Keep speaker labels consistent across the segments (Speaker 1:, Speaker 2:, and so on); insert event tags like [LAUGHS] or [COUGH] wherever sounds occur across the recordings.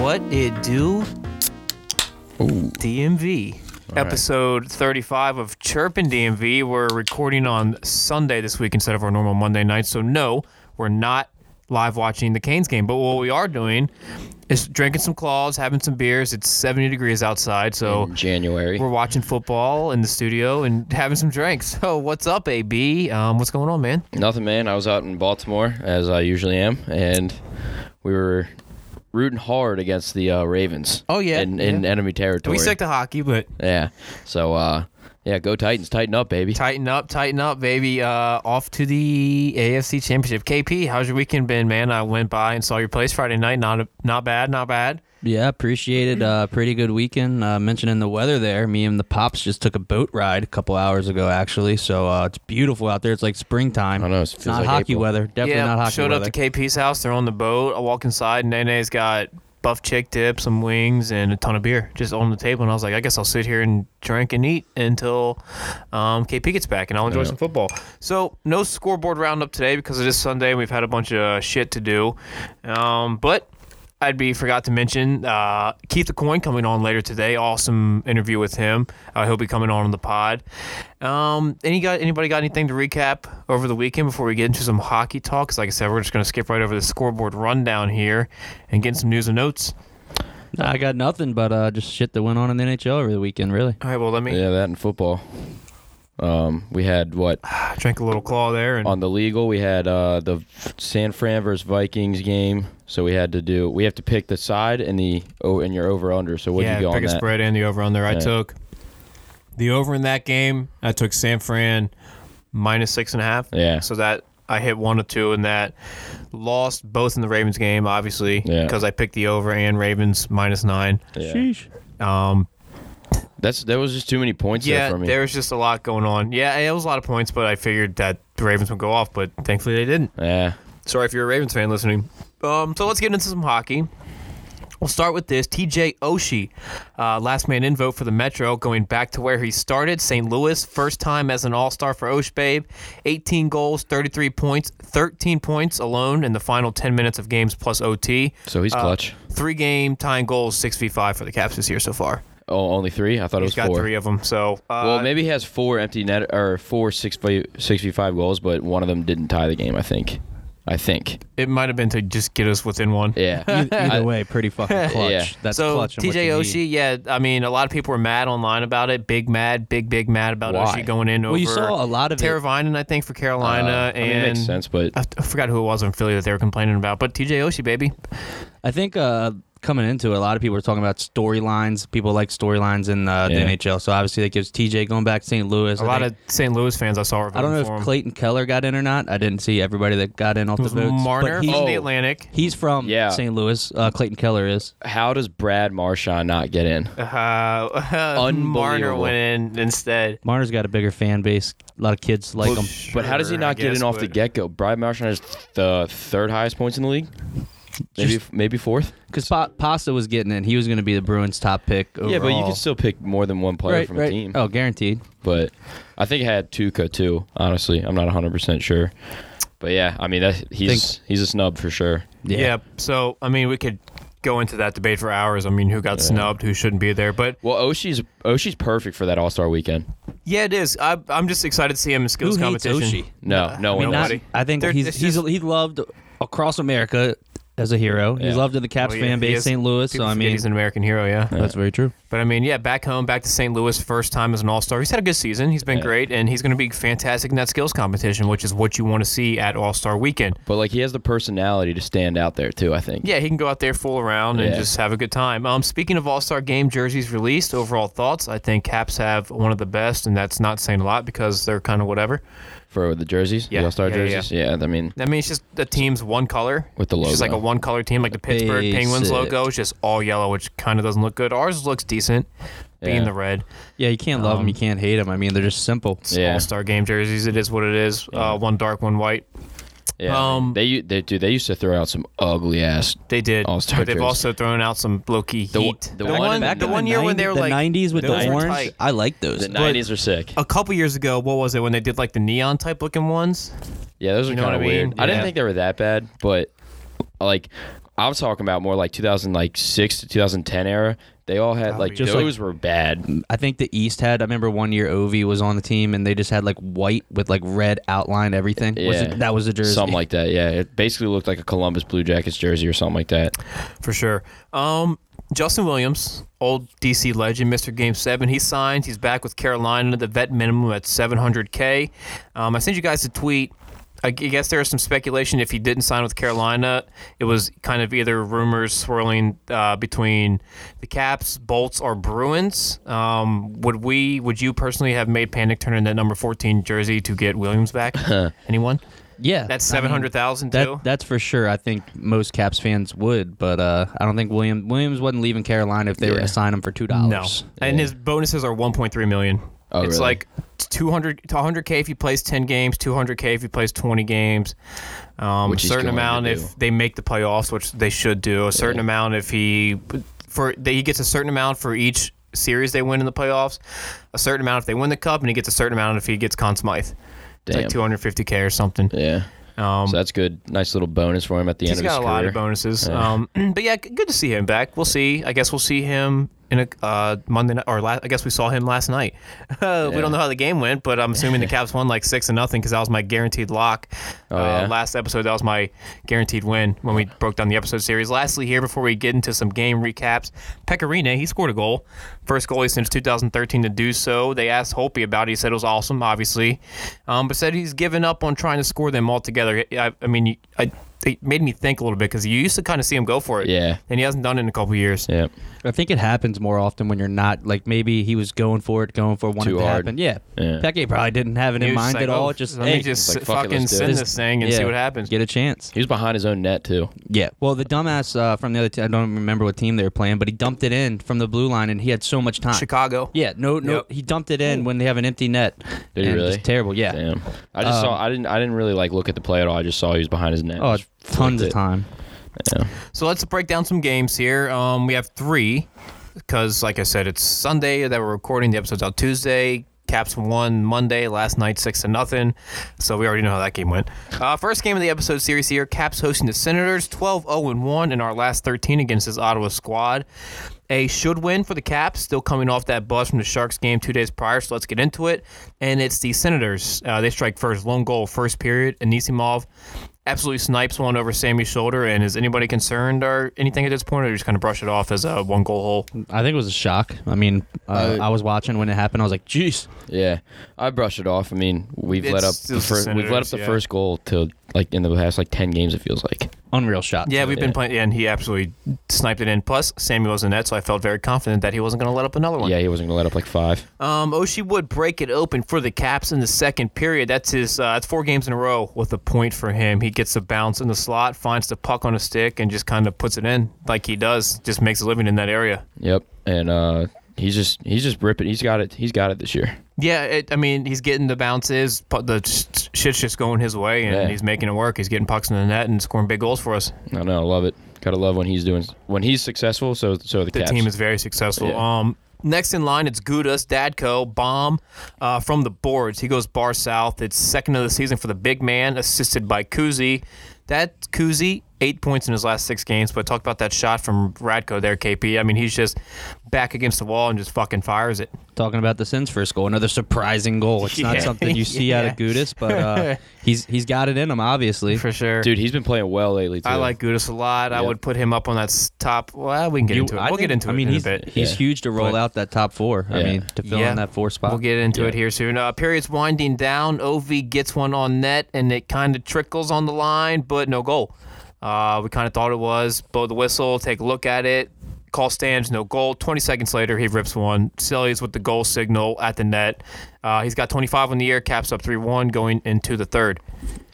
Speaker 1: What it do? DMV.
Speaker 2: episode 35 of Chirpin DMV. We're recording on Sunday this week instead of our normal Monday night. So, no, we're not live watching the Canes game. But what we are doing is drinking some claws, having some beers. It's 70 degrees outside. So,
Speaker 3: in January.
Speaker 2: we're watching football in the studio and having some drinks. [LAUGHS] So, what's up, AB? Um, what's going on, man?
Speaker 3: Nothing, man. I was out in Baltimore as I usually am, and we were rooting hard against the uh, Ravens.
Speaker 1: Oh, yeah,
Speaker 3: in, in enemy territory.
Speaker 2: We stick to hockey, but
Speaker 3: yeah. So uh, yeah, go Titans. Tighten up, baby.
Speaker 2: tighten up, tighten up, baby. Uh, off to the AFC Championship. KP, how's your weekend been, man? I went by and saw your place Friday night. Not not bad, not bad.
Speaker 4: Yeah, appreciated. Uh, pretty good weekend. Uh, mentioning the weather there, me and the pops just took a boat ride a couple hours ago, actually. So uh, it's beautiful out there. It's like springtime.
Speaker 3: I know, it feels
Speaker 4: It's not
Speaker 3: like
Speaker 4: hockey
Speaker 3: April.
Speaker 4: weather. Definitely
Speaker 2: yeah,
Speaker 4: not hockey
Speaker 2: showed
Speaker 4: weather.
Speaker 2: up to KP's house. They're on the boat. I walk inside. Nene's got buff chick dip, some wings, and a ton of beer just on the table. And I was like, I guess I'll sit here and drink and eat until um, KP gets back, and I'll enjoy some football. So no scoreboard roundup today because it is Sunday. and We've had a bunch of shit to do, um, but. I'd be forgot to mention uh, Keith the Coin coming on later today. Awesome interview with him. Uh, he'll be coming on on the pod. Um, any got anybody got anything to recap over the weekend before we get into some hockey talk? 'Cause like I said, we're just gonna skip right over the scoreboard rundown here and get some news and notes.
Speaker 4: Nah, I got nothing but uh, just shit that went on in the NHL over the weekend, really.
Speaker 2: All right, well let me
Speaker 3: Yeah, that in football. Um, we
Speaker 2: [SIGHS]
Speaker 3: had what
Speaker 2: drink a little claw there and
Speaker 3: on the legal? We had uh, the San Fran versus Vikings game. So we had to do. We have to pick the side and the oh, and your over under. So what'd
Speaker 2: yeah,
Speaker 3: you go on
Speaker 2: pick a
Speaker 3: that?
Speaker 2: spread and the over on there. I
Speaker 3: Yeah.
Speaker 2: took the over in that game. I took San Fran minus six and a half.
Speaker 3: Yeah.
Speaker 2: So that I hit one or two in that. Lost both in the Ravens game, obviously,
Speaker 3: Yeah.
Speaker 2: because I picked the over and Ravens minus nine.
Speaker 3: Yeah.
Speaker 4: [LAUGHS]
Speaker 2: Um,
Speaker 3: That's that was just too many points
Speaker 2: yeah,
Speaker 3: there for me.
Speaker 2: there was just a lot going on. Yeah, it was a lot of points, but I figured that the Ravens would go off, but thankfully they didn't.
Speaker 3: yeah.
Speaker 2: Sorry if you're a Ravens fan listening. Um, so let's get into some hockey. We'll start with this. TJ Oshie, uh, last man in vote for the Metro, going back to where he started, St. Louis. First time as an All Star for Osh Babe. 18 goals, 33 points, 13 points alone in the final 10 minutes of games plus OT.
Speaker 3: So he's clutch.
Speaker 2: Three game tying goals, 6v5 for the Caps this year so far.
Speaker 3: Oh, only three? I thought
Speaker 2: He's
Speaker 3: it
Speaker 2: got
Speaker 3: was four.
Speaker 2: three of them. So uh,
Speaker 3: Well, maybe he has four empty net or four six fi- 65 goals, but one of them didn't tie the game. I think. I think.
Speaker 2: it might have been to just get us within one. [LAUGHS]
Speaker 3: Yeah.
Speaker 4: Either, E-, either way, pretty fucking clutch.
Speaker 3: Yeah.
Speaker 4: That's
Speaker 2: so
Speaker 4: clutch. and what
Speaker 2: TJ
Speaker 4: you need.
Speaker 2: Oshie, yeah, I mean, a lot of people were mad online about it. Big mad, big big mad about
Speaker 3: Why?
Speaker 2: Oshie going in
Speaker 4: Well,
Speaker 2: over.
Speaker 4: you saw a lot of it. Uh,
Speaker 2: Tara Vinen, I think, for Carolina,
Speaker 3: Uh, I
Speaker 2: and
Speaker 3: mean, it makes sense, but
Speaker 2: I, I forgot who it was in Philly that they were complaining about. But TJ Oshie, baby,
Speaker 4: I think uh, coming into it, a lot of people are talking about storylines. People like storylines in uh,
Speaker 3: Yeah.
Speaker 4: the NHL. So obviously that gives TJ going back to St. Louis.
Speaker 2: a lot of St. Louis fans I saw. Were
Speaker 4: I don't know
Speaker 2: voting for
Speaker 4: if
Speaker 2: him.
Speaker 4: Clayton Keller got in or not. I didn't see everybody that got in off
Speaker 2: It
Speaker 4: the
Speaker 2: was
Speaker 4: votes.
Speaker 2: Marner
Speaker 4: but he-
Speaker 2: from the
Speaker 3: Oh.
Speaker 2: Atlantic.
Speaker 4: He's from
Speaker 3: Yeah.
Speaker 4: St. Louis. Uh, Clayton Keller is.
Speaker 3: how does Brad Marchand not get in?
Speaker 2: Uh, [LAUGHS] Marner
Speaker 3: Unbelievable.
Speaker 2: went in instead.
Speaker 4: Marner's got a bigger fan base. A lot of kids like him.
Speaker 3: but how does he
Speaker 2: Sure, I
Speaker 3: not get
Speaker 2: guess,
Speaker 3: in off the
Speaker 2: but-
Speaker 3: get go? Brad Marchand has the third highest points in the league. Maybe maybe fourth.
Speaker 4: Because pa- Pasta was getting in. He was going to be the Bruins' top pick overall.
Speaker 3: Yeah, but you can still pick more than one player
Speaker 4: right,
Speaker 3: from
Speaker 4: right.
Speaker 3: a team.
Speaker 4: Oh, guaranteed.
Speaker 3: But I think I had Tuca too. Honestly, I'm not 100 percent sure. But yeah, I mean that he's he's a snub for sure.
Speaker 2: Yeah. So I mean, we could go into that debate for hours. I mean, who got snubbed, who shouldn't be there, but
Speaker 3: Well, Oshie's Oshie's perfect for that All Star weekend.
Speaker 2: yeah, it is. I, I'm just excited to see him in skills
Speaker 4: Who hates
Speaker 2: competition.
Speaker 4: Oshie?
Speaker 3: No, no
Speaker 4: I mean,
Speaker 3: one.
Speaker 4: not,
Speaker 3: does.
Speaker 4: I think
Speaker 2: They're-
Speaker 4: he's
Speaker 2: it's
Speaker 4: he's
Speaker 2: just-
Speaker 4: he loved across America as a hero. He's
Speaker 3: Yeah.
Speaker 4: loved in the Caps
Speaker 2: Oh, yeah,
Speaker 4: fan
Speaker 2: he
Speaker 4: base,
Speaker 2: is-
Speaker 4: St. Louis. So
Speaker 2: people
Speaker 4: I
Speaker 2: forget
Speaker 4: mean,
Speaker 2: he's an American hero, yeah.
Speaker 4: that's very true.
Speaker 2: But I mean, yeah, back home, back to St. Louis, first time as an All Star. He's had a good season. He's been great, and he's going to be fantastic in that skills competition, which is what you want to see at All Star Weekend.
Speaker 3: But like he has the personality to stand out there too. I think.
Speaker 2: Yeah, he can go out there, fool around, and
Speaker 3: Yeah.
Speaker 2: just have a good time. Um, speaking of All Star Game jerseys released, overall thoughts. I think Caps have one of the best, and that's not saying a lot because they're kind of whatever.
Speaker 3: For the jerseys,
Speaker 2: Yeah,
Speaker 3: the All Star
Speaker 2: yeah, yeah,
Speaker 3: jerseys. Yeah. I mean,
Speaker 2: I mean, it's just the team's one color.
Speaker 3: With the
Speaker 2: It's just like a
Speaker 3: logo.
Speaker 2: one color team, like the Pittsburgh Penguins
Speaker 4: Basic.
Speaker 2: logo is just all yellow, which kind of doesn't look good. Ours looks decent, being
Speaker 3: Yeah.
Speaker 2: the red.
Speaker 4: Yeah, you can't love him.
Speaker 2: Um,
Speaker 4: You can't hate him. I mean, they're just simple.
Speaker 3: yeah,
Speaker 2: All Star Game jerseys. It is what it is. Uh, one dark, one white.
Speaker 3: yeah.
Speaker 2: um,
Speaker 3: they u- they do. They used to throw out some ugly ass.
Speaker 2: They did.
Speaker 3: All-Star
Speaker 2: but they've
Speaker 3: jerseys.
Speaker 2: also thrown out some low key
Speaker 3: The-
Speaker 2: heat.
Speaker 3: the one- back
Speaker 2: the
Speaker 3: in
Speaker 2: one
Speaker 4: the
Speaker 2: year when they
Speaker 4: 90
Speaker 2: were
Speaker 4: the
Speaker 2: like
Speaker 4: 90s with
Speaker 2: those
Speaker 4: the
Speaker 2: were
Speaker 4: orange,
Speaker 2: tight.
Speaker 4: I like those.
Speaker 3: The nineties were sick.
Speaker 2: a couple years ago, what was it when they did like the neon type looking ones?
Speaker 3: Yeah, those were
Speaker 2: know what
Speaker 3: kind of
Speaker 2: I mean?
Speaker 3: weird. I
Speaker 2: Yeah.
Speaker 3: didn't think they were that bad, but like I was talking about more like 2006 to 2010 era. They all had like
Speaker 4: Just, like-
Speaker 3: those were bad.
Speaker 4: I think the East had. I remember one year Ovi was on the team, and they just had like white with like red outline everything. Was it-
Speaker 3: Yeah.
Speaker 4: that was a jersey.
Speaker 3: Something like that. Yeah, it basically looked like a Columbus Blue Jackets jersey or something like that.
Speaker 2: for sure. Um, Justin Williams, old DC legend, Mr. Game Seven. He signed. He's back with Carolina, the vet minimum at 700k. Um, I sent you guys a tweet. I g- guess there was some speculation if he didn't sign with Carolina, it was kind of either rumors swirling uh, between the Caps, Bolts, or Bruins. Um, would we? Would you personally have made Panic turn in that number 14 jersey to get Williams
Speaker 4: [LAUGHS]
Speaker 2: back? Anyone?
Speaker 4: yeah,
Speaker 2: That's
Speaker 4: I mean,
Speaker 2: 700,000 too.
Speaker 4: That that's for sure. I think most Caps fans would, but uh, I don't think William Williams wasn't leaving Carolina if they were
Speaker 3: Yeah.
Speaker 4: to sign him for two dollars.
Speaker 2: No, and his bonuses are 1.3 million.
Speaker 3: Oh,
Speaker 2: it's
Speaker 3: really?
Speaker 2: like 200 to 100k if he plays 10 games, 200k if he plays 20 games. Um, a
Speaker 3: Which he's
Speaker 2: certain
Speaker 3: going to
Speaker 2: amount
Speaker 3: do.
Speaker 2: if they make the playoffs, which they should do. A certain amount if he for that he gets a certain amount for each series they win in the playoffs. A certain amount if they win the cup, and he gets a certain amount if he gets Conn Smythe. It's like
Speaker 3: Damn.
Speaker 2: 250k or something.
Speaker 3: Yeah.
Speaker 2: Um,
Speaker 3: so that's good. Nice little bonus for him at the
Speaker 2: He's
Speaker 3: end of his
Speaker 2: got a
Speaker 3: career.
Speaker 2: lot of bonuses. Um, [CLEARS THROAT] but yeah, g- good to see him back. We'll see. I guess we'll see him in a uh, Monday night, or la- I guess we saw him last night. [LAUGHS] We don't know how the game went, but I'm assuming
Speaker 3: [LAUGHS]
Speaker 2: the Caps won like six to nothing because that was my guaranteed lock. uh,
Speaker 3: Oh, yeah?
Speaker 2: Last episode, that was my guaranteed win when we broke down the episode series. Lastly, here before we get into some game recaps, Pecorine he scored a goal, first goalie since 2013 to do so. They asked Holpe about it. He said it was awesome, obviously, um, but said he's given up on trying to score them altogether. I, I mean, I. It made me think a little bit because you used to kind of see him go for it.
Speaker 3: Yeah.
Speaker 2: And he hasn't done it in a couple years.
Speaker 3: Yeah.
Speaker 4: I think it happens more often when you're not like maybe he was going for it, going for it, wanted
Speaker 3: Too
Speaker 4: to
Speaker 3: hard.
Speaker 4: happen. Yeah,
Speaker 3: Yeah.
Speaker 4: Peke probably didn't have it
Speaker 2: He
Speaker 4: in
Speaker 2: was
Speaker 4: mind
Speaker 2: like,
Speaker 4: at all.
Speaker 2: "Oh,
Speaker 4: just
Speaker 2: let me
Speaker 4: hey,
Speaker 2: just
Speaker 3: It's like,
Speaker 2: sit-
Speaker 3: fuck it,
Speaker 2: fucking
Speaker 3: let's do
Speaker 2: send
Speaker 3: it."
Speaker 2: this thing and
Speaker 4: yeah,
Speaker 2: see what happens.
Speaker 4: Get a chance.
Speaker 3: He was behind his own net too.
Speaker 4: Yeah. Well, the dumbass uh, from the other team, I don't remember what team they were playing, but he dumped it in from the blue line and he had so much time.
Speaker 2: Chicago.
Speaker 4: Yeah, no, no.
Speaker 2: Yep.
Speaker 4: He dumped it in when they have an empty net.
Speaker 3: Did he
Speaker 4: And
Speaker 3: really?
Speaker 4: Just terrible. Yeah.
Speaker 3: Damn. I just
Speaker 2: Um,
Speaker 3: saw. I didn't. I didn't really like look at the play at all. I just saw he was behind his net.
Speaker 4: Oh,
Speaker 3: Just
Speaker 4: tons
Speaker 3: flicked
Speaker 4: of
Speaker 3: it.
Speaker 4: time.
Speaker 2: So let's break down some games here. Um, we have three because, like I said, it's Sunday that we're recording. The episode's out Tuesday. Caps won Monday last night, six to nothing. So we already know how that game went. Uh, first game of the episode series here. Caps hosting the Senators, 12-0-1 in our last 13 against this Ottawa squad. A should win for the Caps, still coming off that buzz from the Sharks game two days prior. So let's get into it. And it's the Senators. Uh, they strike first, lone goal, first period. Anisimov absolutely snipes one over Sammy's shoulder. And is anybody concerned or anything at this point, or just kind of brush it off as a one goal hole?
Speaker 4: I think it was a shock. I mean, uh, I was watching when it happened. I was like, "Jeez."
Speaker 3: Yeah, I brush it off. I mean, we've let
Speaker 2: It's
Speaker 3: up
Speaker 2: still
Speaker 3: the
Speaker 2: the
Speaker 3: first. We've let up
Speaker 2: Senators,
Speaker 3: the
Speaker 2: yeah.
Speaker 3: first goal to like in the past like ten games. It feels like.
Speaker 4: Unreal shot.
Speaker 2: Yeah, we've been playing, and he absolutely sniped it in. Plus, Sammy was in net, so I felt very confident that he wasn't going to let up another one.
Speaker 3: Yeah, he wasn't gonna let up like five.
Speaker 2: Um, Oshie would break it open for the Caps in the second period. That's his. Uh, that's four games in a row with a point for him. He gets a bounce in the slot, finds the puck on a stick, and just kind of puts it in like he does. Just makes a living in that area.
Speaker 3: Yep, and uh, he's just he's just ripping. He's got it. He's got it this year.
Speaker 2: Yeah, it, I mean, he's getting the bounces. But the sh- shit's just going his way, and
Speaker 3: Yeah.
Speaker 2: he's making it work. He's getting pucks in the net and scoring big goals for us.
Speaker 3: I know. I love it. Gotta love when he's doing when he's successful. So so are the,
Speaker 2: the
Speaker 3: Caps.
Speaker 2: team is very successful.
Speaker 3: Yeah.
Speaker 2: Um, next in line, it's Gudas Dadko bomb uh, from the boards. He goes bar south. It's second of the season for the big man, assisted by Kuzi. That Kuzi, eight points in his last six games. But talk about that shot from Radko there, KP. I mean, he's just back against the wall and just fucking fires it.
Speaker 4: Talking about the Sens first goal, another surprising goal. It's
Speaker 2: Yeah.
Speaker 4: not
Speaker 2: [LAUGHS]
Speaker 4: something you see out of Gudis, but uh, he's he's got it in him, obviously.
Speaker 2: For sure.
Speaker 3: Dude, he's been playing well lately. Too.
Speaker 2: I like Gudas a lot. I
Speaker 3: Yep.
Speaker 2: would put him up on that s- top. Well, we can get
Speaker 4: You-
Speaker 2: into it.
Speaker 4: I
Speaker 2: We'll
Speaker 4: think-
Speaker 2: get into
Speaker 4: I
Speaker 2: it
Speaker 4: mean,
Speaker 2: in
Speaker 4: he's,
Speaker 2: a bit.
Speaker 4: he's
Speaker 3: Yeah.
Speaker 4: huge to roll
Speaker 2: But-
Speaker 4: out that top four. I
Speaker 3: Yeah.
Speaker 4: mean, to fill in that four spot.
Speaker 2: We'll get into
Speaker 3: Yeah.
Speaker 2: it here soon. Uh, periods winding down. OV gets one on net, and it kind of trickles on the line, but no goal. Uh, we kind of thought it was. Blow the whistle, take a look at it, call stands, no goal. 20 seconds later, he rips one. Silly's with the goal signal at the net. Uh, he's got 25 on the year, caps up 3 1 going into the third.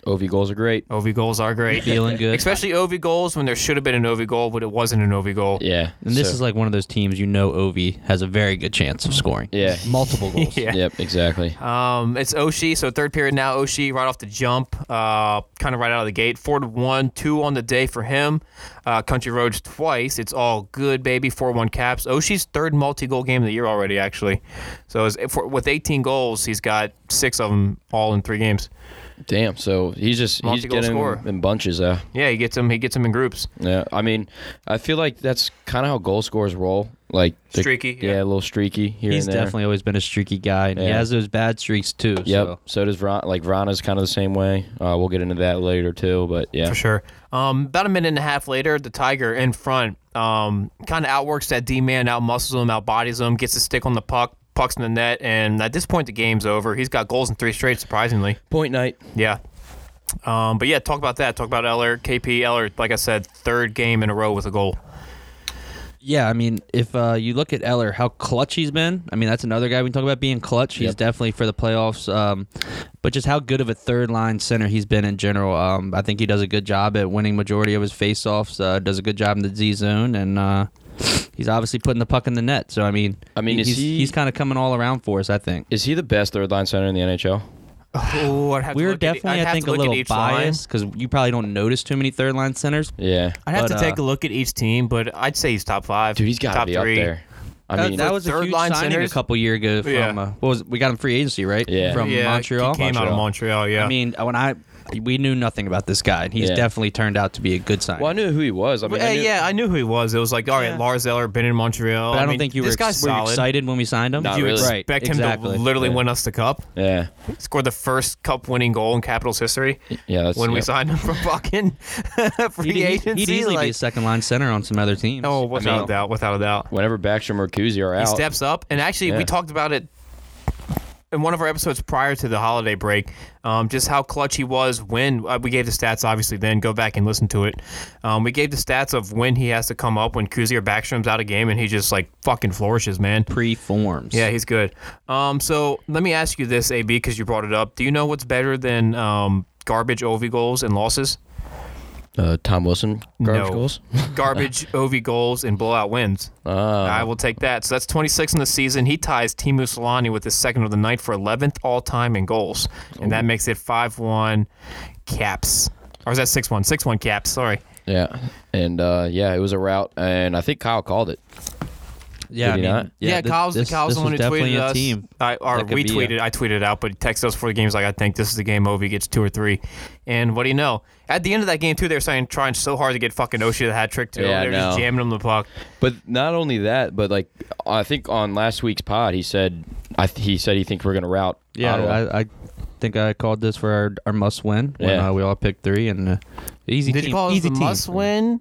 Speaker 3: Ov goals are great.
Speaker 2: OV goals are great.
Speaker 4: Feeling good.
Speaker 2: Especially OV goals when there should have been an OV goal, but it wasn't an OV goal.
Speaker 3: Yeah,
Speaker 4: And this
Speaker 3: so-
Speaker 4: is like one of those teams you know Ovi has a very good chance of scoring. [LAUGHS]
Speaker 3: Yeah. [LAUGHS]
Speaker 4: Multiple goals.
Speaker 2: Yeah.
Speaker 3: Yep, exactly.
Speaker 2: Um, it's Oshi. So third period now, Oshi right off the jump, uh, kind of right out of the gate. Four to one, two on the day for him. Uh, Country Roads twice. It's all good, baby. Four one caps. Oshi's third multi-goal game of the year already, actually. So it's, for, with 18 goals, he's got six of them all in three games.
Speaker 3: Damn. So he's just he's
Speaker 2: Multi-goal
Speaker 3: getting
Speaker 2: scorer.
Speaker 3: them in bunches. though.
Speaker 2: Yeah, he gets them. He gets them in groups.
Speaker 3: yeah. I mean, I feel like that's kind of how goal scorers roll. Like they-
Speaker 2: Streaky,
Speaker 3: Yeah.
Speaker 2: yeah.
Speaker 3: a little streaky here
Speaker 4: He's
Speaker 3: and there.
Speaker 4: definitely always been a streaky guy, and he
Speaker 3: Yeah.
Speaker 4: has those bad streaks too.
Speaker 3: Yep.
Speaker 4: So.
Speaker 3: So, does Ron. Like Rana's kind of the same way. Uh, we'll get into that later too. But yeah.
Speaker 2: for sure. Um, about a minute and a half later, the Tiger in front um, kind of outworks that D man, outmuscles him, outbodies him, gets a stick on the puck, pucks in the net, and at this point, the game's over. He's got goals in three straight, surprisingly.
Speaker 3: Point night.
Speaker 2: Yeah. Um, but yeah, talk about that. Talk about Eller, KP Eller. Like I said, third game in a row with a goal.
Speaker 4: Yeah, I mean, if uh, you look at Eller, how clutch he's been. I mean, that's another guy we can talk about being clutch. He's
Speaker 3: Yep.
Speaker 4: definitely for the playoffs. Um, but just how good of a third line center he's been in general. Um, I think he does a good job at winning majority of his faceoffs. Uh, does a good job in the Z zone, and uh, he's obviously putting the puck in the net. So I mean,
Speaker 3: I mean, is
Speaker 4: he's,
Speaker 3: he-
Speaker 4: he's kind of coming all around for us. I think.
Speaker 3: Is he the best third line center in the NHL?
Speaker 2: Oh, I'd have
Speaker 4: We
Speaker 2: to
Speaker 4: were
Speaker 2: look at e- I'd
Speaker 4: definitely,
Speaker 2: have
Speaker 4: I
Speaker 2: to
Speaker 4: think, a
Speaker 2: look at
Speaker 4: little
Speaker 2: each line.
Speaker 4: biased because you probably don't notice too many third line centers.
Speaker 3: Yeah.
Speaker 2: I'd have
Speaker 4: But,
Speaker 2: to take
Speaker 4: uh,
Speaker 2: a look at each team, but I'd say he's top five.
Speaker 3: Dude, he's got to
Speaker 2: top
Speaker 3: be
Speaker 2: three.
Speaker 3: up there. I
Speaker 4: that,
Speaker 3: mean,
Speaker 4: that was a
Speaker 2: third
Speaker 4: huge
Speaker 2: line
Speaker 4: signing
Speaker 2: centers-
Speaker 4: a couple year ago from
Speaker 2: Yeah.
Speaker 4: uh, what was we got him free agency right
Speaker 3: Yeah.
Speaker 4: from
Speaker 2: Yeah,
Speaker 4: Montreal.
Speaker 2: He came out of Montreal. Yeah.
Speaker 4: I mean, uh, when I we knew nothing about this guy, and he's
Speaker 3: Yeah.
Speaker 4: definitely turned out to be a good sign.
Speaker 3: well, I knew who he was. I mean,
Speaker 2: But,
Speaker 3: I
Speaker 2: hey,
Speaker 3: knew-
Speaker 2: yeah, I knew who he was. It was like, all right,
Speaker 4: Yeah.
Speaker 2: Lars Eller been in Montreal.
Speaker 4: but I don't
Speaker 2: mean,
Speaker 4: think you were,
Speaker 2: this guy's
Speaker 4: ex- were you
Speaker 2: solid.
Speaker 4: excited when we signed him.
Speaker 3: Not
Speaker 2: You
Speaker 3: really.
Speaker 2: expect
Speaker 4: Right,
Speaker 2: him
Speaker 4: exactly.
Speaker 2: to literally
Speaker 3: Yeah.
Speaker 2: win us the cup.
Speaker 3: Yeah.
Speaker 2: Scored the first cup-winning goal in Capitals history
Speaker 3: Yeah. That's
Speaker 2: when we
Speaker 3: yep.
Speaker 2: signed him from fucking [LAUGHS] free
Speaker 4: He'd, he'd,
Speaker 2: agency.
Speaker 4: he'd easily
Speaker 2: like,
Speaker 4: be a second line center on some other teams.
Speaker 2: oh, without
Speaker 3: mean-
Speaker 2: a doubt, without a doubt.
Speaker 3: Whenever Backstrom or Kuzi are
Speaker 2: He
Speaker 3: out,
Speaker 2: steps up, and actually, we
Speaker 3: Yeah.
Speaker 2: talked about it in one of our episodes prior to the holiday break. Um, just how clutch he was when uh, we gave the stats. Obviously, then go back and listen to it. Um, we gave the stats of when he has to come up when Kuzi or Backstrom's out of game, and he just like fucking flourishes, man.
Speaker 4: pre forms.
Speaker 2: Yeah, he's good. Um, so let me ask you this, AB, because you brought it up. Do you know what's better than um, garbage OV goals and losses?
Speaker 3: uh, Tom Wilson garbage
Speaker 2: No.
Speaker 3: goals.
Speaker 4: [LAUGHS]
Speaker 2: Garbage OV goals and blowout wins. I
Speaker 4: Ah.
Speaker 3: Uh,
Speaker 2: will take that. So that's 26 in the season. He ties Timu Solani with his second of the night for 11th all time in goals, and that makes it 5-1 Caps. Or is that 6-1? 6-1 Caps. Sorry.
Speaker 3: yeah. And uh, yeah, it was a route, and I think Kyle called it.
Speaker 4: yeah.
Speaker 3: Did
Speaker 4: I
Speaker 3: he
Speaker 4: mean,
Speaker 3: not?
Speaker 2: Yeah,
Speaker 4: thi-
Speaker 2: Kyle's,
Speaker 4: this,
Speaker 2: Kyle's
Speaker 4: this
Speaker 2: the one who
Speaker 4: was definitely
Speaker 2: tweeted
Speaker 4: a
Speaker 2: us.
Speaker 4: team.
Speaker 2: I, or
Speaker 4: That could
Speaker 2: we
Speaker 4: be
Speaker 2: tweeted.
Speaker 4: a-
Speaker 2: I tweeted out, but he texted us before the game. He's like, I think this is the game. Ovi gets two or three. And what do you know? At the end of that game, too, they were saying, trying so hard to get fucking Oshie the hat trick, too.
Speaker 3: Yeah, I
Speaker 2: they were just
Speaker 3: know.
Speaker 2: jamming him the puck.
Speaker 3: But not only that, but like I think on last week's pod, he said I th- he said he thinks we're gonna route.
Speaker 4: Yeah,
Speaker 3: Ottawa.
Speaker 4: I, I think I called this for our, our must win when
Speaker 3: Yeah.
Speaker 4: uh, we all picked three and uh, easy.
Speaker 2: Did
Speaker 4: team,
Speaker 2: you call it
Speaker 4: easy
Speaker 2: the
Speaker 4: team.
Speaker 2: must win?
Speaker 4: I-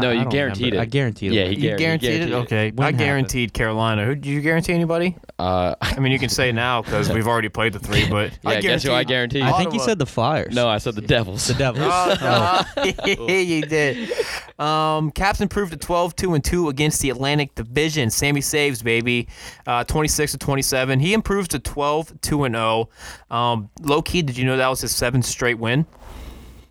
Speaker 3: No,
Speaker 4: I
Speaker 3: you
Speaker 4: don't
Speaker 3: guaranteed
Speaker 4: remember.
Speaker 3: it.
Speaker 4: I guaranteed it.
Speaker 3: Yeah, he
Speaker 2: You guaranteed, it? Okay.
Speaker 4: When
Speaker 2: I
Speaker 4: happened?
Speaker 2: guaranteed Carolina. Who Did you guarantee anybody?
Speaker 3: Uh, [LAUGHS]
Speaker 2: I mean, you can say now because we've already played the three, but
Speaker 3: Yeah, guess who I guaranteed?
Speaker 4: I think you
Speaker 2: Ottawa.
Speaker 4: said the Flyers.
Speaker 3: no, I said the Devils.
Speaker 4: the [LAUGHS] Devils.
Speaker 2: [LAUGHS]
Speaker 3: [LAUGHS]
Speaker 4: [LAUGHS]
Speaker 2: Oh, no. [LAUGHS] you did. Um, Caps improved to 12 2 and 2 against the Atlantic Division. Sammy saves, baby. Uh, 26 to 27. He improves to 12 2 and 0. Um, low key, did you know that was his seventh straight win?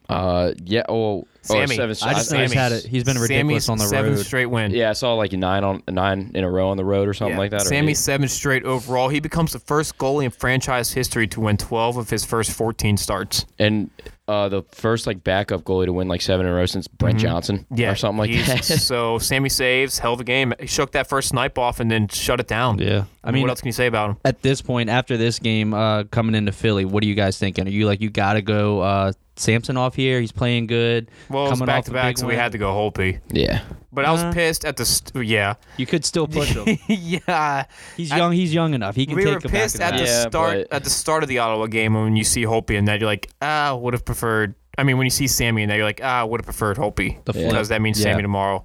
Speaker 3: Uh, yeah. Oh, oh
Speaker 2: Sammy.
Speaker 3: seven.
Speaker 4: I just
Speaker 3: I,
Speaker 4: know he's
Speaker 2: Sammy.
Speaker 4: had it. He's been ridiculous
Speaker 2: Sammy's
Speaker 4: on the
Speaker 2: seventh
Speaker 4: road.
Speaker 2: straight win.
Speaker 3: yeah, I saw like nine on nine in a row on the road or something
Speaker 2: Yeah.
Speaker 3: like that. or
Speaker 2: Sammy
Speaker 3: eight.
Speaker 2: seven straight overall. He becomes the first goalie in franchise history to win 12 of his first 14 starts.
Speaker 3: and uh, the first like backup goalie to win like seven in a row since Brent Johnson
Speaker 2: Yeah,
Speaker 3: or something like
Speaker 2: he's-
Speaker 3: that. [LAUGHS]
Speaker 2: so Sammy saves, hell of a game. He shook that first snipe off and then shut it down.
Speaker 4: Yeah.
Speaker 2: I
Speaker 4: I
Speaker 2: mean,
Speaker 4: mean-
Speaker 2: what else can you say about him?
Speaker 4: At this point, after this game, uh, coming into Philly, what are you guys thinking? Are you like you gotta go uh, Samson off here? He's playing good.
Speaker 2: Well, it was
Speaker 4: coming
Speaker 2: back
Speaker 4: off
Speaker 2: to
Speaker 4: a
Speaker 2: back,
Speaker 4: big
Speaker 2: so we
Speaker 4: win.
Speaker 2: had to go Holpe.
Speaker 3: yeah,
Speaker 2: But I was
Speaker 4: Uh,
Speaker 2: pissed at the st- yeah,
Speaker 4: You could still push
Speaker 3: [LAUGHS]
Speaker 4: him.
Speaker 2: [LAUGHS] yeah.
Speaker 4: He's young. He's young enough. He can
Speaker 2: We
Speaker 4: take
Speaker 2: were
Speaker 4: a
Speaker 2: pissed
Speaker 4: back
Speaker 2: at the
Speaker 4: to back.
Speaker 3: Yeah,
Speaker 2: start
Speaker 3: but-
Speaker 2: at the start of the Ottawa game when you see Holpe and that you're like ah would have preferred. I mean, when you see Sammy and that you're like ah would have preferred Holpe
Speaker 4: The flip.
Speaker 2: because that means
Speaker 4: Yeah.
Speaker 2: Sammy tomorrow.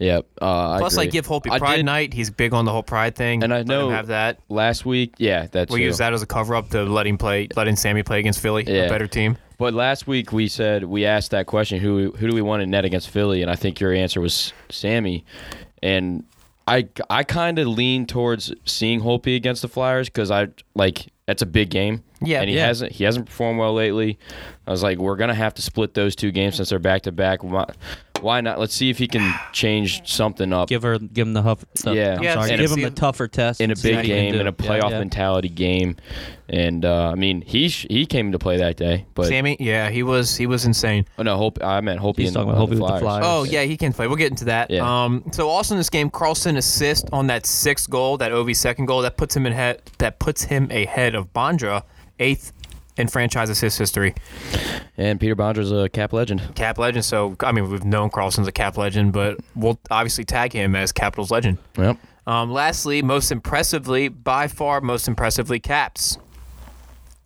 Speaker 3: yeah. Uh,
Speaker 2: Plus,
Speaker 3: I agree.
Speaker 2: like give Holpe
Speaker 3: I
Speaker 2: Pride
Speaker 3: did-
Speaker 2: Night. He's big on the whole Pride thing.
Speaker 3: And I
Speaker 2: Let him
Speaker 3: know-
Speaker 2: have that.
Speaker 3: last week. Yeah, that's
Speaker 2: We'll use that as a cover up to letting play, letting Sammy play against Philly, a
Speaker 3: Yeah.
Speaker 2: better team.
Speaker 3: But last week we said we asked that question who who do we want in net against Philly, and I think your answer was Sammy, and I I kind of lean towards seeing Holpe against the Flyers because I like that's a big game.
Speaker 2: Yeah.
Speaker 3: and he
Speaker 2: Yeah.
Speaker 3: hasn't he hasn't performed well lately. I was like, we're gonna have to split those two games since they're back to back. Why why not? Let's see if he can change something up
Speaker 4: Give her, give him the huff. The,
Speaker 3: Yeah.
Speaker 4: I'm
Speaker 2: Yeah,
Speaker 4: sorry,
Speaker 2: and
Speaker 4: give
Speaker 2: a-
Speaker 4: him the tougher test
Speaker 3: in a
Speaker 4: and see
Speaker 3: big
Speaker 4: what he can
Speaker 3: game
Speaker 4: do.
Speaker 3: in a
Speaker 4: Yeah,
Speaker 3: playoff
Speaker 4: yeah.
Speaker 3: mentality game, and uh, I mean he sh- he came to play that day, but
Speaker 2: Sammy, yeah, he was he was insane.
Speaker 3: oh no, Holpe I meant Holpe.
Speaker 4: He's
Speaker 3: and,
Speaker 4: talking about
Speaker 3: uh,
Speaker 4: Holpe with the Flyers.
Speaker 2: Oh yeah, he can play. We'll get into that.
Speaker 3: Yeah.
Speaker 2: Um, so also in this game, Carlson assist on that sixth goal, that OV second goal, that puts him in head, that puts him ahead of Bondra, eighth in franchise assist history.
Speaker 3: And Peter Bondra's a cap legend.
Speaker 2: Cap legend. So I mean, we've known Carlson's a cap legend, but we'll obviously tag him as Capitals legend.
Speaker 3: Yep.
Speaker 2: Um, lastly, most impressively, by far most impressively, Caps.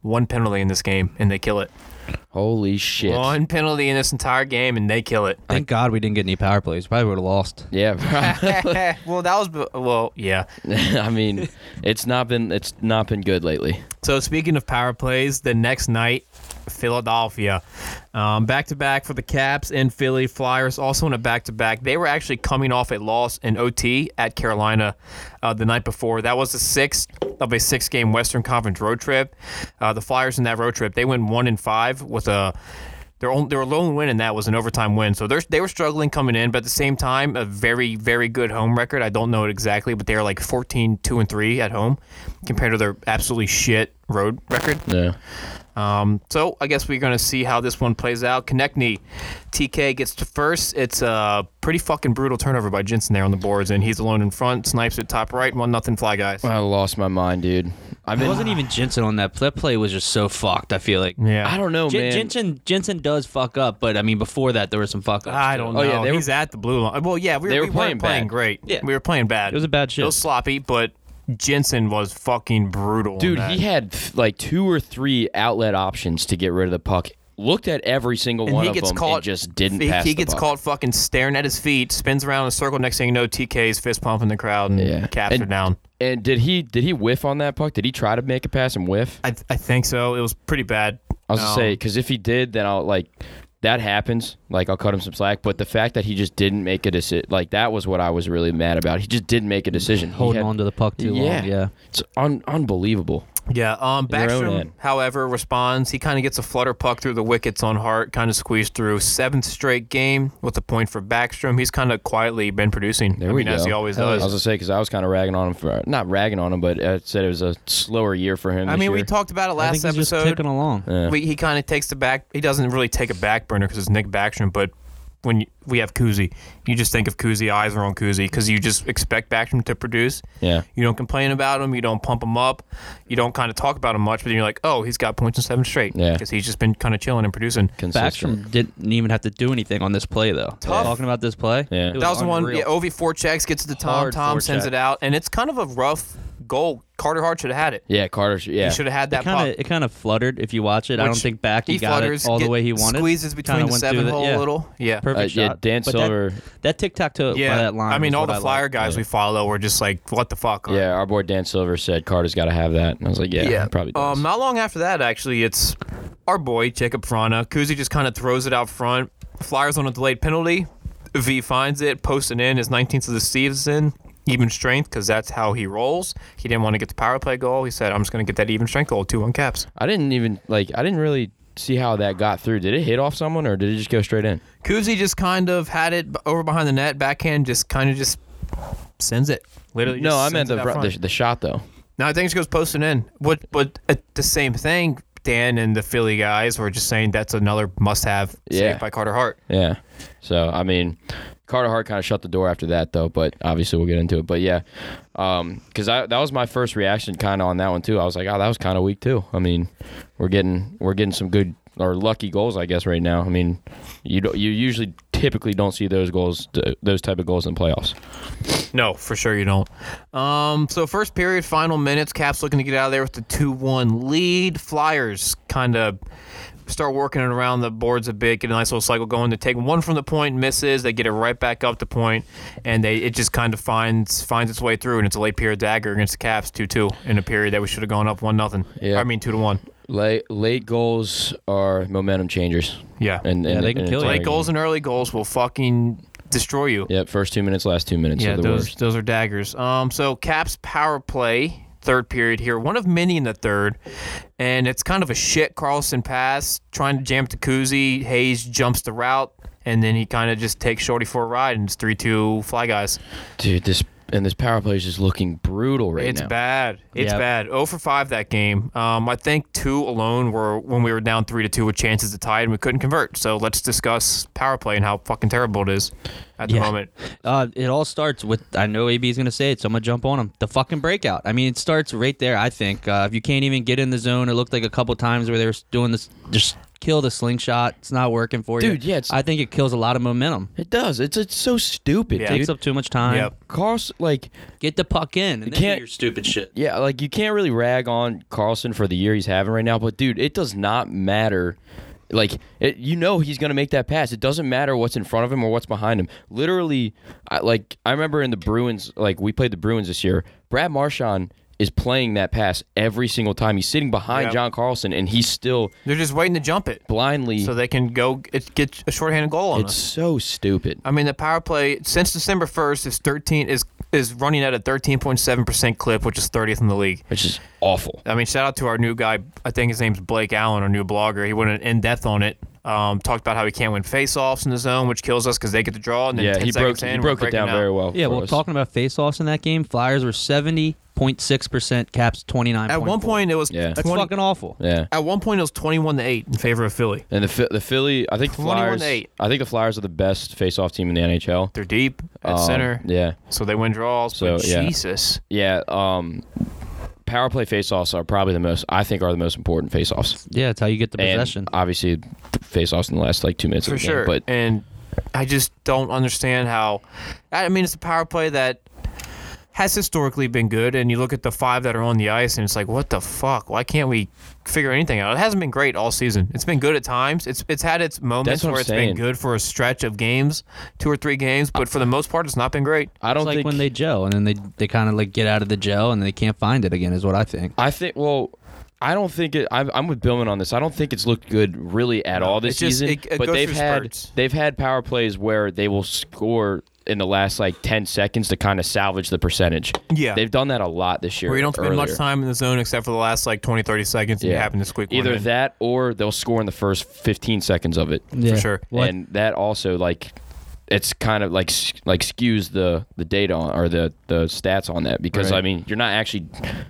Speaker 2: One penalty in this game, and they kill it.
Speaker 3: Holy shit.
Speaker 2: One penalty in this entire game, and they kill it. [LAUGHS]
Speaker 4: Thank God we didn't get any power plays. Probably would have lost.
Speaker 3: Yeah. bro.
Speaker 2: well, that was well, yeah.
Speaker 3: [LAUGHS] I mean, it's not been it's not been good lately.
Speaker 2: So speaking of power plays, the next night, Philadelphia, Um, back to back for the Caps and Philly Flyers. Also in a back to back, they were actually coming off a loss in OT at Carolina uh, the night before. That was the sixth of a six-game Western Conference road trip. Uh, the Flyers in that road trip, they went one and five with a. Their, own, their lone win in that was an overtime win. So they're, they were struggling coming in, but at the same time, a very, very good home record. I don't know it exactly, but they're like 14, 2 and 3 at home compared to their absolutely shit road record.
Speaker 3: Yeah.
Speaker 2: Um, so I guess we're gonna see how this one plays out. Konechny, TK gets to first. It's a pretty fucking brutal turnover by Jensen there on the boards, and he's alone in front. Snipes at top right, one nothing fly guys.
Speaker 3: I lost my mind, dude. I've
Speaker 4: It
Speaker 3: been
Speaker 4: wasn't even Jensen on that. play. That play was just so fucked. I feel like.
Speaker 2: yeah,
Speaker 3: I don't know,
Speaker 4: J-
Speaker 3: man.
Speaker 4: Jensen Jensen does fuck up, but I mean before that there were some fuck ups.
Speaker 2: I don't know.
Speaker 3: Oh, yeah, they were-
Speaker 2: he's at the blue line. Well, yeah, we, we
Speaker 3: They were
Speaker 2: weren't
Speaker 3: playing
Speaker 2: playing
Speaker 3: bad.
Speaker 2: great.
Speaker 4: Yeah.
Speaker 2: we were playing bad.
Speaker 4: It was a bad shit.
Speaker 2: It was sloppy, but Jensen was fucking brutal. on
Speaker 3: Dude,
Speaker 2: that.
Speaker 3: he had f- like two or three outlet options to get rid of the puck. Looked at every single
Speaker 2: and
Speaker 3: one
Speaker 2: he
Speaker 3: of
Speaker 2: gets
Speaker 3: them
Speaker 2: caught.
Speaker 3: and just didn't
Speaker 2: he,
Speaker 3: pass
Speaker 2: he
Speaker 3: the
Speaker 2: gets
Speaker 3: puck.
Speaker 2: caught fucking staring at his feet, spins around in a circle. Next thing you know, TK's fist pumping the crowd, and
Speaker 3: Yeah.
Speaker 2: caps
Speaker 3: And-
Speaker 2: are down.
Speaker 3: And did he did he whiff on that puck? Did he try to make a pass and whiff?
Speaker 2: I, I think so. It was pretty bad.
Speaker 3: I was gonna
Speaker 2: Um,
Speaker 3: say because if he did, then I'll like that happens. Like I'll cut him some slack. But the fact that he just didn't make a decision, like that was what I was really mad about. He just didn't make a decision. He
Speaker 4: holding
Speaker 3: had-
Speaker 4: on to the puck too
Speaker 3: yeah,
Speaker 4: long. Yeah.
Speaker 3: It's un- unbelievable.
Speaker 2: Yeah, um,
Speaker 3: Their own
Speaker 2: Backstrom,
Speaker 3: end.
Speaker 2: however, responds. He kind of gets a flutter puck through the wickets on Hart, kind of squeezed through. Seventh straight game with a point for Backstrom. He's kind of quietly been producing.
Speaker 3: There
Speaker 2: I
Speaker 3: we
Speaker 2: mean, as
Speaker 3: go.
Speaker 2: he always
Speaker 3: I was
Speaker 2: does.
Speaker 3: gonna say because I was kind of ragging on him for not ragging on him, but I said it was a slower year for him.
Speaker 2: I
Speaker 3: this
Speaker 2: mean, we
Speaker 3: year.
Speaker 2: talked about it
Speaker 4: I
Speaker 2: last
Speaker 4: think he's just
Speaker 2: episode.
Speaker 4: ticking along.
Speaker 3: Yeah.
Speaker 2: We, he kind of takes the back. He doesn't really take a back burner because it's Nick Backstrom, but. When you, we have Kuzi, you just think of Kuzi. Eyes are on Kuzi because you just expect Backstrom to produce.
Speaker 3: yeah.
Speaker 2: You don't complain about him. You don't pump him up. You don't kind of talk about him much. But then you're like, oh, he's got points in seven straight.
Speaker 3: Yeah.
Speaker 2: Because he's just been kind of chilling and producing.
Speaker 3: Consistent.
Speaker 4: Backstrom didn't even have to do anything on this play though.
Speaker 2: Tough.
Speaker 4: Talking about this play.
Speaker 3: Yeah.
Speaker 4: it
Speaker 2: That was the one.
Speaker 4: unreal.
Speaker 2: Yeah, oh, Ovi four checks gets it to Tom.
Speaker 4: Hard
Speaker 2: Tom sends
Speaker 4: forecheck.
Speaker 2: it out, and it's kind of a rough goal. Carter Hart should have had it.
Speaker 3: Yeah, Carter. sh- Yeah,
Speaker 2: He should have had
Speaker 4: It
Speaker 2: that
Speaker 4: kind
Speaker 2: pop.
Speaker 4: of it kind of fluttered. If you watch it, I don't
Speaker 2: Which
Speaker 4: think back
Speaker 2: He
Speaker 4: he got
Speaker 2: flutters
Speaker 4: it all the
Speaker 2: get-
Speaker 4: way he wanted.
Speaker 2: Squeezes between
Speaker 4: Kinda
Speaker 2: the
Speaker 4: went through
Speaker 2: seven
Speaker 4: the-
Speaker 2: hole
Speaker 4: yeah.
Speaker 2: a little. Yeah.
Speaker 4: Perfect
Speaker 3: Uh, yeah,
Speaker 4: shot.
Speaker 3: Dan
Speaker 4: But that-
Speaker 3: Silver-
Speaker 4: That, tic tac toe
Speaker 2: Yeah.
Speaker 4: by that line.
Speaker 2: I mean,
Speaker 4: was
Speaker 2: all
Speaker 4: what
Speaker 2: the flyer
Speaker 4: liked.
Speaker 2: guys we follow were just like, what the fuck?
Speaker 3: yeah. Our boy Dan Silver said Carter's got to have that, and I was like, yeah, he probably. Does.
Speaker 2: Um, not long after that, actually, it's our boy Jacob Frana. Kuzi just kind of throws it out front. Flyers on a delayed penalty. V finds it, posts it in his 19th of the season, even strength, because that's how he rolls. He didn't want to get the power play goal. He said, "I'm just going to get that even strength goal, two on caps."
Speaker 3: I didn't even like. I didn't really see how that got through. Did it hit off someone, or did it just go straight in?
Speaker 2: Kuzi just kind of had it b- over behind the net, backhand, just kind of just sends it. Literally,
Speaker 3: No,
Speaker 2: just
Speaker 3: I
Speaker 2: sends
Speaker 3: meant
Speaker 2: it
Speaker 3: the,
Speaker 2: out
Speaker 3: fr-
Speaker 2: front.
Speaker 3: the the shot though.
Speaker 2: No, I think it just goes posting in. What, but uh, the same thing. Dan and the Philly guys were just saying that's another must-have
Speaker 3: Yeah.
Speaker 2: save by Carter Hart.
Speaker 3: Yeah. So I mean, Carter Hart kind of shut the door after that though. But obviously we'll get into it. But yeah, because I that was my first reaction kind of on that one too. I was like, oh, that was kind of weak too. I mean, we're getting we're getting some good or lucky goals, I guess, right now. I mean, you don't, you usually typically don't see those goals, those type of goals in playoffs.
Speaker 2: No, for sure you don't. Um, so first period, final minutes. Caps looking to get out of there with the two-one lead. Flyers kind of start working it around the boards a bit, get a nice little cycle going. They take one from the point, misses. They get it right back up the point, and they it just kind of finds finds its way through, and it's a late period dagger against the Caps, two-two in a period that we should have gone up one nothing.
Speaker 3: Yeah.
Speaker 2: I mean two to one.
Speaker 3: Late late goals are momentum changers.
Speaker 2: Yeah.
Speaker 3: And, and
Speaker 4: Yeah, they can
Speaker 3: and
Speaker 4: kill
Speaker 3: it's
Speaker 4: you.
Speaker 2: late
Speaker 3: like-
Speaker 2: goals and early goals will fucking destroy you.
Speaker 3: Yep, first two minutes, last two minutes
Speaker 2: Yeah,
Speaker 3: are the
Speaker 2: those
Speaker 3: worst.
Speaker 2: those are daggers. Um, so Caps power play third period here, one of many in the third, and it's kind of a shit Carlson pass trying to jam it to Kuzi. Hayes jumps the route, and then he kind of just takes Shorty for a ride, and it's three two Fly Guys.
Speaker 3: Dude, this and this power play is just looking brutal right
Speaker 2: it's
Speaker 3: now.
Speaker 2: bad. It's
Speaker 4: Yep.
Speaker 2: bad. 0 for five that game. Um, I think two alone were when we were down three to two with chances to tie, and we couldn't convert. So let's discuss power play and how fucking terrible it is. at the
Speaker 4: Yeah.
Speaker 2: moment.
Speaker 4: Uh, it all starts with I know AB is going to say it, so I'm going to jump on him. The fucking breakout. I mean, it starts right there. I think uh, if you can't even get in the zone, it looked like a couple times where they were doing this, just kill the slingshot. It's not working for you,
Speaker 3: Dude, yeah, it's-
Speaker 4: I think it kills a lot of momentum.
Speaker 3: It does. It's it's so stupid,
Speaker 2: Yeah.
Speaker 3: dude.
Speaker 4: Takes up too much time.
Speaker 2: Yep.
Speaker 3: Carlson, like,
Speaker 4: Get the puck in. And then
Speaker 3: can't-
Speaker 4: do your stupid shit.
Speaker 3: yeah, like you can't really rag on Carlson for the year he's having right now, but dude, it does not matter. Like, it, you know, he's gonna make that pass. It doesn't matter what's in front of him or what's behind him. Literally, I, like I remember in the Bruins, like we played the Bruins this year. Brad Marchand is playing that pass every single time. He's sitting behind
Speaker 2: Yep.
Speaker 3: John Carlson, and he's still
Speaker 2: They're just waiting to jump it
Speaker 3: blindly.
Speaker 2: so they can go get, get a shorthanded goal on
Speaker 3: it's
Speaker 2: us.
Speaker 3: so stupid.
Speaker 2: I mean, the power play since December first is thirteen is is running at a thirteen point seven percent clip, which is thirtieth in the league.
Speaker 3: It's just awful.
Speaker 2: I mean, shout out to our new guy. I think his name's Blake Allen, our new blogger. He went in depth on it. Um, talked about how he can't win faceoffs in the zone, which kills us because they get the draw. And then
Speaker 3: Yeah,
Speaker 2: 10
Speaker 3: he broke
Speaker 2: seconds in,
Speaker 3: he
Speaker 2: we're
Speaker 3: broke it
Speaker 2: breaking
Speaker 3: down
Speaker 2: out.
Speaker 3: very well.
Speaker 4: Yeah,
Speaker 3: for
Speaker 4: well,
Speaker 3: us.
Speaker 4: talking about face-offs in that game, Flyers were 70.6%, Caps 29
Speaker 2: At one point, it was
Speaker 3: Yeah.
Speaker 4: That's
Speaker 2: 20
Speaker 4: fucking awful.
Speaker 3: Yeah.
Speaker 2: At one point, it was twenty-one to eight in favor of Philly.
Speaker 3: And the Phi- the Philly, I think the
Speaker 2: 21
Speaker 3: Flyers.
Speaker 2: to eight.
Speaker 3: I think the Flyers are the best face-off team in the NHL.
Speaker 2: They're deep at
Speaker 3: Um,
Speaker 2: center,
Speaker 3: Yeah,
Speaker 2: so they win draws.
Speaker 3: So,
Speaker 2: but
Speaker 3: yeah.
Speaker 2: Jesus,
Speaker 3: yeah. Um, power play face-offs are probably the most. I think are the most important face-offs.
Speaker 4: Yeah, it's how you get the possession.
Speaker 3: And obviously, the face-offs in the last like two minutes. of
Speaker 2: for
Speaker 3: the game,
Speaker 2: sure.
Speaker 3: but
Speaker 2: and I just don't understand how. I mean, it's a power play that has historically been good, and you look at the five that are on the ice, and it's like, what the fuck? Why can't we figure anything out? It hasn't been great all season. It's been good at times. It's it's had its moments
Speaker 3: That's what
Speaker 2: where
Speaker 3: I'm
Speaker 2: it's
Speaker 3: saying.
Speaker 2: been good for a stretch of games, two or three games, but for the most part, it's not been great.
Speaker 3: I don't
Speaker 4: it's like
Speaker 3: think
Speaker 4: when they gel and then they, they kind of like get out of the gel and they can't find it again is what I think.
Speaker 3: I think well. I don't think it. I'm, I'm with Billman on this. I don't think it's looked good really at all this
Speaker 2: it just-
Speaker 3: season.
Speaker 2: it- it
Speaker 3: but
Speaker 2: goes
Speaker 3: they've
Speaker 2: through
Speaker 3: had
Speaker 2: spurts.
Speaker 3: they've had power plays where they will score in the last like ten seconds to kind of salvage the percentage.
Speaker 2: Yeah.
Speaker 3: they've done that a lot this year.
Speaker 2: Where you don't spend much
Speaker 3: earlier.
Speaker 2: time in the zone except for the last like 20, 30 seconds, and you happen to squeak
Speaker 3: either
Speaker 2: one in.
Speaker 3: that or they'll score in the first 15 seconds of it
Speaker 4: Yeah.
Speaker 2: sure.
Speaker 4: What-
Speaker 3: and that also like it's kind of like s- like skews the the data on, or the the stats on that because
Speaker 2: Right.
Speaker 3: i mean you're not actually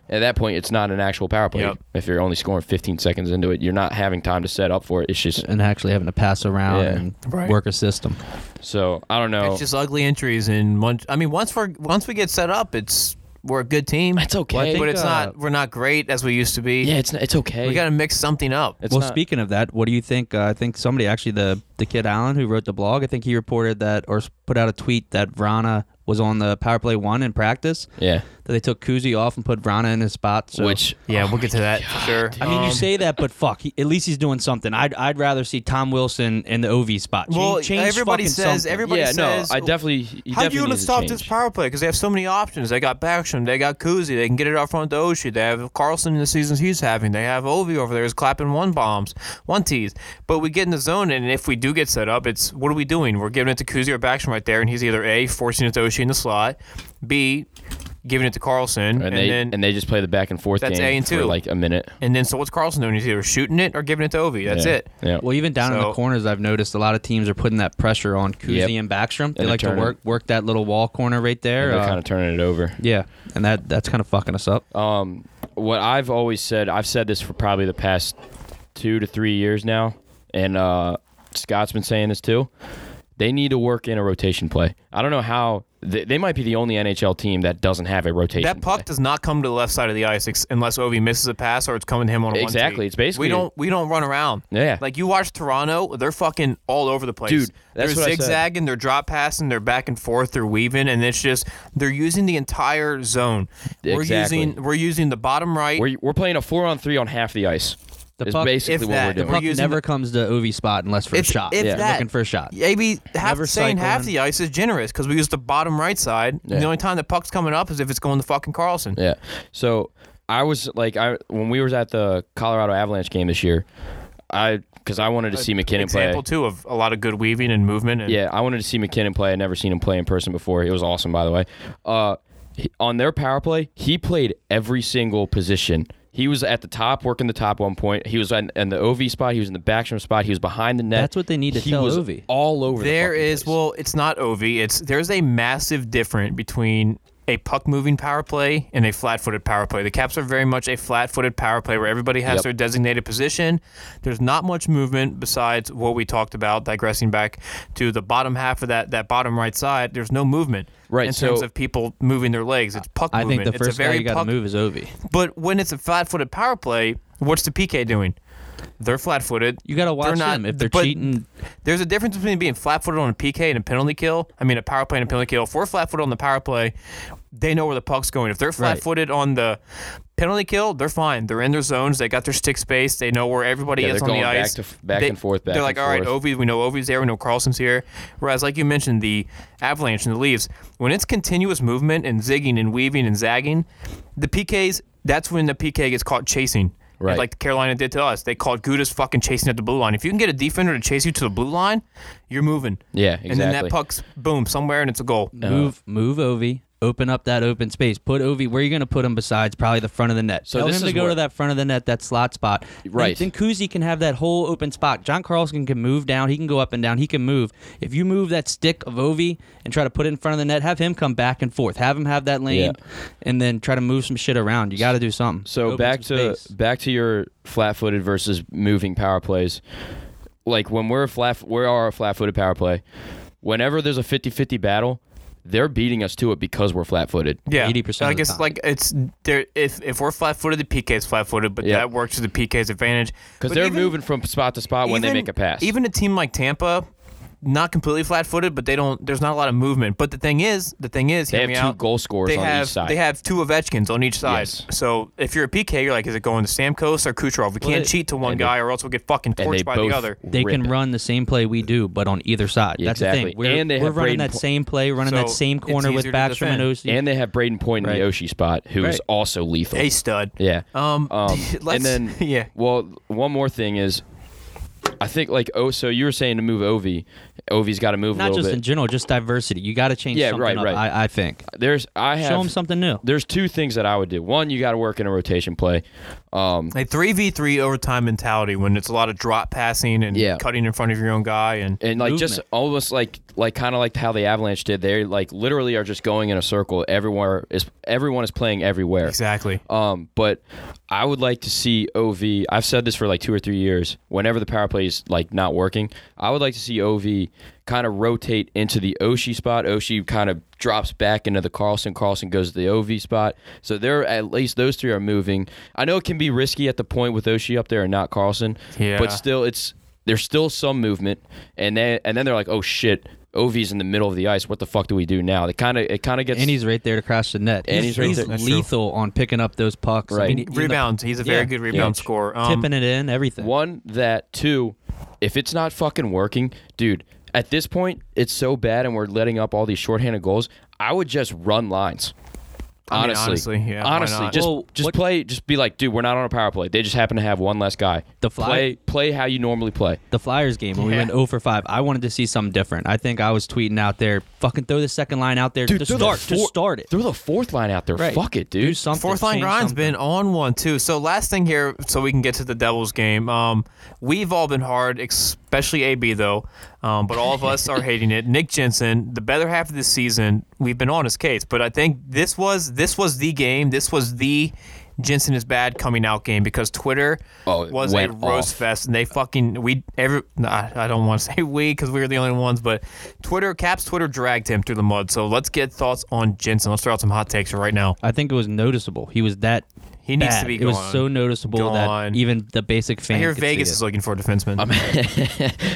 Speaker 3: at that point it's not an actual power play
Speaker 2: Yep.
Speaker 3: if you're only scoring 15 seconds into it you're not having time to set up for it it's just
Speaker 4: and actually having to pass around
Speaker 3: Yeah.
Speaker 4: and
Speaker 2: Right.
Speaker 4: work a system.
Speaker 3: so i don't know
Speaker 2: It's just ugly entries, and once I mean, once we're once we get set up, it's we're a good team.
Speaker 3: It's okay. Well, I
Speaker 2: but
Speaker 4: think,
Speaker 2: mm, it's
Speaker 4: uh,
Speaker 2: not. We're not great as we used to be.
Speaker 3: yeah it's it's okay
Speaker 2: we got to mix something up.
Speaker 3: it's
Speaker 4: well,
Speaker 3: not-
Speaker 4: speaking of that, what do you think? Uh, I think somebody actually the the kid Allen who wrote the blog. I think he reported that or s- put out a tweet that Vrana was on the power play one in practice.
Speaker 3: yeah
Speaker 4: That they took Kuzi off and put Vrana in his spot. So.
Speaker 3: which
Speaker 2: yeah, we'll get to that for sure.
Speaker 4: I mean, you
Speaker 2: Um,
Speaker 4: say that, but fuck. He, at least he's doing something. I'd I'd rather see Tom Wilson in the OV spot. Change,
Speaker 2: Well,
Speaker 4: change
Speaker 2: everybody
Speaker 4: fucking
Speaker 2: says-
Speaker 4: something.
Speaker 2: everybody
Speaker 3: yeah
Speaker 2: says-
Speaker 3: no i definitely he
Speaker 2: How do
Speaker 3: definitely
Speaker 2: you want to
Speaker 3: needs
Speaker 2: stop
Speaker 3: change.
Speaker 2: this power play? Because they have so many options. They got Backstrom, they got Kuzi, they can get it out front to Oshie. They have Carlson in the seasons he's having. They have Ovi over there is clapping one bombs, one tees. But we get in the zone, and if we do get set up, it's what are we doing? We're giving it to Kuzi or Backstrom right there, and he's either A, forcing it to Oshie in the slot, B, giving it to Carlson, and,
Speaker 3: and, they
Speaker 2: then
Speaker 3: and they just play the back and forth
Speaker 2: That's
Speaker 3: game
Speaker 2: A and
Speaker 3: for
Speaker 2: two.
Speaker 3: like a minute
Speaker 2: and then so what's Carlson doing? He's either shooting it or giving it to Ovi. That's
Speaker 3: Yeah.
Speaker 2: it.
Speaker 3: yeah
Speaker 4: Well, even down in the
Speaker 2: So-
Speaker 4: corners, I've noticed a lot of teams are putting that pressure on Kuzi
Speaker 3: Yep.
Speaker 4: and Backstrom. They
Speaker 3: And
Speaker 4: like to
Speaker 3: they're turning-
Speaker 4: work work that little wall corner right there.
Speaker 3: They're
Speaker 4: uh,
Speaker 3: kind of turning it over.
Speaker 4: yeah, and that that's kind of fucking us up.
Speaker 2: Uh,
Speaker 3: Um, what I've always said, I've said this for probably the past two to three years now, and uh, Scott's been saying this too. They need to work in a rotation play. I don't know how they, they might be the only NHL team that doesn't have a rotation.
Speaker 2: That puck does not come to the left side of the ice ex- unless Ovi misses a pass or it's coming to him on a one.
Speaker 3: Exactly. It's basically-
Speaker 2: we don't we don't run around.
Speaker 3: Yeah.
Speaker 2: Like you watch Toronto, they're fucking all over the place.
Speaker 3: Dude, that's
Speaker 2: they're
Speaker 3: what I said.
Speaker 2: zigzagging, they're drop passing, they're back and forth, they're weaving, and it's just they're using the entire zone. We're
Speaker 3: Exactly.
Speaker 2: using we're using the bottom right.
Speaker 3: play. We're, we're playing a four on three on half the ice.
Speaker 4: The
Speaker 3: is
Speaker 4: puck-
Speaker 3: basically
Speaker 2: if
Speaker 3: what
Speaker 2: that,
Speaker 3: we're
Speaker 2: the
Speaker 3: doing.
Speaker 4: Puck
Speaker 2: using
Speaker 4: never comes to OV spot unless for a
Speaker 2: If-
Speaker 4: shot.
Speaker 2: if
Speaker 4: yeah,
Speaker 2: that-
Speaker 4: looking for a shot.
Speaker 2: AB half
Speaker 4: Never
Speaker 2: saying half
Speaker 4: cycling.
Speaker 2: the ice is generous because we use the bottom right side. and
Speaker 3: Yeah.
Speaker 2: the only time the puck's coming up is if it's going to fucking Carlson.
Speaker 3: Yeah. So I was like, I when we was at the Colorado Avalanche game this year, I because I wanted to see McKinnon play.
Speaker 2: Example too of a lot of good weaving and movement. And
Speaker 3: Yeah, I wanted to see McKinnon play. I'd never seen him play in person before. It was awesome, by the way. Uh, he- on their power play, he played every single position. He was at the top, working the top one point. He was in, in the OV spot. He was in the backstrom spot. He was behind the net.
Speaker 4: That's what they need to
Speaker 3: he
Speaker 4: tell
Speaker 3: was
Speaker 4: Ovi.
Speaker 3: All over.
Speaker 2: There
Speaker 3: the fucking
Speaker 2: is
Speaker 3: place.
Speaker 2: well, it's not Ovi. It's there's a massive difference between a puck moving power play and a flat footed power play. The Caps are very much a flat footed power play where everybody has
Speaker 3: Yep.
Speaker 2: their designated position. There's not much movement besides what we talked about, digressing back to the bottom half of that, that bottom right side. There's no movement
Speaker 3: Right,
Speaker 2: in
Speaker 3: so-
Speaker 2: terms of people moving their legs. It's puck
Speaker 4: I
Speaker 2: movement.
Speaker 4: think the
Speaker 2: it's a
Speaker 4: first guy
Speaker 2: very
Speaker 4: you got to
Speaker 2: puck
Speaker 4: move is Ovi.
Speaker 2: but when it's a flat-footed power play, what's the PK doing? They're flat-footed.
Speaker 4: You got to watch
Speaker 2: They're not-
Speaker 4: them if they're
Speaker 2: but
Speaker 4: cheating.
Speaker 2: There's a difference between being flat-footed on a PK and a penalty kill. I mean, a power play and a penalty kill. If we're flat-footed on the power play, they know where the puck's going. If they're flat-footed on the penalty kill, they're fine. They're in their zones. They got their stick space. They know where everybody
Speaker 3: Yeah,
Speaker 2: is
Speaker 3: they're
Speaker 2: on the
Speaker 3: going back
Speaker 2: ice.
Speaker 3: to f- back
Speaker 2: They-
Speaker 3: and forth, back
Speaker 2: they're
Speaker 3: and
Speaker 2: like, all right,
Speaker 3: forth."
Speaker 2: Ovi. We know Ovi's there. We know Carlson's here. Whereas, like you mentioned, the Avalanche and the Leaves, when it's continuous movement and zigging and weaving and zagging, the PKs. That's when the PK gets caught chasing.
Speaker 3: Right.
Speaker 2: Like Carolina did to us. They called Gudas fucking chasing at the blue line. If you can get a defender to chase you to the blue line, you're moving.
Speaker 3: Yeah,
Speaker 2: And then that
Speaker 3: exactly.
Speaker 2: puck's boom somewhere and it's a goal.
Speaker 3: Uh,
Speaker 4: Move, move Ovi. Open up that open space. Put Ovi where you're going to put him besides probably the front of the net.
Speaker 3: So
Speaker 4: Tell
Speaker 3: this
Speaker 4: him
Speaker 3: is
Speaker 4: to go
Speaker 3: what-
Speaker 4: to that front of the net, that slot spot. Then-
Speaker 3: Right.
Speaker 4: Then Kuzi can have that whole open spot. John Carlson can move down. He can go up and down. He can move. If you move that stick of Ovi and try to put it in front of the net, have him come back and forth. Have him have that lane, and then try to move some shit around. You got to do something.
Speaker 3: So
Speaker 4: Open
Speaker 3: back
Speaker 4: some
Speaker 3: to
Speaker 4: space.
Speaker 3: back to your flat-footed versus moving power plays. Like when we're flat, we are a flat-footed power play. Whenever there's a 50-50 battle, they're beating us to it because we're flat-footed.
Speaker 2: Yeah,
Speaker 4: 80%
Speaker 2: I
Speaker 4: of the
Speaker 2: guess
Speaker 4: time.
Speaker 2: like it's there. If if we're flat footed, the PK is flat footed, but
Speaker 3: Yeah.
Speaker 2: that works to the PK's advantage
Speaker 3: Because
Speaker 2: But
Speaker 3: they're
Speaker 2: even-
Speaker 3: moving from spot to spot Uh, when they make a pass.
Speaker 2: Even a team like Tampa, not completely flat footed, but they don't. There's not a lot of movement. But the thing is, the thing is,
Speaker 3: they
Speaker 2: hear
Speaker 3: have
Speaker 2: me
Speaker 3: two
Speaker 2: out,
Speaker 3: goal scorers
Speaker 2: They
Speaker 3: on
Speaker 2: have
Speaker 3: each side.
Speaker 2: they have two Ovechkins on each side.
Speaker 3: Yes.
Speaker 2: So if you're a PK, you're like, is it going to Stamkos or Kucherov? We can't
Speaker 4: they-
Speaker 2: cheat to one
Speaker 3: and they-
Speaker 2: guy, or else we'll get fucking
Speaker 3: and they
Speaker 2: torched by
Speaker 3: both
Speaker 2: the other.
Speaker 4: They
Speaker 3: rip
Speaker 4: can
Speaker 3: it.
Speaker 4: run the same play we do, but on either side.
Speaker 3: Yeah,
Speaker 4: That's
Speaker 3: exactly.
Speaker 4: the thing. We're,
Speaker 3: And they
Speaker 4: we're
Speaker 3: have
Speaker 4: running
Speaker 3: Braden
Speaker 4: that
Speaker 3: Po-
Speaker 4: same play, running that
Speaker 2: So
Speaker 4: same
Speaker 2: it's
Speaker 4: corner with
Speaker 2: easier to
Speaker 4: Backstrom and
Speaker 2: defend.
Speaker 4: OC.
Speaker 3: And they have Braden Point in
Speaker 4: Right.
Speaker 3: the Oshie spot, who is
Speaker 4: Right.
Speaker 3: also lethal.
Speaker 2: A stud.
Speaker 3: Yeah.
Speaker 2: Um. [LAUGHS]
Speaker 3: Um,
Speaker 2: let's-
Speaker 3: and then
Speaker 2: yeah.
Speaker 3: Well, one more thing is, I think like oh, so you were saying to move Ovi, Ovi's got to move a
Speaker 4: Not
Speaker 3: little
Speaker 4: just
Speaker 3: bit.
Speaker 4: in general, just diversity. You got to change
Speaker 3: Yeah,
Speaker 4: something
Speaker 3: right,
Speaker 4: up,
Speaker 3: right.
Speaker 4: I, I think.
Speaker 3: there's I have
Speaker 4: Show them something new.
Speaker 3: There's two things that I would do. One, you got to work in a rotation play. Um,
Speaker 2: A three v three overtime mentality when it's a lot of drop passing and
Speaker 3: Yeah.
Speaker 2: cutting in front of your own guy and
Speaker 3: and like just
Speaker 4: Movement.
Speaker 3: almost like like kind of like how the Avalanche did. They like literally are just going in a circle. Everywhere is everyone is playing everywhere.
Speaker 2: exactly.
Speaker 3: Um, but I would like to see OV. I've said this for like two or three years. Whenever the power play is like not working, I would like to see OV kind of rotate into the Oshi spot. Oshi kind of drops back into the Carlson. Carlson goes to the OV spot. So they're at least those three are moving. I know it can be risky at the point with Oshi up there and not Carlson.
Speaker 2: Yeah.
Speaker 3: But still, it's there's still some movement, and then and then they're like, oh shit. Ovi's in the middle of the ice. What the fuck do we do now? They kind of it kind of gets
Speaker 4: And he's right there to crash the net.
Speaker 3: And he's right there.
Speaker 2: That's true.
Speaker 4: lethal on picking up those pucks.
Speaker 3: Right.
Speaker 4: even the-
Speaker 2: Rebounds. He's a very
Speaker 4: yeah,
Speaker 2: good rebound
Speaker 3: yeah.
Speaker 2: scorer. Um,
Speaker 4: tipping it in, everything.
Speaker 3: One, that. Two, if it's not fucking working, dude, at this point, it's so bad and we're letting up all these shorthanded goals. I would just run lines.
Speaker 2: I mean,
Speaker 3: Honestly,
Speaker 2: honestly, yeah, why
Speaker 3: honestly,
Speaker 2: not?
Speaker 3: just
Speaker 4: Well,
Speaker 3: just
Speaker 4: what-
Speaker 3: play, just be like, dude, we're not on a power play. They just happen to have one less guy.
Speaker 4: The fly-
Speaker 3: play, play how you normally play.
Speaker 4: the Flyers game when we
Speaker 2: Yeah.
Speaker 4: went 0 for 5, I wanted to see something different. I think I was tweeting out there, fucking throw the second line out there
Speaker 3: Dude,
Speaker 4: to
Speaker 3: throw the
Speaker 4: start.
Speaker 3: four-
Speaker 4: to start it.
Speaker 3: Throw the fourth line out there.
Speaker 4: Right.
Speaker 3: Fuck it,
Speaker 4: Do
Speaker 3: dude.
Speaker 4: something.
Speaker 2: Fourth line
Speaker 4: change
Speaker 2: Ryan's
Speaker 4: something.
Speaker 2: been on one too. So last thing here, so we can get to the Devils game. Um, we've all been hard, especially AB though, um, but all of us
Speaker 4: [LAUGHS]
Speaker 2: are hating it. Nick Jensen, the better half of the season, we've been on his case, but I think this was this was the game. This was the Jensen is bad coming out game because Twitter
Speaker 3: Oh, it
Speaker 2: was a
Speaker 3: went
Speaker 2: roast
Speaker 3: off.
Speaker 2: fest, and they fucking we every nah, I don't want to say we because we were the only ones, but Twitter Caps Twitter dragged him through the mud. So let's get thoughts on Jensen. Let's throw out some hot takes right now.
Speaker 4: I think it was noticeable. He was that.
Speaker 2: He needs
Speaker 4: bad.
Speaker 2: to be
Speaker 4: It was
Speaker 2: gone.
Speaker 4: so noticeable
Speaker 2: Gone.
Speaker 4: that even the basic fan.
Speaker 2: I hear
Speaker 4: could see
Speaker 2: Vegas
Speaker 4: it.
Speaker 2: is looking for a defenseman.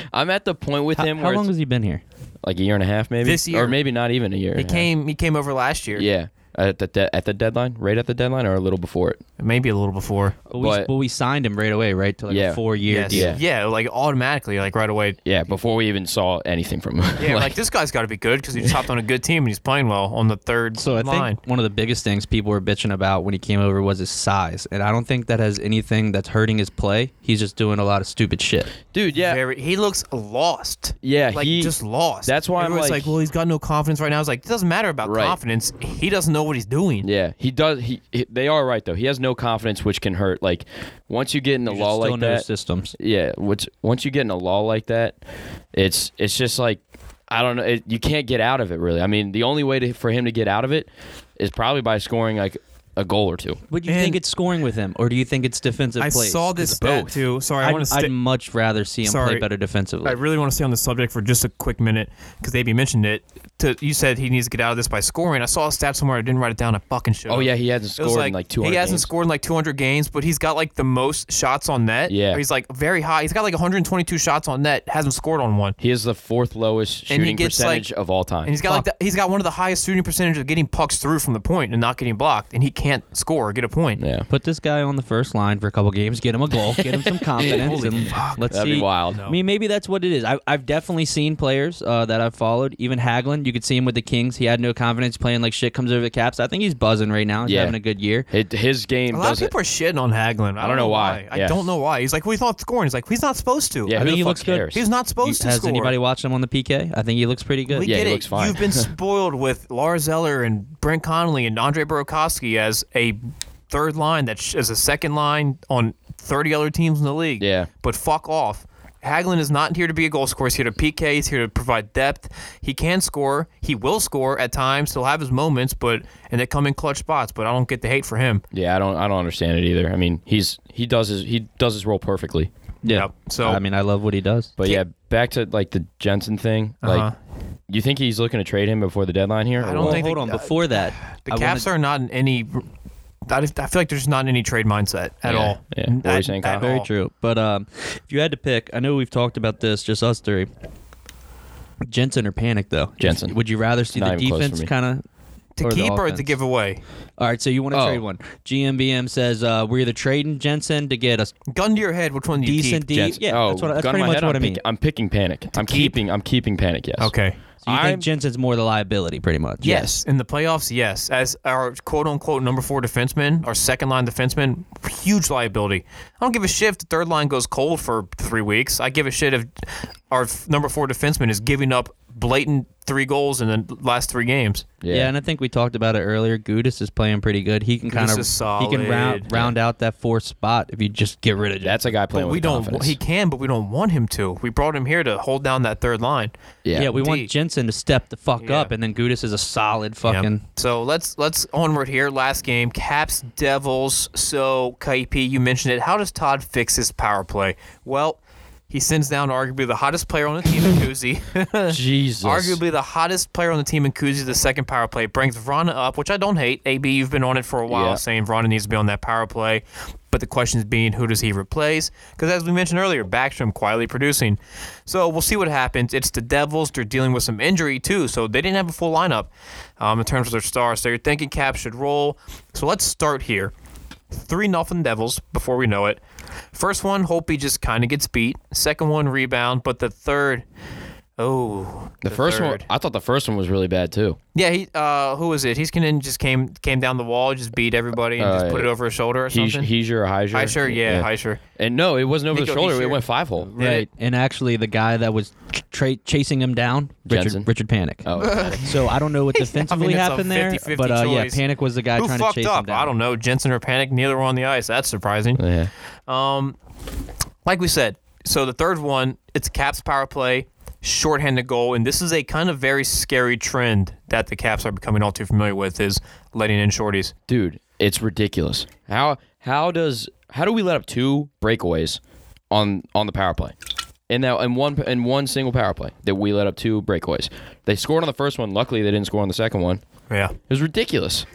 Speaker 3: [LAUGHS] I'm at the point with him
Speaker 4: How, how
Speaker 3: where
Speaker 4: long
Speaker 3: it's
Speaker 4: has he been here?
Speaker 3: like a year and a half, maybe
Speaker 2: This year.
Speaker 3: or maybe not even a year.
Speaker 2: he
Speaker 3: and a half.
Speaker 2: came. He came over last year.
Speaker 3: yeah, at the de- at the deadline, right at the deadline, or a little before it.
Speaker 2: maybe a little before.
Speaker 4: But we,
Speaker 3: But-
Speaker 4: but we signed him right away, right? To like
Speaker 3: Yeah.
Speaker 4: a four year
Speaker 2: Yes.
Speaker 4: deal.
Speaker 2: Yeah. Like automatically, like right away.
Speaker 3: Yeah, before we even saw anything from him. [LAUGHS]
Speaker 2: Yeah. like, this guy's got to be good because he just hopped on a good team and he's playing well on the third
Speaker 4: So I
Speaker 2: line.
Speaker 4: think one of the biggest things people were bitching about when he came over was his size, and I don't think that has anything that's hurting his play. He's just doing a lot of stupid shit.
Speaker 3: dude, yeah,
Speaker 2: Very, he looks lost.
Speaker 3: Yeah,
Speaker 2: like
Speaker 3: he-
Speaker 2: just lost.
Speaker 3: that's why I'm
Speaker 2: Everyone's
Speaker 3: like-
Speaker 2: well, he's got no confidence right now. It's like it doesn't matter about
Speaker 3: Right.
Speaker 2: confidence. He doesn't know what he's doing.
Speaker 3: yeah. He does. He, he- they are right though. He has no confidence, which can hurt. Like once you get in a
Speaker 4: Just
Speaker 3: law
Speaker 4: still
Speaker 3: like
Speaker 4: no
Speaker 3: that,
Speaker 4: systems.
Speaker 3: yeah. Which once you get in a law like that, it's it's just like I don't know. It, you can't get out of it really. I mean, the only way to, for him to get out of it is probably by scoring like a goal or two.
Speaker 4: Would you
Speaker 1: Man.
Speaker 4: think it's scoring with him, or do you think it's defensive
Speaker 1: I
Speaker 4: plays?
Speaker 1: saw this stat
Speaker 3: both.
Speaker 1: too. Sorry, I
Speaker 4: I'd,
Speaker 1: want to.
Speaker 4: I'd much rather see him play
Speaker 1: Sorry.
Speaker 4: better defensively.
Speaker 2: I really want to stay on the subject for just a quick minute because AB mentioned it. To, you said he needs to get out of this by scoring. I saw a stat somewhere. I didn't write it down. I fucking should.
Speaker 3: Oh yeah, he hasn't scored in like 200
Speaker 2: He hasn't
Speaker 3: games.
Speaker 2: scored in like 200 games, but he's got like the most shots on net.
Speaker 3: Yeah.
Speaker 2: he's like very high. He's got like 122 shots on net. Hasn't scored on one.
Speaker 3: He is the fourth lowest
Speaker 2: And he
Speaker 3: shooting
Speaker 2: gets, like-
Speaker 3: percentage of all time.
Speaker 2: And he's got like the, he's got one of the highest shooting percentage of getting pucks through from the point and not getting blocked, and he can't score or get a point.
Speaker 3: yeah.
Speaker 4: Put this guy on the first line for a couple games, get him a goal, get him
Speaker 1: [LAUGHS]
Speaker 4: some confidence, and let's
Speaker 3: That'd
Speaker 4: see.
Speaker 3: be wild.
Speaker 4: I mean, maybe that's what it is. I, I've definitely seen players uh, that I've followed. Even Haglin, you could see him with the Kings. He had no confidence playing like shit. Comes over the Caps. I think he's buzzing right now. He's
Speaker 3: Yeah.
Speaker 4: having a good year.
Speaker 3: It, his game
Speaker 2: A lot of
Speaker 3: doesn't.
Speaker 2: people are shitting on Haglin. I,
Speaker 3: don't know why.
Speaker 2: I
Speaker 3: Yeah.
Speaker 2: don't know why. He's like, well, he's not scoring. He's like, he's not supposed to.
Speaker 3: yeah, who
Speaker 4: think
Speaker 3: the
Speaker 4: he
Speaker 3: fuck
Speaker 4: looks good.
Speaker 3: cares?
Speaker 2: he's not supposed to
Speaker 4: Has
Speaker 2: score.
Speaker 4: anybody watched him on the PK? I think he looks pretty good.
Speaker 2: We
Speaker 3: Yeah,
Speaker 2: get
Speaker 3: he
Speaker 2: it.
Speaker 3: looks fine.
Speaker 2: You've
Speaker 3: [LAUGHS]
Speaker 2: been spoiled with Lars Eller and Brent Connolly and Andre Burakovsky as a third line that sh- is a second line on 30 other teams in the league.
Speaker 3: Yeah.
Speaker 2: But fuck off. Haglin is not here to be a goal scorer. He's here to PK. He's here to provide depth. He can score. He will score at times. He'll have his moments, but and they come in clutch spots. But I don't get the hate for him.
Speaker 3: yeah, I don't. I don't understand it either. I mean, he's he does his he does his role perfectly.
Speaker 4: Yeah.
Speaker 2: Yep. So
Speaker 4: I mean, I love what he does.
Speaker 3: But yeah, back to like the Jensen thing. Like, you think he's looking to trade him before the deadline here?
Speaker 2: I don't
Speaker 4: Well,
Speaker 2: think
Speaker 4: hold
Speaker 2: the-
Speaker 4: on. Before that,
Speaker 2: the
Speaker 4: I
Speaker 2: Caps
Speaker 4: wanted-
Speaker 2: are not in any. I I feel like there's not any trade mindset at
Speaker 3: Yeah,
Speaker 2: all.
Speaker 3: yeah. What were you
Speaker 2: At-
Speaker 3: saying,
Speaker 2: at
Speaker 3: Kyle?
Speaker 4: very
Speaker 2: all.
Speaker 4: true. But um, if you had to pick, I know we've talked about this, just us three. Jensen or Panic though?
Speaker 3: Jensen.
Speaker 4: Would you rather see
Speaker 3: Not
Speaker 4: the
Speaker 3: even close for
Speaker 4: defense
Speaker 3: me.
Speaker 4: kind of
Speaker 2: To keep or to give away?
Speaker 4: All right, so you want to
Speaker 3: Oh.
Speaker 4: trade one? GMBM says uh, we're either trading Jensen to get us
Speaker 2: Gun to your head, which one do you
Speaker 4: decent
Speaker 2: keep?
Speaker 4: D.
Speaker 3: Jensen.
Speaker 4: Yeah,
Speaker 3: oh,
Speaker 4: that's, what, that's
Speaker 3: gun to
Speaker 4: pretty
Speaker 3: my
Speaker 4: much
Speaker 3: head,
Speaker 4: what
Speaker 3: I'm
Speaker 4: I mean.
Speaker 3: pick- I'm picking panic. I'm
Speaker 2: keep?
Speaker 3: keeping. I'm keeping panic. Yes.
Speaker 2: okay.
Speaker 4: So you
Speaker 3: I'm-
Speaker 4: think Jensen's more the liability, pretty much?
Speaker 2: Yes. In the playoffs, yes. As our quote unquote number four defenseman, our second line defenseman, huge liability. I don't give a shit if the third line goes cold for three weeks. I give a shit if our f- number four defenseman is giving up blatant three goals in the last three games.
Speaker 4: Yeah. and I think we talked about it earlier. Gudis is playing pretty good. He can kind
Speaker 2: Gudis
Speaker 4: of
Speaker 2: is
Speaker 4: he can round
Speaker 2: solid.
Speaker 4: round out that fourth spot if you just get rid of Jensen.
Speaker 3: that's a guy playing
Speaker 2: But
Speaker 3: with
Speaker 2: we don't.
Speaker 3: confidence.
Speaker 2: He can, but we don't want him to. We brought him here to hold down that third line.
Speaker 4: yeah,
Speaker 3: yeah.
Speaker 4: we
Speaker 2: D.
Speaker 4: want Jensen to step the fuck
Speaker 2: Yeah.
Speaker 4: up, and then Gudis is a solid
Speaker 2: Yeah.
Speaker 4: fucking.
Speaker 2: So let's let's onward here. Last game, Caps Devils. So KP, you mentioned it. How does Todd fix his power play? Well, he sends down arguably the hottest player on the team, in Kuzi. [LAUGHS]
Speaker 3: [LAUGHS] Jesus.
Speaker 2: arguably the hottest player on the team, in Kuzi, the second power play brings Vrana up, which I don't hate. AB, you've been on it for a while,
Speaker 3: Yeah.
Speaker 2: saying Vrana needs to be on that power play. But the question is being, who does he replace? Because as we mentioned earlier, Backstrom quietly producing. So we'll see what happens. It's the Devils. They're dealing with some injury too, so they didn't have a full lineup um, in terms of their stars. So you're thinking Cap should roll. So let's start here. Three nothing Devils before we know it. First one, Holpe just kind of gets beat. Second one, rebound. But the third, oh,
Speaker 3: The first one.
Speaker 2: third.
Speaker 3: I thought the first one was really bad too.
Speaker 2: Yeah, he uh who was it? He's gonna just came came down the wall, just beat everybody and just
Speaker 3: Uh,
Speaker 2: put it over his shoulder or
Speaker 3: He's
Speaker 2: something.
Speaker 3: he's your Heiser.
Speaker 2: Heischer, yeah, Heischer.
Speaker 3: And no, it wasn't over
Speaker 2: Nico
Speaker 3: the shoulder.
Speaker 2: Heischer.
Speaker 3: It went five hole.
Speaker 4: Right, and actually, the guy that was tra- chasing him down,
Speaker 3: Jensen.
Speaker 4: Richard, Richard Panic.
Speaker 3: Oh,
Speaker 4: So I don't know
Speaker 2: [LAUGHS]
Speaker 4: what
Speaker 2: I
Speaker 4: defensively
Speaker 2: mean, it's a
Speaker 4: happened there,
Speaker 2: 50-50
Speaker 4: but uh, yeah,
Speaker 2: choice.
Speaker 4: Panic was the guy
Speaker 2: Who
Speaker 4: trying to
Speaker 2: fucked
Speaker 4: chase him
Speaker 2: up?
Speaker 4: down.
Speaker 2: I don't know. Jensen or Panic, neither were on the ice. That's surprising.
Speaker 3: yeah.
Speaker 2: Like we said, so the third one, it's Caps power play, shorthanded goal, and this is a kind of very scary trend that the Caps are becoming all too familiar with is letting in shorties.
Speaker 3: dude it's ridiculous how how does how do we let up two breakaways on on the power play and now in one in one single power play that we let up two breakaways they scored on the first one luckily they didn't score on the second one it
Speaker 2: Yeah.
Speaker 3: was ridiculous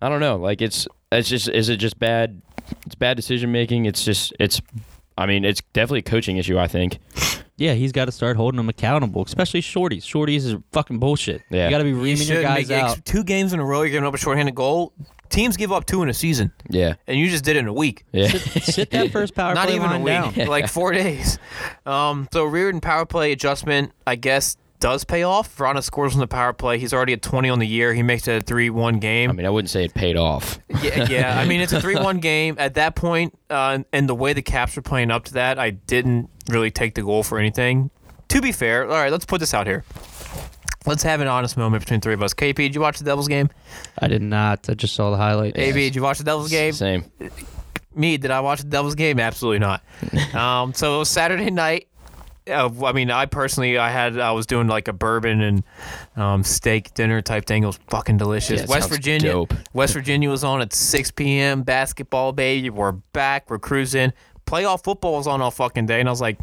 Speaker 3: i don't know like it's it's just is it just bad it's bad decision making it's just it's i mean it's definitely a coaching issue i think
Speaker 4: Yeah, he's got to start holding them accountable, especially shorties. Shorties is fucking bullshit.
Speaker 3: Yeah.
Speaker 4: You got to be
Speaker 2: You
Speaker 4: reaming your
Speaker 2: should
Speaker 4: guys
Speaker 2: make- [LAUGHS]
Speaker 4: out.
Speaker 2: Two games in a row, you're giving up a shorthanded goal. Teams give up two in a season,
Speaker 3: yeah
Speaker 2: and you just did it in a week.
Speaker 3: yeah [LAUGHS]
Speaker 4: Sit that first
Speaker 2: [LAUGHS]
Speaker 4: power
Speaker 2: not
Speaker 4: play
Speaker 2: even a
Speaker 4: line
Speaker 2: week,
Speaker 4: down.
Speaker 2: like four days. Um, so Reardon power play adjustment, I guess, does pay off. Verona scores on the power play. He's already at 20 on the year. He makes it a 3-1 game.
Speaker 3: i mean i wouldn't say it paid off
Speaker 2: yeah, yeah. I mean, it's a 3-1 game at that point, uh, and, and the way the Caps were playing up to that, I didn't really take the goal for anything. To be fair, all right, let's put this out here. Let's have an honest moment between the three of us. KP, did you watch the Devils game?
Speaker 4: I did not. I just saw the highlight.
Speaker 2: AB, did you watch the Devils game?
Speaker 3: same [LAUGHS]
Speaker 2: me did i watch the devils game absolutely not um, so it was saturday night uh, I mean, I personally, I had, I was doing like a bourbon and um, steak dinner type thing. It was fucking delicious.
Speaker 3: Yeah, it
Speaker 2: West
Speaker 3: sounds
Speaker 2: Virginia,
Speaker 3: dope.
Speaker 2: West Virginia was on at 6 p.m. Basketball, baby. We're back. We're cruising. Playoff football was on all fucking day, and I was like,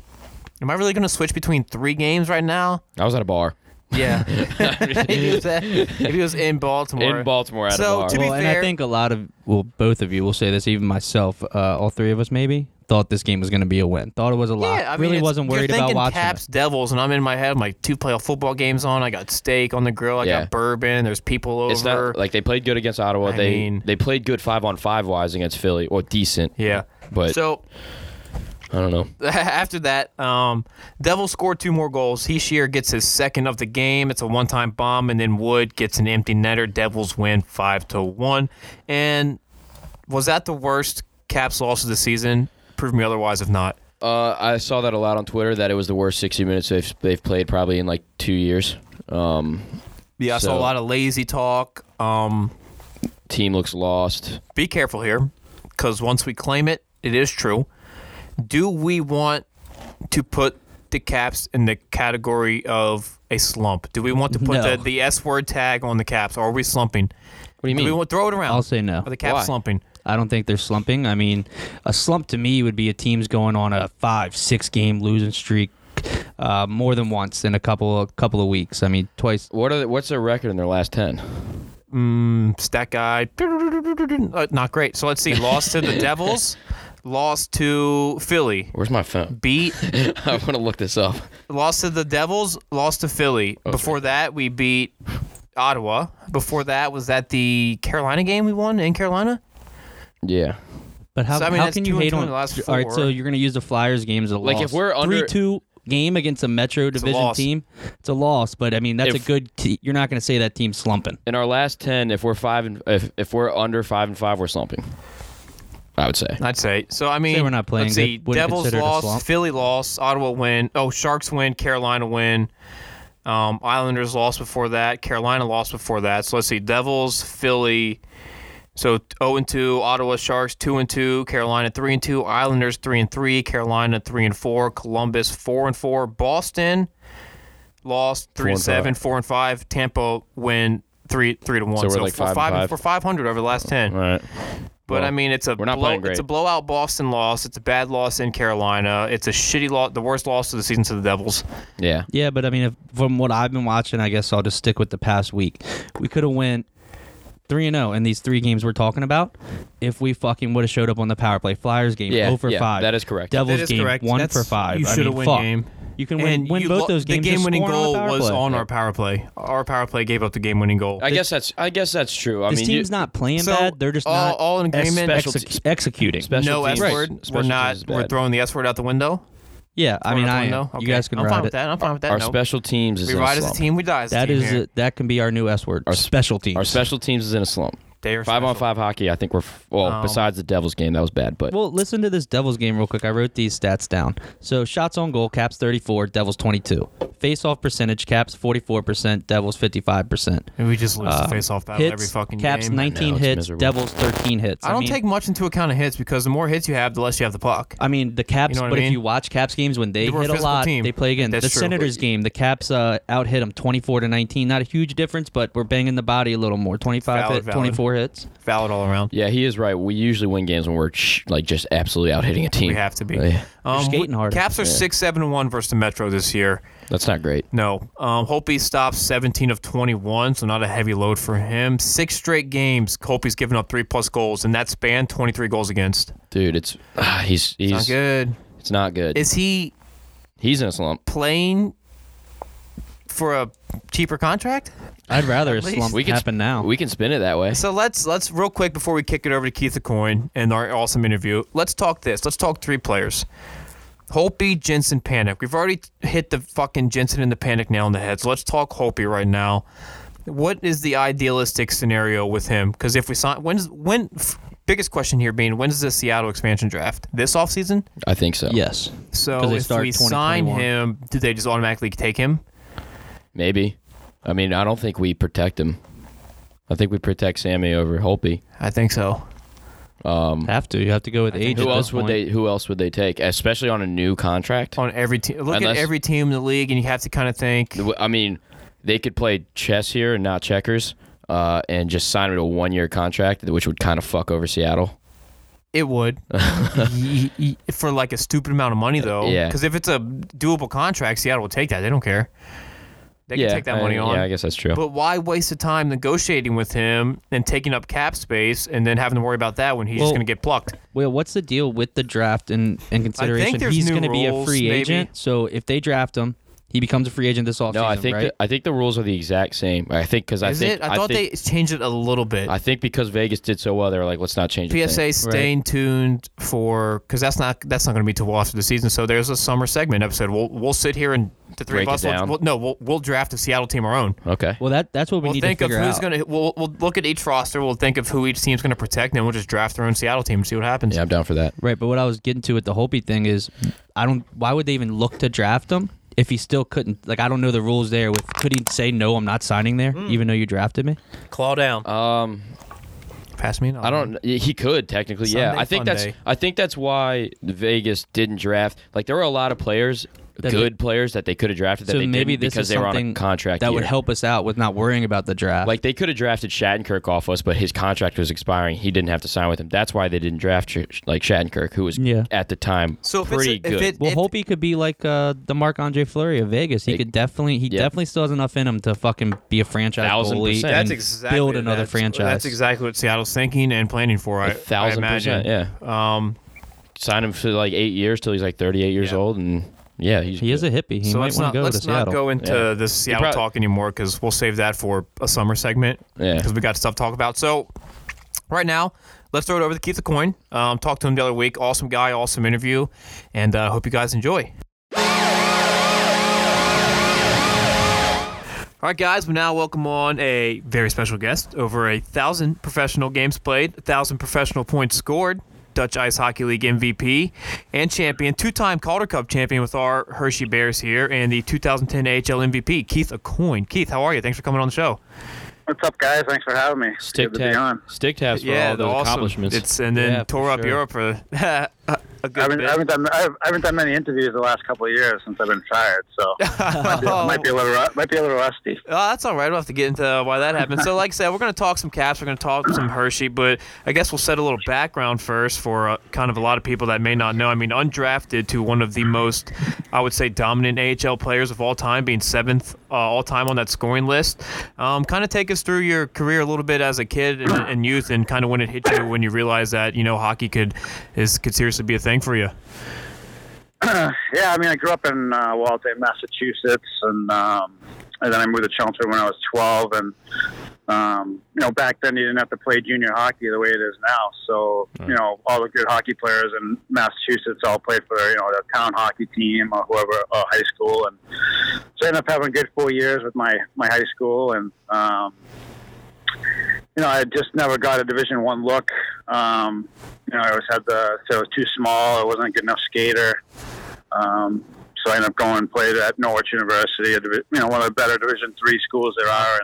Speaker 2: "Am I really gonna switch between three games right now?"
Speaker 3: I was at a bar [LAUGHS]
Speaker 2: Yeah. [LAUGHS] if, he was at- if he was in Baltimore.
Speaker 3: in Baltimore at
Speaker 2: So,
Speaker 3: a bar.
Speaker 2: to be
Speaker 4: well, and I
Speaker 2: fair-
Speaker 4: think a lot of well, both of you will say this, even myself, uh, all three of us maybe thought this game was going to be a win. Thought it was a lock.
Speaker 2: yeah, I mean,
Speaker 4: really
Speaker 2: it's-
Speaker 4: wasn't
Speaker 2: you're
Speaker 4: worried about
Speaker 2: thinking
Speaker 4: watching.
Speaker 2: Caps
Speaker 4: it.
Speaker 2: Devils, and I'm in my head. I'm like, two playoff football games on. I got steak on the grill. I
Speaker 3: Yeah.
Speaker 2: got bourbon. There's people over.
Speaker 3: It's not like they played good against Ottawa.
Speaker 2: I
Speaker 3: they
Speaker 2: mean-
Speaker 3: they played good five on five wise against Philly, or decent.
Speaker 2: yeah.
Speaker 3: but
Speaker 2: so [LAUGHS]
Speaker 3: I don't know.
Speaker 2: after that, um, Devil scored two more goals. Heeshear gets his second of the game. It's a one-time bomb, and then Wood gets an empty netter. Devils win five to one. And was that the worst Caps loss of the season? Prove me otherwise, if not.
Speaker 3: Uh, I saw that a lot on Twitter that it was the worst sixty minutes they've they've played probably in like two years. Um,
Speaker 2: Yeah, I saw
Speaker 3: So-
Speaker 2: a lot of lazy talk. Um,
Speaker 3: team looks lost.
Speaker 2: be careful here, because once we claim it, it is true. Do we want to put the Caps in the category of a slump? Do we want to put
Speaker 4: No.
Speaker 2: the, the S word tag on the Caps? Or are we slumping?
Speaker 3: What do you
Speaker 2: Do we
Speaker 3: mean?
Speaker 2: want throw it around?
Speaker 4: I'll say no.
Speaker 2: Are the Caps
Speaker 3: Why?
Speaker 2: slumping?
Speaker 4: I don't think they're slumping. I mean, a slump to me would be a team's going on a five, six game losing streak uh, more than once in a couple a couple of weeks. I mean, twice.
Speaker 3: What are the, what's their record in their last ten?
Speaker 2: Mm, stat guy, uh, not great. So let's see. Lost to
Speaker 3: [LAUGHS]
Speaker 2: the Devils. Lost to Philly.
Speaker 3: Where's my phone?
Speaker 2: Beat
Speaker 3: [LAUGHS] I want to look this up.
Speaker 2: lost to the Devils, lost to Philly. Before that, we beat Ottawa. Before that, was that the Carolina game we won in Carolina?
Speaker 3: Yeah,
Speaker 4: But how,
Speaker 2: So, I mean,
Speaker 4: how
Speaker 2: that's
Speaker 4: can
Speaker 2: two
Speaker 4: you
Speaker 2: and
Speaker 4: hate
Speaker 2: two in
Speaker 4: on?
Speaker 2: the last
Speaker 4: All right,
Speaker 2: four.
Speaker 4: so you're going to use the Flyers games as a
Speaker 3: Like,
Speaker 4: loss.
Speaker 3: if we're under-
Speaker 4: three two game against a Metro Division
Speaker 2: loss.
Speaker 4: team, it's a loss. But I mean, that's
Speaker 3: If-
Speaker 4: a good. Te- you're not going to say that team's slumping.
Speaker 3: in our last ten, if we're five and if if we're under five and five, we're slumping. I would say.
Speaker 2: [LAUGHS] I'd say. So I mean,
Speaker 4: we're not playing
Speaker 2: Let's see.
Speaker 4: good. Wouldn't
Speaker 2: Devils
Speaker 4: consider it a
Speaker 2: lost,
Speaker 4: slump.
Speaker 2: Philly lost, Ottawa win. Oh, Sharks win, Carolina win. Um, Islanders lost before that. Carolina lost before that. So let's see. Devils, Philly. So 0 and 2, Ottawa Sharks 2 and 2, Carolina 3 and 2, Islanders 3 and 3, Carolina 3 and 4, Columbus 4 and 4, Boston lost 3
Speaker 3: Four
Speaker 2: and
Speaker 3: and
Speaker 2: 7, 4 and 5, Tampa win 3 3 to 1.
Speaker 3: So we're like
Speaker 2: for
Speaker 3: five and five.
Speaker 2: for 500 over the last 10.
Speaker 3: All right.
Speaker 2: But
Speaker 3: Well,
Speaker 2: I mean, it's a
Speaker 3: we're not
Speaker 2: blow,
Speaker 3: playing great.
Speaker 2: it's a blowout Boston loss. It's a bad loss in Carolina. It's a shitty loss, the worst loss of the season to the Devils.
Speaker 3: Yeah.
Speaker 4: Yeah, but I mean, if, from what I've been watching, I guess I'll just stick with the past week. We could have went three and zero in these three games we're talking about if we fucking would have showed up on the power play. Flyers game
Speaker 3: Yeah,
Speaker 4: zero for
Speaker 3: yeah,
Speaker 4: five.
Speaker 3: that is correct.
Speaker 4: Devils
Speaker 2: That is
Speaker 4: game
Speaker 2: correct.
Speaker 4: one
Speaker 2: That's-
Speaker 4: for five.
Speaker 2: you
Speaker 4: I
Speaker 2: should have
Speaker 4: mean,
Speaker 2: win
Speaker 4: fuck.
Speaker 2: game.
Speaker 4: You can win, win
Speaker 2: you
Speaker 4: both
Speaker 2: lo-
Speaker 4: those games.
Speaker 2: The
Speaker 4: Just
Speaker 2: game-winning
Speaker 4: score on the
Speaker 2: goal
Speaker 4: power
Speaker 2: was
Speaker 4: play.
Speaker 2: on our power play. Our power play gave up the game-winning goal.
Speaker 3: I guess that's I guess that's true. I
Speaker 4: This
Speaker 3: mean, you-
Speaker 4: team's not playing
Speaker 2: so
Speaker 4: bad. They're just
Speaker 2: all,
Speaker 4: not
Speaker 2: all in
Speaker 3: That's
Speaker 2: agreement.
Speaker 3: special
Speaker 4: exec-
Speaker 3: teams-
Speaker 4: executing.
Speaker 3: special
Speaker 2: no S
Speaker 3: teams-
Speaker 2: word.
Speaker 3: Right.
Speaker 2: We're
Speaker 3: Special teams
Speaker 2: not.
Speaker 3: is
Speaker 2: We're
Speaker 3: bad.
Speaker 2: throwing the S word out the window.
Speaker 4: yeah, I mean,
Speaker 2: Throwing out the
Speaker 4: I
Speaker 2: window?
Speaker 4: you
Speaker 2: Okay.
Speaker 4: guys can
Speaker 2: I'm
Speaker 4: ride
Speaker 2: fine
Speaker 4: it.
Speaker 2: with that. I'm fine with that.
Speaker 3: Our
Speaker 2: no.
Speaker 3: special teams is
Speaker 2: We
Speaker 3: in
Speaker 2: ride as
Speaker 3: a
Speaker 2: a
Speaker 3: slump.
Speaker 2: team. We die as a
Speaker 4: That
Speaker 2: team
Speaker 4: is
Speaker 2: here.
Speaker 4: a, that can be our new S word. Our special teams.
Speaker 3: Our special teams is in a slump.
Speaker 2: They are
Speaker 3: Five on
Speaker 2: special.
Speaker 3: five hockey. I think we're f- well.
Speaker 2: Um,
Speaker 3: besides the Devils game, that was bad. But
Speaker 4: Well, listen to this Devils game real quick. I wrote these stats down. So shots on goal, Caps 34, Devils 22. Face-off percentage, Caps 44%, Devils 55%.
Speaker 2: And we just lose
Speaker 4: Uh,
Speaker 2: the face-off battle
Speaker 4: hits,
Speaker 2: every fucking
Speaker 4: Caps
Speaker 2: game.
Speaker 4: 19
Speaker 3: know, it's
Speaker 4: hits,
Speaker 3: miserable.
Speaker 4: Devils 13 hits.
Speaker 2: I don't
Speaker 4: mean,
Speaker 2: take much into account of hits because the more hits you have, the less you have the puck.
Speaker 4: I mean the Caps,
Speaker 2: You know what I
Speaker 4: but
Speaker 2: mean?
Speaker 4: if you watch Caps games when they
Speaker 2: They were a
Speaker 4: hit a
Speaker 2: physical
Speaker 4: lot,
Speaker 2: team.
Speaker 4: they play again.
Speaker 2: That's
Speaker 4: the
Speaker 2: true.
Speaker 4: Senators game, the Caps uh, out hit them 24 to 19. Not a huge difference, but we're banging the body a little more. 25
Speaker 2: Valid,
Speaker 4: hit,
Speaker 2: valid.
Speaker 4: 24 hits.
Speaker 2: Valid all around.
Speaker 3: yeah, he is right. We usually win games when we're sh- like just absolutely out hitting a team. Oh,
Speaker 2: We have to be.
Speaker 3: Yeah.
Speaker 2: Um,
Speaker 4: skating harder.
Speaker 2: Caps are six, seven, and one versus the Metro this year.
Speaker 3: That's not great.
Speaker 2: No, um, Holpe stops 17 of 21, so not a heavy load for him. Six straight games, Holpe's given up three plus goals, and that span 23 goals against.
Speaker 3: Dude, it's ah, he's he's
Speaker 2: Not good.
Speaker 3: It's not good.
Speaker 2: Is he
Speaker 3: he's in a slump.
Speaker 2: playing for a cheaper contract?
Speaker 4: I'd
Speaker 2: [LAUGHS]
Speaker 4: rather a
Speaker 2: least.
Speaker 4: slump
Speaker 3: We can
Speaker 4: happen now.
Speaker 3: We can spin it that way.
Speaker 2: So let's let's real quick before we kick it over to Keith the Coin and our awesome interview. Let's talk this. Let's talk three players. Holpe, Jensen, Panic. We've already hit the fucking Jensen and the Panic nail on the head. So let's talk Holpe right now. What is the idealistic scenario with him? Because if we sign, when's when? f- Biggest question here being when's the Seattle expansion draft? This offseason?
Speaker 3: I think so.
Speaker 4: yes.
Speaker 2: So
Speaker 4: 'Cause they
Speaker 2: if
Speaker 4: start
Speaker 2: we sign
Speaker 4: 2021.
Speaker 2: him, do they just automatically take him?
Speaker 3: Maybe. I mean, I don't think we protect him. I think we protect Sammy over Holpe.
Speaker 2: I think so.
Speaker 3: Um,
Speaker 4: Have to. You have to go with age.
Speaker 3: who else would they? Who else would they take? Especially on a new contract.
Speaker 2: on every team. Look
Speaker 3: Unless-
Speaker 2: at every team in the league, and you have to kind of think.
Speaker 3: I mean, they could play chess here and not checkers, uh, and just sign him to a one-year contract, which would kind of fuck over Seattle.
Speaker 2: It
Speaker 3: [LAUGHS]
Speaker 2: would Y- y- for like a stupid amount of money though.
Speaker 3: Uh, Yeah.
Speaker 2: Because if it's a doable contract, Seattle will take that. They don't care. They
Speaker 3: yeah,
Speaker 2: can take that
Speaker 3: I-
Speaker 2: money on.
Speaker 3: Yeah, I guess that's true.
Speaker 2: But why waste the time negotiating with him and taking up cap space and then having to worry about that when he's
Speaker 4: Well,
Speaker 2: just going to get plucked?
Speaker 4: Well, what's the deal with the draft and in, consideration?
Speaker 2: there's
Speaker 4: He's
Speaker 2: new
Speaker 4: going to be a
Speaker 2: rules,
Speaker 4: free
Speaker 2: maybe.
Speaker 4: agent. So if they draft him, he becomes a free agent this offseason.
Speaker 3: no, I think
Speaker 4: right?
Speaker 3: the, I think the rules are the exact same. I think because I
Speaker 2: Is
Speaker 3: think
Speaker 2: it? I thought
Speaker 3: think,
Speaker 2: they changed it a little bit.
Speaker 3: I think because Vegas did so well, they were like, let's not change. a thing.
Speaker 2: PSA staying tuned for because that's not that's not going to be till after the season. So there's a summer segment episode. We'll we'll sit here and the three
Speaker 3: Break it
Speaker 2: of us. will
Speaker 3: down.
Speaker 2: we'll, no, we'll we'll draft a Seattle team our own.
Speaker 3: Okay.
Speaker 4: Well, that that's what we
Speaker 2: We'll
Speaker 4: need
Speaker 2: think
Speaker 4: to
Speaker 2: of
Speaker 4: figure
Speaker 2: who's
Speaker 4: out.
Speaker 2: going to. We'll we'll look at each roster. We'll think of who each team's going to protect, and then we'll just draft our own Seattle team and see what happens.
Speaker 3: Yeah, I'm down for that.
Speaker 4: Right, but what I was getting to with the Hopi thing is, I don't. Why would they even look to draft him if he still couldn't? Like, I don't know the rules there. With could he say no? I'm not signing there,
Speaker 3: Hmm.
Speaker 4: even though you drafted me.
Speaker 2: Claw down.
Speaker 4: Uh,
Speaker 3: Um,
Speaker 2: Pass me.
Speaker 3: I don't. He could technically, yeah.
Speaker 2: Sunday
Speaker 3: I think
Speaker 2: fun
Speaker 3: that's.
Speaker 2: day.
Speaker 3: I think that's why Vegas didn't draft. Like there were a lot of players,
Speaker 4: That
Speaker 3: good players that they could have drafted that
Speaker 4: so
Speaker 3: they
Speaker 4: maybe
Speaker 3: didn't
Speaker 4: this
Speaker 3: because
Speaker 4: is
Speaker 3: they were on
Speaker 4: something
Speaker 3: a contract
Speaker 4: that would
Speaker 3: year.
Speaker 4: help us out with not worrying about the draft.
Speaker 3: Like they could have drafted Shattenkirk off us, but his contract was expiring. He didn't have to sign with him. That's why they didn't draft Sh- like Shattenkirk, who was
Speaker 4: Yeah.
Speaker 3: at the time
Speaker 2: So if it's
Speaker 3: pretty
Speaker 2: a- if
Speaker 3: good.
Speaker 2: it-
Speaker 4: well, Hopi could be like uh, the Marc Andre Fleury of Vegas. He
Speaker 3: It-
Speaker 4: could definitely. He
Speaker 3: yeah.
Speaker 4: definitely still has enough in him to fucking be a franchise
Speaker 3: Thousand
Speaker 4: goalie
Speaker 3: percent.
Speaker 4: and
Speaker 2: That's exactly
Speaker 4: build another
Speaker 2: that's-
Speaker 4: franchise.
Speaker 2: That's exactly what Seattle's thinking and planning for. I,
Speaker 3: a thousand
Speaker 2: I imagine.
Speaker 3: percent, yeah.
Speaker 2: Yeah. Um,
Speaker 3: Sign him for like eight years till he's like 38 years
Speaker 2: Yeah.
Speaker 3: old, and yeah, he's
Speaker 4: He is a hippie. He
Speaker 2: so
Speaker 4: might
Speaker 2: let's
Speaker 4: want
Speaker 2: not
Speaker 4: to go
Speaker 2: let's
Speaker 4: to
Speaker 2: not
Speaker 4: Seattle.
Speaker 2: go into
Speaker 3: Yeah.
Speaker 2: the Seattle
Speaker 3: prob-
Speaker 2: talk anymore because we'll save that for a summer segment.
Speaker 3: Yeah.
Speaker 2: because we got stuff to talk about. So right now, let's throw it over to Keith the Coin. Um, talked to him the other week. Awesome guy, awesome interview, and uh, hope you guys enjoy. All right, guys, we now welcome on a very special guest. Over a thousand professional games played, a thousand professional points scored, Dutch Ice Hockey League MVP and champion, two time Calder Cup champion with our Hershey Bears here, and the 2010 AHL MVP, Keith Acoin. Keith, how are you? Thanks for coming on the show.
Speaker 1: What's up, guys? Thanks for having me. It's
Speaker 3: stick
Speaker 1: Good to be
Speaker 3: tab.
Speaker 1: on.
Speaker 3: Stick tabs for all
Speaker 2: they're
Speaker 3: those accomplishments.
Speaker 2: It's, and then
Speaker 4: Yeah, for
Speaker 2: tore up
Speaker 4: sure.
Speaker 2: Europe for [LAUGHS] a a
Speaker 1: I
Speaker 2: good
Speaker 1: haven't,
Speaker 2: bit.
Speaker 1: I haven't done I haven't- I haven't done many interviews the last couple of years since I've been fired, so
Speaker 2: [LAUGHS]
Speaker 1: might, be, might be a little ru- might be a little rusty.
Speaker 2: Oh, that's all right. We'll have to get into why that happened. So, like I said, we're going to talk some caps. We're going to talk some Hershey, but I guess we'll set a little background first for uh, kind of a lot of people that may not know. I mean, undrafted to one of the most, I would say, dominant AHL players of all time, being seventh uh, all time on that scoring list. Um, kind of take us through your career a little bit as a kid and, and youth, and kind of when it hit you when you realized that you know hockey could is could seriously be a thing for you.
Speaker 1: [CLEARS THROAT] Yeah, I mean, I grew up in uh, Waltham, Massachusetts, and um, and then I moved to Chelmsford when I was 12. And um, you know, back then you didn't have to play junior hockey the way it is now. So you know, all the good hockey players in Massachusetts all played for you know the town hockey team or whoever or high school, and so I ended up having a good four years with my my high school and. Um, you know, I just never got a Division One look. Um, you know, I always had the so I was too small. I wasn't a good enough skater. Um, so I ended up going and played at Norwich University, a divi- you know, one of the better Division three schools there are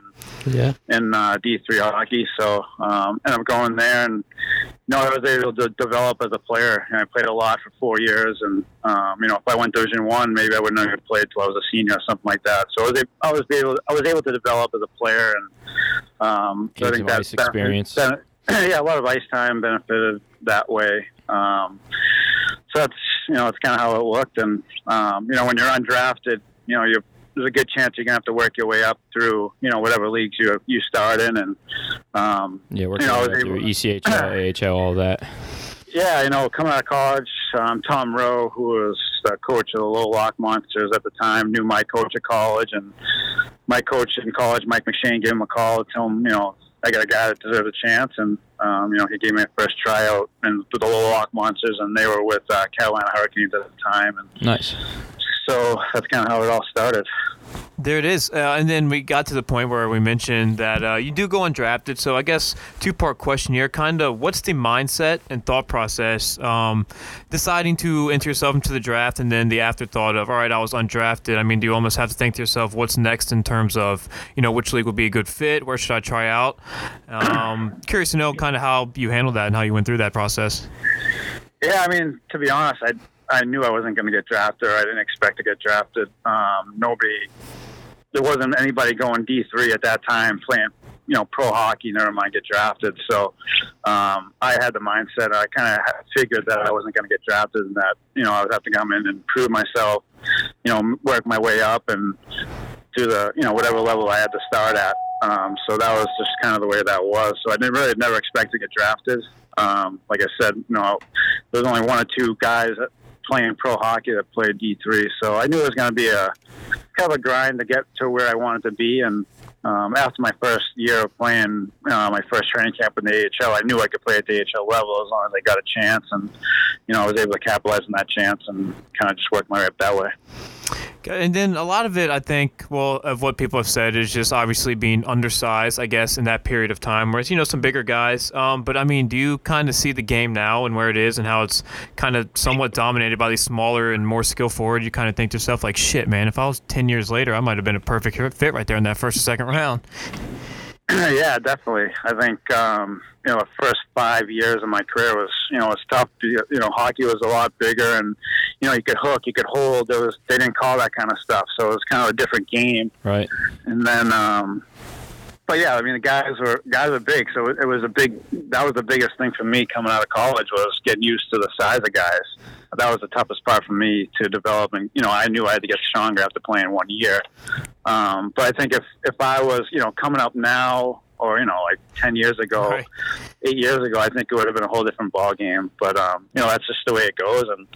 Speaker 4: yeah.
Speaker 1: in, in uh, D three hockey. So um, ended up going there, and you know, I was able to develop as a player. And I played a lot for four years, and um, you know, if I went Division one, maybe I wouldn't have played till I was a senior or something like that. So I was a- I was able I was able to develop as a player, and um, so I
Speaker 3: Gained
Speaker 1: think
Speaker 3: some ice
Speaker 1: that's
Speaker 3: experience.
Speaker 1: yeah, a lot of ice time benefited that way. Um, so that's you know that's kind of how it looked, and um, you know when you're undrafted, you know you're there's a good chance you're gonna have to work your way up through you know whatever leagues you you start in, and um,
Speaker 3: yeah, we're
Speaker 1: you know, I
Speaker 3: coming
Speaker 1: was
Speaker 3: right through
Speaker 1: able-
Speaker 3: ECHL, AHL, all that.
Speaker 1: yeah, you know, coming out of college, um, Tom Rowe, who was the coach of the Little Rock Monsters at the time, knew my coach at college, and my coach in college, Mike McShane, gave him a call to tell him, you know, I got a guy that deserves a chance, and um, you know, he gave me a first tryout and with the Little Rock Monsters, and they were with uh, Carolina Hurricanes at the time, and
Speaker 3: Nice.
Speaker 1: so So that's kind of how it all started.
Speaker 2: There it is. Uh, and then we got to the point where we mentioned that uh, you do go undrafted. So I guess two part question here. Kind of what's the mindset and thought process um, deciding to enter yourself into the draft and then the afterthought of, all right, I was undrafted. I mean, do you almost have to think to yourself, what's next in terms of, you know, which league would be a good fit? Where should I try out? Um, curious to know kind of how you handled that and how you went through that process.
Speaker 1: Yeah, I mean, to be honest, I I knew I wasn't going to get drafted. Or I didn't expect to get drafted. Um, nobody, there wasn't anybody going D three at that time playing, you know, pro hockey. Never mind get drafted. So um, I had the mindset. I kind of figured that I wasn't going to get drafted, and that you know I would have to come in and prove myself. You know, work my way up and do the you know whatever level I had to start at. Um, so that was just kind of the way that was. So I didn't really never expect to get drafted. Um, like I said, you know, there's only one or two guys that playing pro hockey that played D three. So I knew it was going to be a kind of a grind to get to where I wanted to be. And um, after my first year of playing, uh, my first training camp in the AHL, I knew I could play at the AHL level as long as I got a chance. And you know, I was able to capitalize on that chance and kind of just work my way up that way.
Speaker 2: And then a lot of it, I think, well, of what people have said is just obviously being undersized, I guess, in that period of time. Whereas, you know, some bigger guys. Um, but I mean, do you kind of see the game now and where it is and how it's kind of somewhat dominated by these smaller and more skill forward? You kind of think to yourself, like, shit, man, if I was 10 years later, I might have been a perfect fit right there in that first or second round.
Speaker 1: [CLEARS THROAT] yeah, definitely. I think um, you know the first five years of my career was you know was tough. You know, hockey was a lot bigger, and you know you could hook, you could hold. There was they didn't call that kind of stuff, so it was kind of a different game.
Speaker 3: Right.
Speaker 1: And then, um, but yeah, I mean the guys were guys were big, so it, it was a big. That was the biggest thing for me coming out of college was getting used to the size of guys. That was the toughest part for me to develop, and you know I knew I had to get stronger after playing one year. Um, but I think if if I was you know coming up now or you know like ten years ago,
Speaker 2: Right.
Speaker 1: eight years ago, I think it would have been a whole different ball game. But um, you know that's just the way it goes, and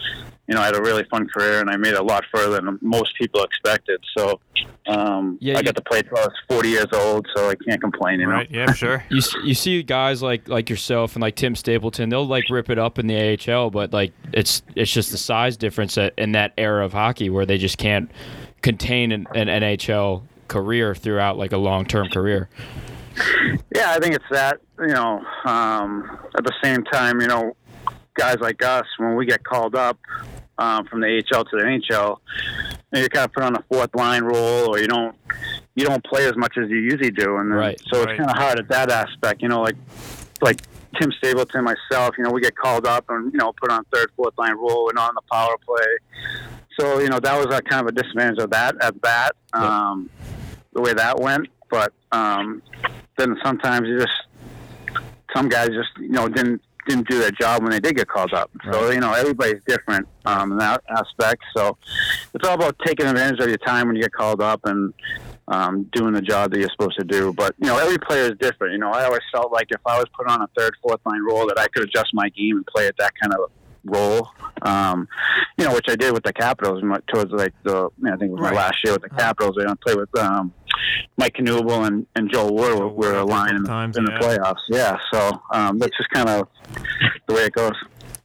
Speaker 1: you know I had a really fun career, and I made a lot further than most people expected. So um,
Speaker 3: Yeah,
Speaker 1: I
Speaker 3: you-
Speaker 1: got to play till I was forty years old, so I can't complain. You know.
Speaker 2: Right. Yeah, sure.
Speaker 3: You s- you see guys like like yourself and like Tim Stapleton, they'll like rip it up in the AHL, but like it's it's just the size difference that, in that era of hockey where they just can't contain an, an NHL career throughout like a long term career.
Speaker 1: Yeah, I think it's that. You know, um, at the same time, you know, guys like us, when we get called up um, from the AHL to the NHL, you know, you're kind of put on the fourth line role, or you don't you don't play as much as you usually do, and then-
Speaker 3: Right,
Speaker 1: so it's
Speaker 2: right.
Speaker 1: kind of hard at that aspect. You know, like like Tim Stapleton, myself, you know, we get called up and you know put on third, fourth line role, and on the power play. So you know that was a kind of a disadvantage of that at bat, um, the way that went. But um, then sometimes you just some guys just you know didn't didn't do their job when they did get called up. So you know everybody's different um, in that aspect. So it's all about taking advantage of your time when you get called up and um, doing the job that you're supposed to do. But you know every player is different. You know I always felt like if I was put on a third, fourth line role, that I could adjust my game and play at that kind of role. Um, you know which I did with the Capitals my- towards like the you know, I think it was my
Speaker 2: Right.
Speaker 1: last year with the Capitals. I played with. Um, Mike Knuble and, and Joel Ward were, were aligned in, the-
Speaker 2: Times,
Speaker 1: in the
Speaker 2: yeah.
Speaker 1: playoffs. Yeah, so um, that's just kind of the way it goes.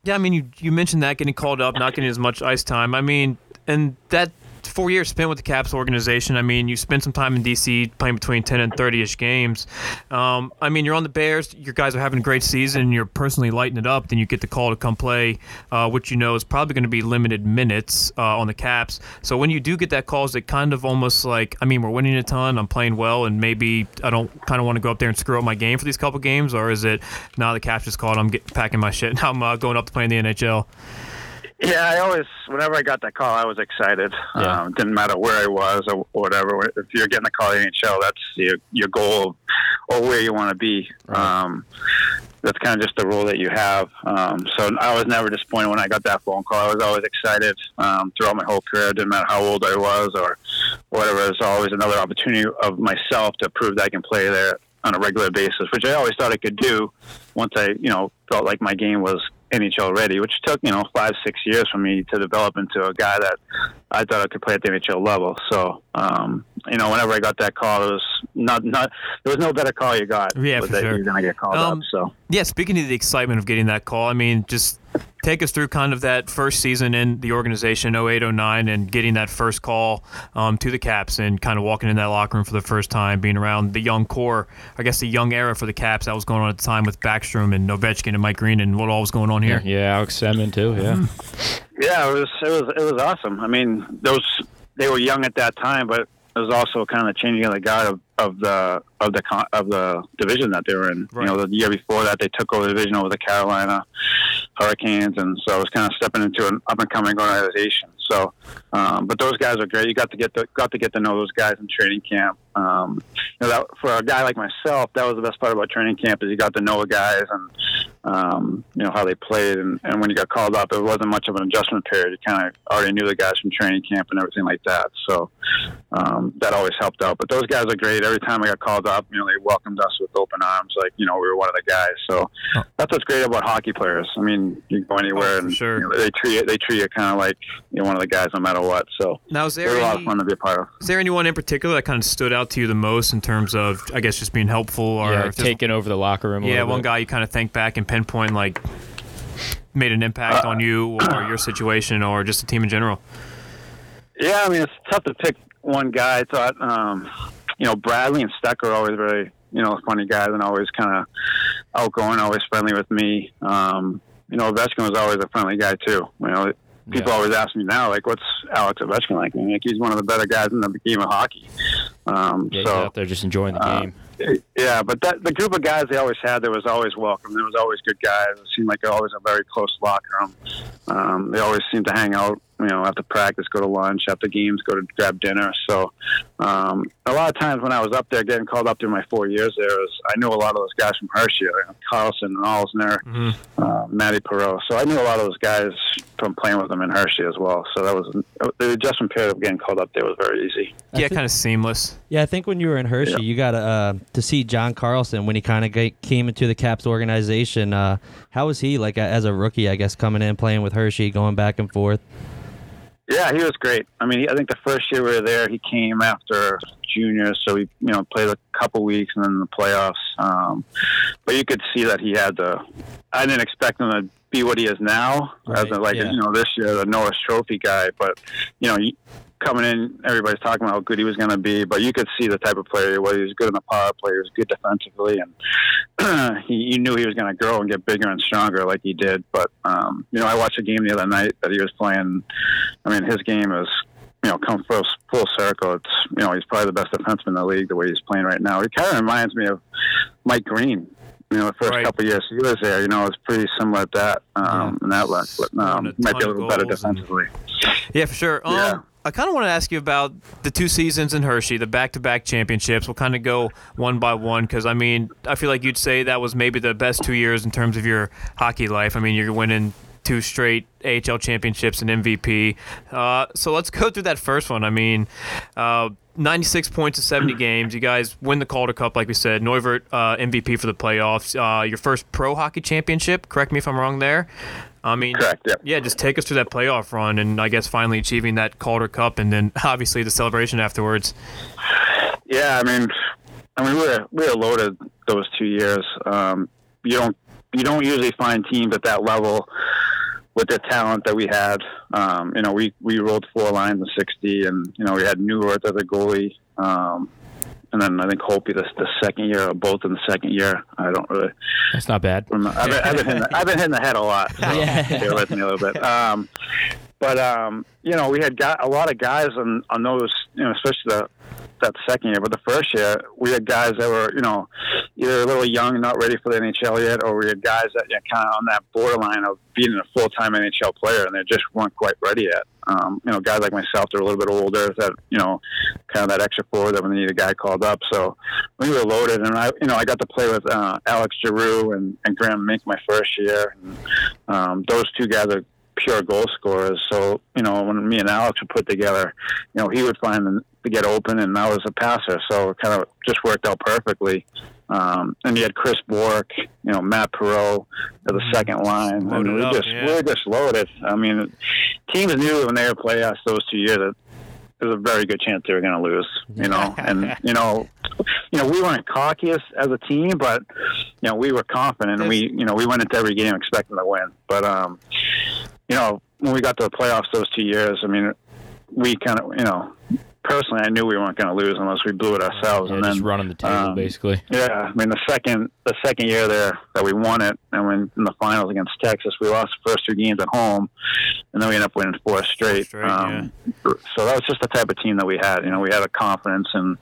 Speaker 2: Yeah, I mean, you, you mentioned that getting called up, not getting as much ice time. I mean, and that four years spent with the Caps organization, I mean, you spent some time in D.C. playing between 10 and 30 ish games. Um, I mean, you're on the Bears, your guys are having a great season, you're personally lighting it up, then you get the call to come play, uh, which you know is probably going to be limited minutes uh, on the Caps. So when you do get that call, is it kind of almost like, I mean, we're winning a ton, I'm playing well, and maybe I don't kind of want to go up there and screw up my game for these couple games, or is it, nah, the Caps just called, I'm get, packing my shit, [LAUGHS] and I'm uh, going up to play in the NHL?
Speaker 1: Yeah, I always, whenever I got that call, I was excited.
Speaker 3: Yeah.
Speaker 1: Um, didn't matter where I was or whatever. If you're getting a call in the NHL, that's your, your goal or where you want to be. Um, that's kind of just the rule that you have. Um, so I was never disappointed when I got that phone call. I was always excited um, throughout my whole career. Didn't matter how old I was or whatever. There's always another opportunity of myself to prove that I can play there on a regular basis, which I always thought I could do. Once I, you know, felt like my game was NHL ready, which took you know five, six years for me to develop into a guy that I thought I could play at the NHL level. So um, you know, whenever I got that call, it was not not there was no better call you got.
Speaker 2: Yeah,
Speaker 1: but
Speaker 2: for
Speaker 1: that
Speaker 2: sure.
Speaker 1: You're gonna get called
Speaker 2: Um,
Speaker 1: up, so
Speaker 2: Yeah, speaking of the excitement of getting that call, I mean, just take us through kind of that first season in the organization, 08, 09, and getting that first call um, to the Caps and kind of walking in that locker room for the first time, being around the young core, I guess the young era for the Caps that was going on at the time with Backstrom and Novechkin and Mike Green and what all was going on here.
Speaker 5: Yeah, Alex Semin too. Yeah,
Speaker 1: yeah, it was it was it was awesome. I mean, those they were young at that time, but it was also kind of changing of the guard of, of the of the con- of the division that they were in.
Speaker 2: Right.
Speaker 1: You know, the year before that, they took over the division over the Carolina Hurricanes, and so I was kind of stepping into an up and coming organization. So, um, but those guys are great. You got to get to, got to get to know those guys in training camp. Um, you know, that, for a guy like myself, that was the best part about training camp is you got to know the guys and um, you know how they played. And, and when you got called up, it wasn't much of an adjustment period. You kind of already knew the guys from training camp and everything like that. So um, that always helped out. But those guys are great. Every time I got called up, you know, they welcomed us with open arms, like you know we were one of the guys. So that's what's great about hockey players. I mean, you go anywhere
Speaker 2: Oh, for
Speaker 1: and
Speaker 2: sure.
Speaker 1: you know, they treat you, they treat you kind of like you're one of the guys no matter what. So
Speaker 2: Now, is there
Speaker 1: they're a lot
Speaker 2: any,
Speaker 1: of fun to be a part of.
Speaker 2: is there anyone in particular that kind of stood out to you the most in terms of, I guess, just being helpful or
Speaker 5: yeah,
Speaker 2: if there's-
Speaker 5: taking over the locker room. A
Speaker 2: yeah
Speaker 5: little
Speaker 2: one
Speaker 5: bit.
Speaker 2: guy you kind of think back and pinpoint like made an impact on you or your situation or just the team in general?
Speaker 1: Yeah, I mean it's tough to pick one guy. I thought um, you know Bradley and Steck are always very you know funny guys and always kind of outgoing, always friendly with me. Um, you know Ovechkin was always a friendly guy too. You know people
Speaker 5: Yeah.
Speaker 1: always ask me now like what's Alex Ovechkin like? And like he's one of the better guys in the game of hockey. Um,
Speaker 5: Yeah, he's
Speaker 1: so
Speaker 5: out there just enjoying the
Speaker 1: uh,
Speaker 5: game.
Speaker 1: yeah, but that the group of guys they always had there was always welcome. There was always good guys. It seemed like they're always a very close locker room. Um, they always seemed to hang out, you know, after practice, go to lunch, after games, go to grab dinner. So um, a lot of times when I was up there getting called up through my four years there, was, I knew a lot of those guys from Hershey, like Carlson and Alsner,
Speaker 2: Mhm.
Speaker 1: uh, Matty Perot. So I knew a lot of those guys from playing with them in Hershey as well. So that was the adjustment period of getting called up there was very easy.
Speaker 2: yeah, kind of seamless.
Speaker 6: Yeah, I think when you were in Hershey,
Speaker 1: Yeah.
Speaker 6: you got uh, to see John Carlson when he kind of came into the Caps organization. Uh, how was he like a- as a rookie? I guess coming in, playing with Hershey, going back and forth.
Speaker 1: Yeah, he was great. I mean, he, I think the first year we were there, he came after junior, so he you know played a couple weeks and then the playoffs. Um, but you could see that he had the. I didn't expect him to be what he is now, as
Speaker 6: Right,
Speaker 1: in like
Speaker 6: yeah.
Speaker 1: you know this year the Norris Trophy guy. But you know, you- coming in, everybody's talking about how good he was going to be, but you could see the type of player he was. He was good in the power play, he was good defensively, and [CLEARS THROAT] he, you knew he was going to grow and get bigger and stronger like he did. But um, you know, I watched a game the other night that he was playing. I mean, his game is, you know, come full, full circle. It's, you know, he's probably the best defenseman in the league the way he's playing right now. He kind of reminds me of Mike Green. You know, the first
Speaker 2: Right.
Speaker 1: couple of years he was there, you know, it's pretty similar to that um, in that look. But
Speaker 2: Scoring a
Speaker 1: um, might be a
Speaker 2: ton of
Speaker 1: little better
Speaker 2: goals and-
Speaker 1: defensively.
Speaker 2: Yeah, for sure. Um,
Speaker 1: Yeah.
Speaker 2: I kind of want to ask you about the two seasons in Hershey, the back-to-back championships. We'll kind of go one by one because I mean, I feel like you'd say that was maybe the best two years in terms of your hockey life. I mean, you're winning two straight AHL championships and MVP. Uh, so let's go through that first one. I mean, uh, 96 points in
Speaker 1: [CLEARS THROAT]
Speaker 2: 70 games. You guys win the Calder Cup, like we said. Neuvert uh, MVP for the playoffs. Uh, your first pro hockey championship. Correct me if I'm wrong there. I mean,
Speaker 1: Correct, yep.
Speaker 2: yeah, just take us through that playoff run and I guess finally achieving that Calder Cup and then [LAUGHS] obviously the celebration afterwards.
Speaker 1: Yeah, I mean, I mean, we were we were loaded those two years. Um, you don't you don't usually find teams at that level with the talent that we had. Um, you know, we we rolled four lines in sixty, and you know we had Newworth as a goalie, um, and then I think Holpe the, the second year, or both in the second year. I don't really
Speaker 5: That's not bad.
Speaker 1: remember. I've been, I've been, hitting, the, I've been hitting the head a lot. So bear with me a little bit. Um, but um, you know, we had got a lot of guys on, on those, you know, especially the that second year. But the first year, we had guys that were, you know, either a little young, not ready for the NHL yet, or we had guys that you know, kind of on that borderline of being a full time NHL player, and they just weren't quite ready yet. Um, you know, guys like myself, they're a little bit older, that you know, kind of that extra forward that when they need a guy called up. So we were loaded, and I, you know, I got to play with uh, Alex Giroux and, and Graham Mink my first year. And, um, those two guys are pure goal scorers. So you know, when me and Alex would put together, you know, he would find them to get open, and I was a passer. So it kind of just worked out perfectly. Um, and you had Chris Bork, you know, Matt Perot at the second line. I
Speaker 2: Mm. Loaded
Speaker 1: mean, we
Speaker 2: up,
Speaker 1: just
Speaker 2: yeah.
Speaker 1: we were just loaded. I mean, teams knew when they would play us those two years that there's a very good chance they were going to lose. You know,
Speaker 2: [LAUGHS]
Speaker 1: and you know, you know, we weren't cockiest as a team, but you know, we were confident. And we, you know, we went into every game expecting to win. But um, you know, when we got to the playoffs those two years, I mean, we kind of, you know, personally, I knew we weren't going to lose unless we blew it ourselves.
Speaker 3: Yeah,
Speaker 1: and then
Speaker 3: just running the table
Speaker 2: [LAUGHS]
Speaker 1: um,
Speaker 3: basically.
Speaker 1: yeah, I mean the second the second year there that we won it, and when in the finals against Texas, we lost the first two games at home, and then we ended up winning four straight. um,
Speaker 2: Straight,
Speaker 1: So that was just the type of team that we had. You know, we had a confidence, and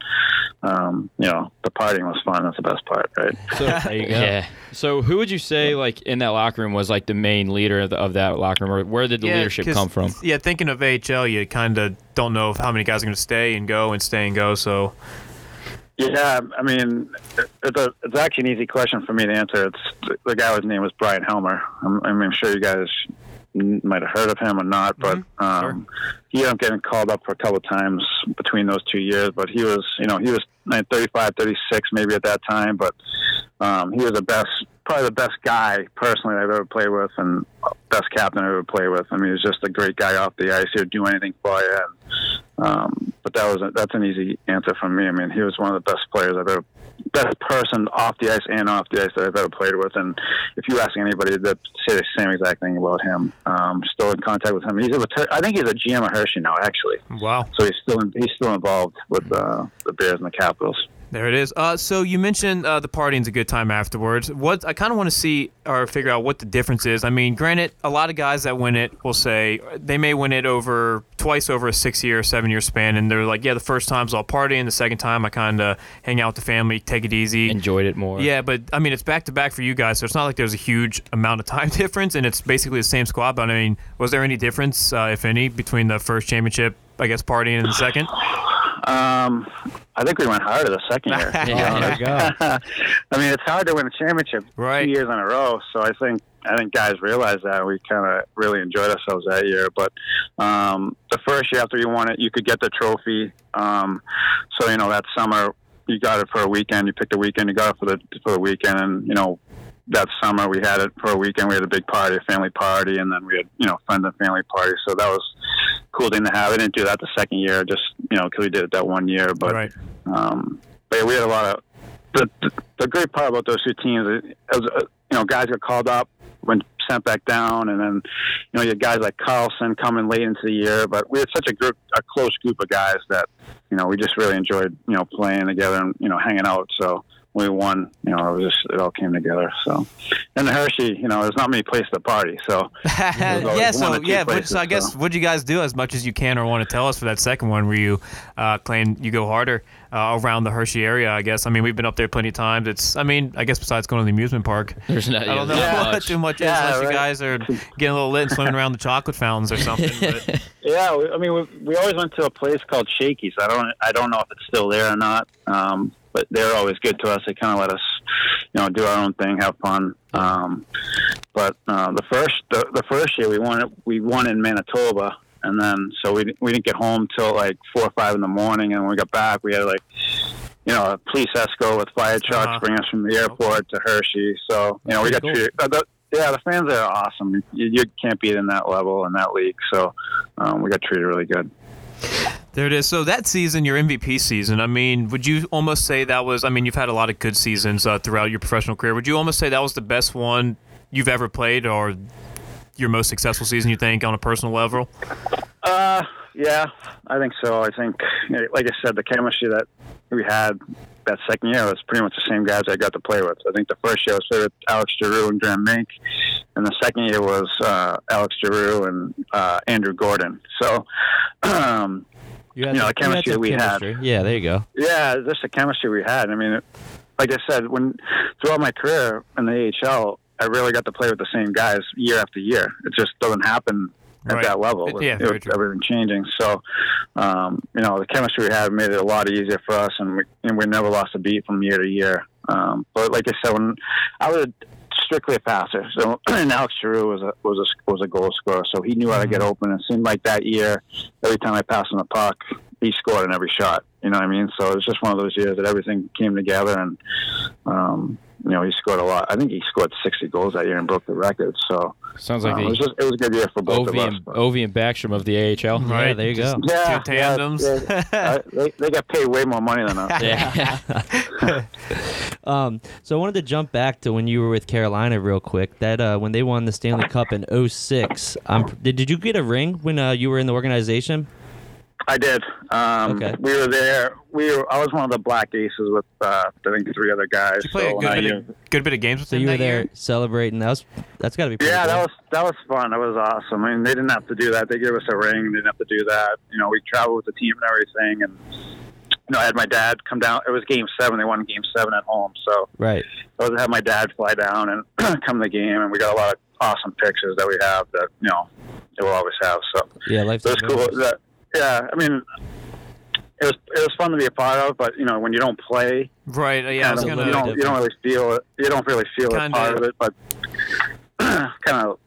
Speaker 1: um, you know, the partying was fun. That's the best part, right?
Speaker 3: So, Yeah. So who would you say like in that locker room was like the main leader of, the, of that locker room, or where did the
Speaker 2: Yeah,
Speaker 3: leadership
Speaker 2: 'cause-
Speaker 3: come from?
Speaker 2: Yeah, thinking of AHL, you kind of don't know how many guys are going to stay and go and stay and go. So
Speaker 1: Yeah, I mean, it's, a, it's actually an easy question for me to answer. It's the guy whose name was Brian Helmer. I'm, I mean, I'm sure you guys might have heard of him or not, but um, he ended up getting called up for a couple of times between those two years. But he was, you know, he was like, 35, 36 maybe at that time, but um, he was the best, probably the best guy personally I've ever played with, and best captain I've ever played with. I mean, he was just a great guy off the ice. He would do anything for you. And, um, but that was a, that's an easy answer from me. I mean, he was one of the best players I've ever, best person off the ice and off the ice that I've ever played with. And if you ask anybody, that say the same exact thing about him. Um, still in contact with him. He's a, reti- I think he's a GM of Hershey now, actually.
Speaker 2: wow,
Speaker 1: So he's still in, he's still involved with uh, the Bears and the Capitals.
Speaker 2: there it is. Uh, so you mentioned uh, the partying's a good time afterwards. What I kind of want to see or figure out what the difference is. I mean, granted, a lot of guys that win it will say they may win it over twice over a six year, seven year span, and they're like, yeah, the first time's all partying, the second time I kind of hang out with the family, take it easy,
Speaker 3: Enjoyed it more.
Speaker 2: Yeah, but I mean, it's back to back for you guys, so it's not like there's a huge amount of time [LAUGHS] difference, and it's basically the same squad. But I mean, was there any difference, uh, if any, between the first championship, I guess, partying and the second?
Speaker 1: [LAUGHS] Um, I think we went harder the second year.
Speaker 6: [LAUGHS] There you go.
Speaker 1: [LAUGHS] I mean, it's hard to win a championship
Speaker 2: Right.
Speaker 1: two years in a row. So I think I think guys realize that we kind of really enjoyed ourselves that year. But um, the first year after you won it, you could get the trophy. Um, so you know that summer you got it for a weekend. You picked a weekend. You got it for the for the weekend, and you know. That summer we had it for a weekend. We had a big party, a family party, and then we had you know friends and family party. So that was a cool thing to have. I didn't do that the second year, just you know because we did it that one year. But [LAUGHS]
Speaker 2: right.
Speaker 1: um, but yeah, we had a lot of the, the the great part about those two teams is, is uh, you know guys got called up, went sent back down, and then you know you had guys like Carlson coming late into the year. But we had such a group, a close group of guys that you know we just really enjoyed you know playing together and you know hanging out. So. when We won, you know. It was just it all came together. So, and the Hershey, you know, there's not many places to party. So, always
Speaker 2: [LAUGHS] yeah,
Speaker 1: one
Speaker 2: so
Speaker 1: or two
Speaker 2: yeah, but
Speaker 1: places,
Speaker 2: so I guess
Speaker 1: so.
Speaker 2: what'd you guys do as much as you can or want to tell us for that second one where you uh, claim you go harder uh, around the Hershey area? I guess I mean we've been up there plenty of times. It's I mean I guess besides going to the amusement park,
Speaker 3: There's not,
Speaker 2: I don't know [LAUGHS]
Speaker 3: yeah,
Speaker 2: what too much
Speaker 1: Yeah,
Speaker 2: is unless you
Speaker 1: right.
Speaker 2: guys are getting a little lit and swimming around the chocolate fountains or
Speaker 1: [LAUGHS]
Speaker 2: something. But.
Speaker 1: Yeah, we, I mean, we, we always went to a place called Shakey's. I don't, I don't know if it's still there or not. Um, but they're always good to us. They kind of let us, you know, do our own thing, have fun. Um, but uh, the first, the, the first year we won, it- we won in Manitoba, and then so we we didn't get home till like four or five in the morning. And when we got back, we had like, you know, a police escort with fire trucks
Speaker 2: Uh-huh.
Speaker 1: bring us from the airport to Hershey. So you know, we got treated. Uh, the, yeah, the fans there are awesome. You, you can't beat in that level in that league. So um, we got treated really good.
Speaker 2: There it is. So that season, your MVP season. I mean, would you almost say that was? I mean, you've had a lot of good seasons uh, throughout your professional career. Would you almost say that was the best one you've ever played, or your most successful season? You think on a personal level?
Speaker 1: Uh, yeah, I think so. I think, you know, like I said, the chemistry that we had that second year was pretty much the same guys I got to play with. I think the first year I was playing with Alex Giroux and Graham Mink, and the second year was uh, Alex Giroux and uh, Andrew Gordon. So, [CLEARS THROAT] um,
Speaker 6: had
Speaker 1: You know,
Speaker 6: some-
Speaker 1: the chemistry
Speaker 6: some
Speaker 1: we had.
Speaker 6: chemistry. Yeah, there you go.
Speaker 1: yeah, just the chemistry we had. I mean, it- like I said, when throughout my career in the AHL, I really got to play with the same guys year after year. It just doesn't happen at
Speaker 2: Right.
Speaker 1: that level
Speaker 2: It-
Speaker 1: with,
Speaker 2: yeah, very
Speaker 1: with
Speaker 2: true.
Speaker 1: everything changing. So, um, you know, the chemistry we had made it a lot easier for us, and we, and we never lost a beat from year to year. Um, but like I said, when I was strictly a passer, so [CLEARS THROAT] and Alex Giroux was a was a was a goal scorer, so he knew how to get
Speaker 2: Mm-hmm.
Speaker 1: open. It seemed like that year, every time I passed on the puck, he scored in every shot. You know what I mean? So it was just one of those years that everything came together, and um, you know, he scored a lot. I think he scored 60 goals that year and broke the record. So
Speaker 5: Sounds
Speaker 1: uh,
Speaker 5: like
Speaker 1: it, was
Speaker 5: the
Speaker 1: just, it was a good year for
Speaker 5: Ovi
Speaker 1: both of us.
Speaker 5: and,
Speaker 1: but-
Speaker 5: Ovi and Backstrom of the AHL.
Speaker 6: Yeah, there you go.
Speaker 2: Two
Speaker 1: yeah, Ah, yeah,
Speaker 2: tandems. [LAUGHS]
Speaker 1: Yeah, Uh, they, they got paid way more money than us.
Speaker 3: Yeah.
Speaker 6: [LAUGHS] Um, so I wanted to jump back to when you were with Carolina real quick. That uh, when they won the Stanley Cup in 06, um, did, did you get a ring when uh, you were in the organization?
Speaker 1: I did. Um,
Speaker 6: Okay.
Speaker 1: We were there. We were. I was one of the black aces with uh, I think three other guys.
Speaker 2: You play
Speaker 1: So uh,
Speaker 2: a
Speaker 1: when I-
Speaker 2: good bit, of, good bit of games with
Speaker 6: So
Speaker 2: them
Speaker 6: you were
Speaker 2: that
Speaker 6: there
Speaker 2: year?
Speaker 6: celebrating. That was that's got to be pretty
Speaker 1: Yeah, that
Speaker 6: cool.
Speaker 1: was that was fun. That was awesome. I mean, they didn't have to do that. They gave us a ring. They didn't have to do that. You know, we traveled with the team and everything. And you know, I had my dad come down. It was Game Seven. They won Game Seven at home, so
Speaker 6: right.
Speaker 1: I was had my dad fly down and [CLEARS THROAT] come to the game. And we got a lot of awesome pictures that we have that you know they will always have. So
Speaker 6: Yeah, life.
Speaker 1: it was cool. That, yeah, I mean, it was it was fun to be a part of. But you know, when you don't play,
Speaker 2: Right. uh, Yeah, I was
Speaker 1: kind
Speaker 2: gonna.
Speaker 1: of- you don't you don't really feel it. You don't really feel it
Speaker 2: Kinda.
Speaker 1: part of it, but [CLEARS THROAT] kind of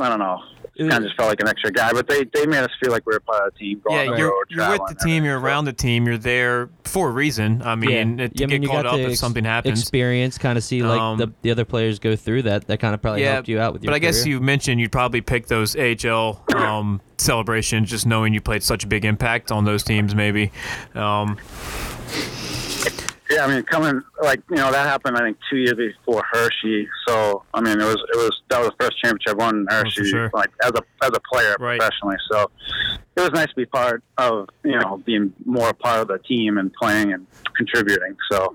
Speaker 1: I don't know.
Speaker 6: Ooh.
Speaker 1: Kind of just felt like an extra guy, but they they made us feel like we were part of the team. Going
Speaker 2: yeah,
Speaker 1: on the
Speaker 2: you're,
Speaker 1: road,
Speaker 2: you're with the
Speaker 1: traveling,
Speaker 2: team, you're around the team, you're there for a reason. I mean, it, to
Speaker 6: Yeah, I mean,
Speaker 2: get
Speaker 6: you
Speaker 2: called
Speaker 6: got
Speaker 2: up
Speaker 6: to
Speaker 2: if
Speaker 6: ex-
Speaker 2: something happens.
Speaker 6: Experience, kind of see like
Speaker 2: Um,
Speaker 6: the, the other players go through that. That kind of probably helped you out with your.
Speaker 2: But I guess
Speaker 6: career.
Speaker 2: you mentioned you'd probably pick those AHL
Speaker 6: [COUGHS]
Speaker 2: um, celebrations, just knowing you played such a big impact on those teams. Maybe,
Speaker 6: [LAUGHS]
Speaker 2: um,
Speaker 1: Yeah, I mean, coming like you know that happened. I think two years before Hershey. So I mean, it was it was that was the first championship I won in Hershey,
Speaker 2: Oh, sure.
Speaker 1: like as a as a player
Speaker 2: Right.
Speaker 1: professionally. So it was nice to be part of you know being more a part of the team and playing and contributing. So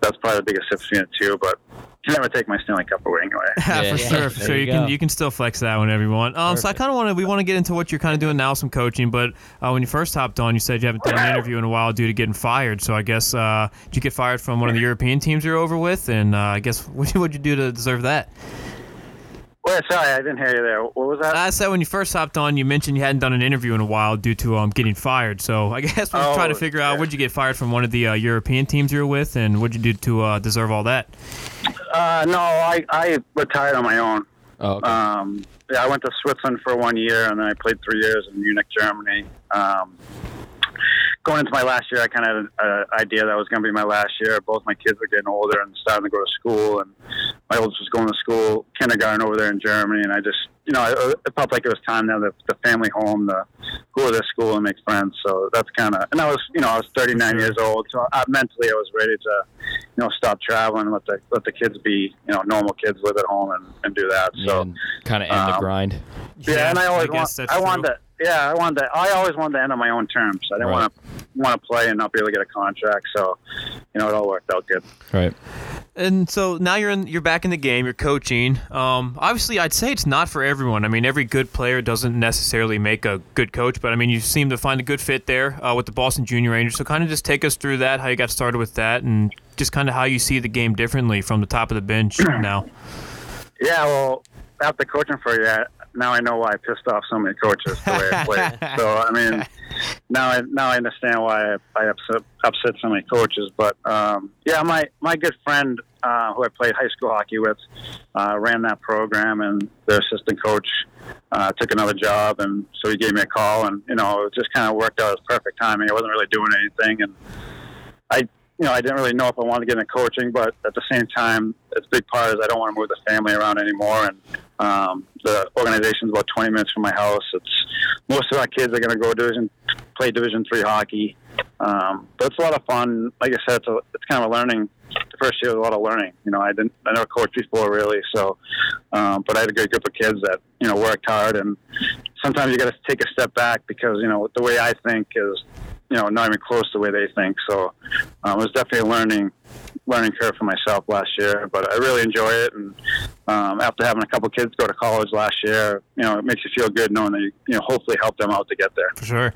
Speaker 1: that's probably the biggest difference between the two. But you can never take my Stanley Cup away anyway.
Speaker 2: [LAUGHS] yeah,
Speaker 3: Yeah.
Speaker 2: for sure. For
Speaker 6: There
Speaker 2: sure,
Speaker 6: you
Speaker 2: you, can
Speaker 6: go.
Speaker 2: you can still flex that whenever you want. Um, so I kind of want to we want to get into what you're kind of doing now, some coaching. But uh, when you first hopped on, you said you haven't done an interview in a while due to getting fired. So I guess uh, did you get fired from one of the European teams you're over with? And uh, I guess [LAUGHS] what would you do to deserve that?
Speaker 1: Well, sorry, I didn't hear you there. What was that?
Speaker 2: I said when you first hopped on, you mentioned you hadn't done an interview in a while due to um, getting fired. So I guess we're
Speaker 1: Oh,
Speaker 2: trying to figure out
Speaker 1: yeah.
Speaker 2: would you get fired from one of the uh, European teams you're with, and what'd you do to uh, deserve all that?
Speaker 1: Uh, no, I, I retired on my own.
Speaker 3: oh, okay.
Speaker 1: Um, yeah, I went to Switzerland for one year, and then I played three years in Munich, Germany. Um, going into my last year, I kind of had an uh, idea that was going to be my last year. Both my kids were getting older and starting to go to school, and my oldest was going to school, kindergarten over there in Germany. And I just, you know, I, it felt like it was time now that the family home, the go to this school and make friends. So that's kind of, and I was, you know, I was 39 years old, so I, mentally I was ready to, you know, stop traveling, and let the let the kids be, you know, normal kids live at home and, and do that. So.
Speaker 3: kind of end the
Speaker 1: um,
Speaker 3: grind.
Speaker 1: Yeah, and I always
Speaker 2: guess
Speaker 1: want,
Speaker 2: that's
Speaker 1: I wanted
Speaker 2: true.
Speaker 1: to, yeah, I wanted to, I always wanted to end on my own terms. I didn't
Speaker 3: Right.
Speaker 1: want to want to play and not be able to get a contract. So, you know, it all worked out good.
Speaker 3: Right.
Speaker 2: And so now you're in, you're back in the game. You're coaching. Um, obviously, I'd say it's not for everyone. I mean, every good player doesn't necessarily make a good coach, but I mean, you seem to find a good fit there uh, with the Boston Junior Rangers. So, kind of just take us through that, how you got started with that, and just kind of how you see the game differently from the top of the bench now.
Speaker 1: Yeah, well, after coaching for you, now I know why I pissed off so many coaches the way I played. so I mean, now I now I understand why I, I upset upset so many coaches. But um, yeah, my my good friend uh, who I played high school hockey with uh, ran that program, and their assistant coach uh, took another job, and so he gave me a call, and you know, it just kind of worked out as perfect timing. I wasn't really doing anything, and I you know, I didn't really know if I wanted to get into coaching, but at the same time, it's a big part is I don't want to move the family around anymore. And um, the organization's about 20 minutes from my house. It's most of our kids are going to go division, play Division three hockey. Um, but it's a lot of fun. Like I said, it's, a, it's kind of a learning. The first year was a lot of learning. You know, I didn't, I never coached before really. So, um, but I had a good group of kids that you know worked hard. And sometimes you got to take a step back because you know the way I think is, you know, not even close to the way they think. So. Um, it was definitely a learning learning curve for myself last year, but I really enjoy it. And um, after having a couple kids go to college last year, you know, it makes you feel good knowing that you, you know hopefully help them out to get there.
Speaker 2: For sure.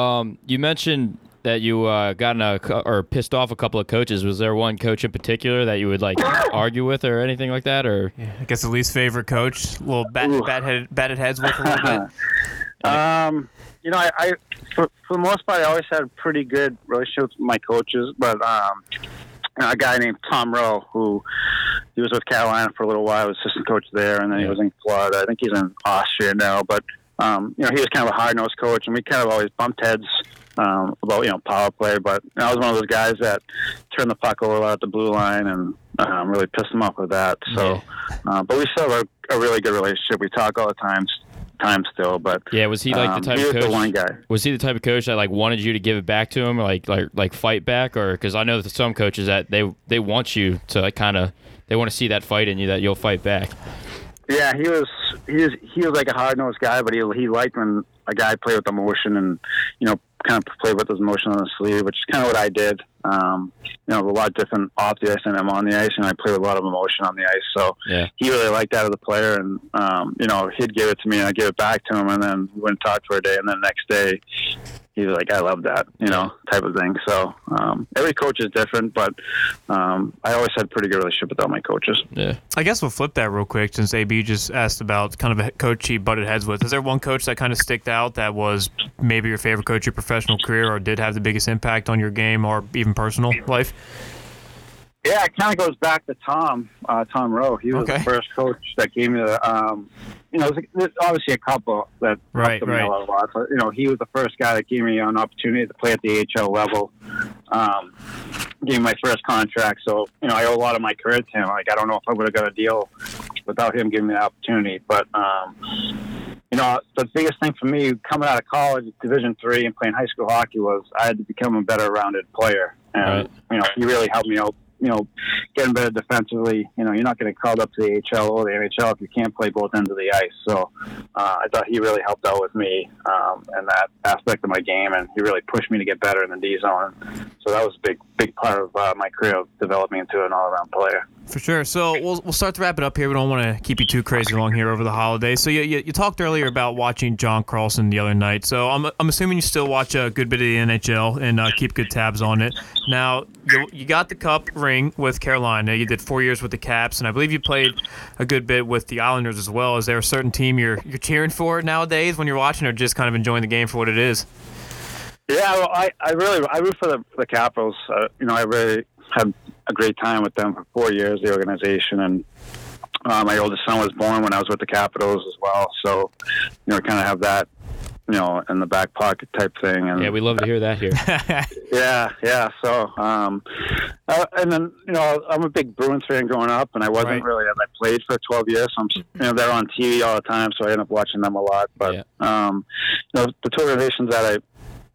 Speaker 3: Um, you mentioned that you uh, gotten a co- or pissed off a couple of coaches. Was there one coach in particular that you would
Speaker 1: [COUGHS]
Speaker 3: like argue with or anything like that? Or
Speaker 2: I guess the least favorite coach, little bat,
Speaker 1: Ooh.
Speaker 2: bat head, batted heads with a little bit.
Speaker 1: Um, you know, I, I for, for the most part, I always had a pretty good relationship with my coaches, but um, a guy named Tom Rowe, who he was with Carolina for a little while, was assistant coach there, and then he
Speaker 3: Yeah.
Speaker 1: was in Florida. I think he's in Austria now, but um, you know, he was kind of a hard nosed coach, and we kind of always bumped heads um, about you know power play. But you know, I was one of those guys that turned the puck over a lot at the blue line and um, really pissed him off with that. So, uh, but we still have a, a really good relationship. We talk all the time, time still. But
Speaker 5: Yeah, was he like
Speaker 1: um,
Speaker 5: the type
Speaker 1: he
Speaker 5: of
Speaker 1: was
Speaker 5: coach?
Speaker 1: the one guy.
Speaker 5: Was he the type of coach that like wanted you to give it back to him, or like like like fight back, or because I know that some coaches that they they want you to like, kind of they want to see that fight in you that you'll fight back.
Speaker 1: Yeah, he was he was he was like a hard nosed guy, but he he liked when a guy played with emotion and you know kind of played with his emotion on his sleeve, which is kind of what I did. Um, you know, a lot different off the ice than I'm on the ice, and I played with a lot of emotion on the ice. So
Speaker 5: Yeah.
Speaker 1: he really liked that as a player, and um, you know he'd give it to me, and I would give it back to him, and then we went and talked for a day, and then the next day he was like, "I love that," you know, type of thing. So um, every coach is different, but um, I always had a pretty good relationship with all my coaches.
Speaker 5: Yeah.
Speaker 2: I guess we'll flip that real quick since AB just asked about kind of a coach he butted heads with. Is there one coach that kind of sticked out that was maybe your favorite coach your professional career or did have the biggest impact on your game or even personal life?
Speaker 1: Yeah, it kind of goes back to Tom, uh, Tom Rowe. He was
Speaker 2: Okay.
Speaker 1: the first coach that gave me the, um, you know, there's, there's obviously a couple that
Speaker 2: Right,
Speaker 1: helped me
Speaker 2: right.
Speaker 1: a lot, a lot, but you know, he was the first guy that gave me an opportunity to play at the AHL level. Um, gave me my first contract, so you know, I owe a lot of my career to him. Like, I don't know if I would have got a deal without him giving me the opportunity, but. Um, you know, the biggest thing for me coming out of college, Division three, and playing high school hockey was I had to become a better rounded player, and
Speaker 5: Right.
Speaker 1: you know, he really helped me out. You know, getting better defensively. You know, you're not getting called up to the HL or the NHL if you can't play both ends of the ice. So, uh, I thought he really helped out with me um, in that aspect of my game, and he really pushed me to get better in the D zone. So that was a big, big part of uh, my career of developing into an all around player.
Speaker 2: For sure. So we'll, we'll start to wrap it up here. We don't want to keep you too crazy long here over the holidays. So you, you, you talked earlier about watching John Carlson the other night. So I'm, I'm assuming you still watch a good bit of the NHL and uh, keep good tabs on it. Now, you, you got the cup ring with Carolina. You did four years with the Caps, and I believe you played a good bit with the Islanders as well. Is there a certain team you're, you're cheering for nowadays when you're watching or just kind of enjoying the game for what it is?
Speaker 1: Yeah, well, I, I really I root for the for the Capitals. Uh, you know, I really had a great time with them for four years, the organization, and uh, my oldest son was born when I was with the Capitals as well. So, you know, kind of have that, you know, in the back pocket type thing. And
Speaker 5: Yeah, we love to hear that [LAUGHS] here.
Speaker 1: yeah, yeah. So, um, uh, and then you know, I'm a big Bruins fan growing up, and I wasn't
Speaker 2: Right. Mm-hmm.
Speaker 1: really. I played for 12 years, so I'm, s- you know, they're on TV all the time, so I end up watching them a lot. But
Speaker 5: Yeah.
Speaker 1: um, you know, the two organizations that I,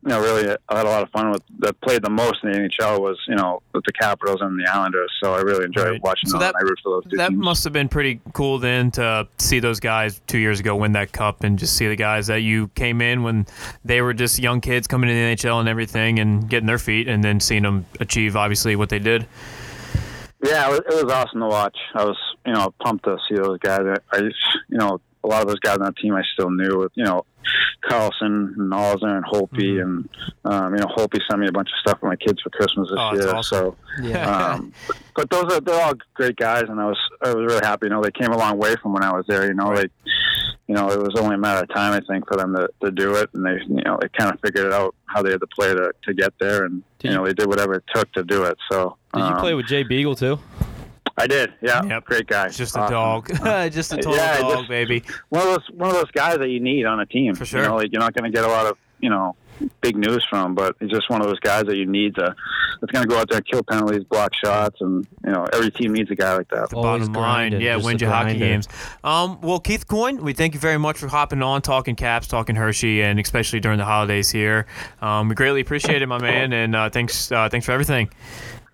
Speaker 1: you know, really had a lot of fun with that played the most in the NHL was you know with the Capitals and the Islanders. So I really enjoyed
Speaker 2: Right.
Speaker 1: watching
Speaker 2: So
Speaker 1: them.
Speaker 2: that-
Speaker 1: and I root for those two
Speaker 2: That
Speaker 1: teams.
Speaker 2: must have been pretty cool then to see those guys two years ago win that cup and just see the guys that you came in when they were just young kids coming in the NHL and everything and getting their feet and then seeing them achieve obviously what they did.
Speaker 1: Yeah, it was, it was awesome to watch. I was, you know, pumped to see those guys. I, I just, you know, a lot of those guys on that team I still knew with, you know, Carlson and Osner and Holpe and, um, you know, Holpe sent me a bunch of stuff for my kids for Christmas this
Speaker 2: Oh, that's
Speaker 1: year.
Speaker 2: awesome.
Speaker 1: So,
Speaker 2: [LAUGHS]
Speaker 1: um, but those are they're all great guys, and I was I was really happy. You know, they came a long way from when I was there. You know, they, you know, it was only a matter of time I think for them to, to do it, and they, you know, they kind of figured out how they had to play to to get there, and
Speaker 5: Did
Speaker 1: you
Speaker 5: you-
Speaker 1: know, they did whatever it took to do it. So,
Speaker 5: Did you
Speaker 1: um,
Speaker 5: play with Jay Beagle too?
Speaker 1: I did. Yeah.
Speaker 2: Yep.
Speaker 1: Great guy.
Speaker 2: Just a
Speaker 1: Awesome.
Speaker 2: dog. [LAUGHS]
Speaker 1: [LAUGHS]
Speaker 2: just a total
Speaker 1: Yeah,
Speaker 2: dog,
Speaker 1: just-
Speaker 2: baby.
Speaker 1: One of those one of those guys that you need on a team.
Speaker 2: For sure.
Speaker 1: You know, like you're not going to get a lot of you know big news from, but he's just one of those guys that you need to. That's going to go out there, and kill penalties, block shots, and you know every team needs a guy like that.
Speaker 2: The
Speaker 6: Always
Speaker 2: bottom line,
Speaker 6: grinded,
Speaker 2: yeah,
Speaker 6: just
Speaker 2: win
Speaker 6: a
Speaker 2: your hockey
Speaker 6: grinder.
Speaker 2: games. Um, well, Keith Coyne, we thank you very much for hopping on, talking Caps, talking Hershey, and especially during the holidays here. Um, we greatly appreciate it, my man, and uh, thanks, uh, thanks for everything.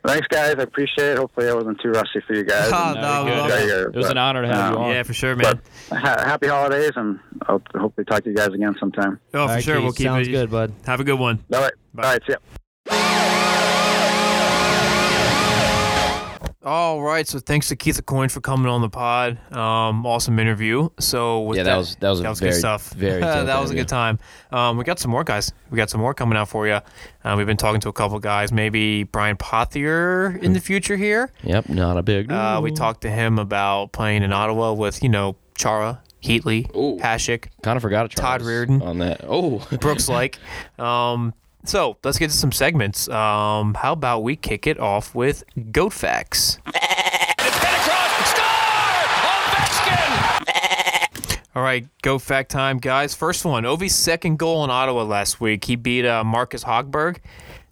Speaker 1: Thanks, guys. I appreciate it. Hopefully, I wasn't too rusty for you guys.
Speaker 2: Oh,
Speaker 1: And-
Speaker 2: [LAUGHS]
Speaker 1: uh,
Speaker 2: no,
Speaker 5: we love
Speaker 1: Yeah, yeah,
Speaker 5: It was
Speaker 1: but,
Speaker 5: an honor to have you
Speaker 1: um,
Speaker 5: on.
Speaker 2: Yeah, for sure, man. Oh,
Speaker 1: ha- happy holidays, and I'll hopefully talk to you guys again sometime.
Speaker 2: Oh,
Speaker 6: All
Speaker 2: for
Speaker 6: right,
Speaker 2: sure.
Speaker 6: Keith,
Speaker 2: We'll keep
Speaker 6: sounds
Speaker 2: it.
Speaker 6: good, bud.
Speaker 2: Have a good one.
Speaker 1: All right.
Speaker 2: Bye.
Speaker 1: All right. See ya.
Speaker 2: All right. So thanks to Keith Coin for coming on the pod. Um, awesome interview. So with
Speaker 3: Yeah, that was- that was a
Speaker 2: good
Speaker 3: very-
Speaker 2: stuff. [LAUGHS]
Speaker 3: very
Speaker 2: that
Speaker 3: dope
Speaker 2: was a
Speaker 3: interview.
Speaker 2: good time. Um, we got some more guys. We got some more coming out for you. Uh, we've been talking to a couple guys. Maybe Brian Pothier in the future here.
Speaker 3: Yep, not a big.
Speaker 2: Uh, we talked to him about playing in Ottawa with you know Chara Heatley, Hashik,
Speaker 3: kind of forgot. Charles
Speaker 2: Todd Reardon.
Speaker 3: on that. Oh,
Speaker 2: Brooks like. Um, so let's get to some segments. Um, how about we kick it off with Goat Facts? All right, go fact time, guys. First one, Ovi's second goal in Ottawa last week. He beat uh, Marcus Hogberg.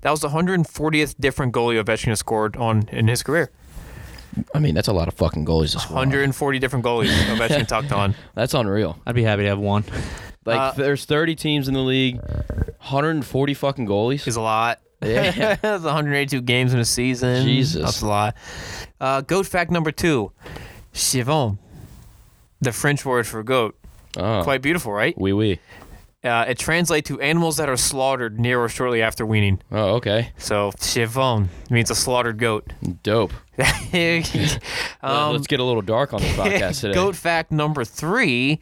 Speaker 2: That was the 140th different goalie Ovechkin has scored on in his career.
Speaker 3: [LAUGHS] I mean, that's a lot of fucking goalies. This
Speaker 2: 140 different goalies Ovechkin talked on.
Speaker 3: That's unreal.
Speaker 6: I'd be happy to have one. [LAUGHS]
Speaker 3: Like,
Speaker 2: Uh,
Speaker 3: there's 30 teams in the league, 140 fucking goalies.
Speaker 2: Is a lot. [LAUGHS]
Speaker 3: Yeah.
Speaker 2: That's 182 games in a season.
Speaker 3: Jesus.
Speaker 2: That's a lot. Uh, goat fact number two, chivon, the French word for goat.
Speaker 3: Oh,
Speaker 2: Quite beautiful, right?
Speaker 3: wee wee.
Speaker 2: Uh, it translates to animals that are slaughtered near or shortly after weaning.
Speaker 3: Oh, okay.
Speaker 2: So chivon means a slaughtered goat. [LAUGHS]
Speaker 3: Dope.
Speaker 2: Um,
Speaker 3: Let's get a little
Speaker 2: [LAUGHS]
Speaker 3: dark on this podcast today.
Speaker 2: Goat fact number three: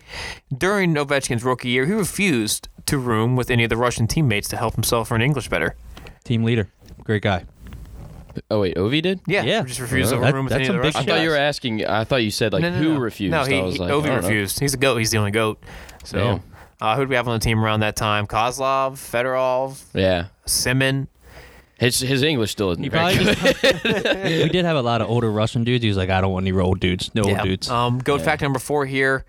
Speaker 2: During Ovechkin's rookie year, he refused to room with any of the Russian teammates to help himself learn English better.
Speaker 6: Team leader, great guy.
Speaker 3: Oh, wait, Ovi did?
Speaker 2: Yeah,
Speaker 6: Yeah.
Speaker 2: just refused
Speaker 6: Yeah.
Speaker 2: to
Speaker 6: That-
Speaker 2: room with
Speaker 6: that's
Speaker 2: any of
Speaker 6: a
Speaker 2: the
Speaker 6: big
Speaker 2: Russian
Speaker 3: I thought you were asking. I thought you said like
Speaker 2: No, no,
Speaker 3: who
Speaker 2: no.
Speaker 3: refused.
Speaker 2: No, he,
Speaker 3: I was
Speaker 2: he-
Speaker 3: like, I
Speaker 2: Ovi
Speaker 3: don't know.
Speaker 2: refused. He's a goat. He's the only goat. So,
Speaker 3: Damn.
Speaker 2: uh, who do we have on the team around that time? Kozlov, Fedorov,
Speaker 3: Yeah,
Speaker 2: Simon.
Speaker 3: his his English still isn't
Speaker 6: You
Speaker 3: very
Speaker 6: probably
Speaker 3: good.
Speaker 6: [LAUGHS] we did have a lot of older Russian dudes. He was like, I don't want any old dudes. No
Speaker 2: Yeah.
Speaker 6: old dudes.
Speaker 2: Um, goat fact number four here: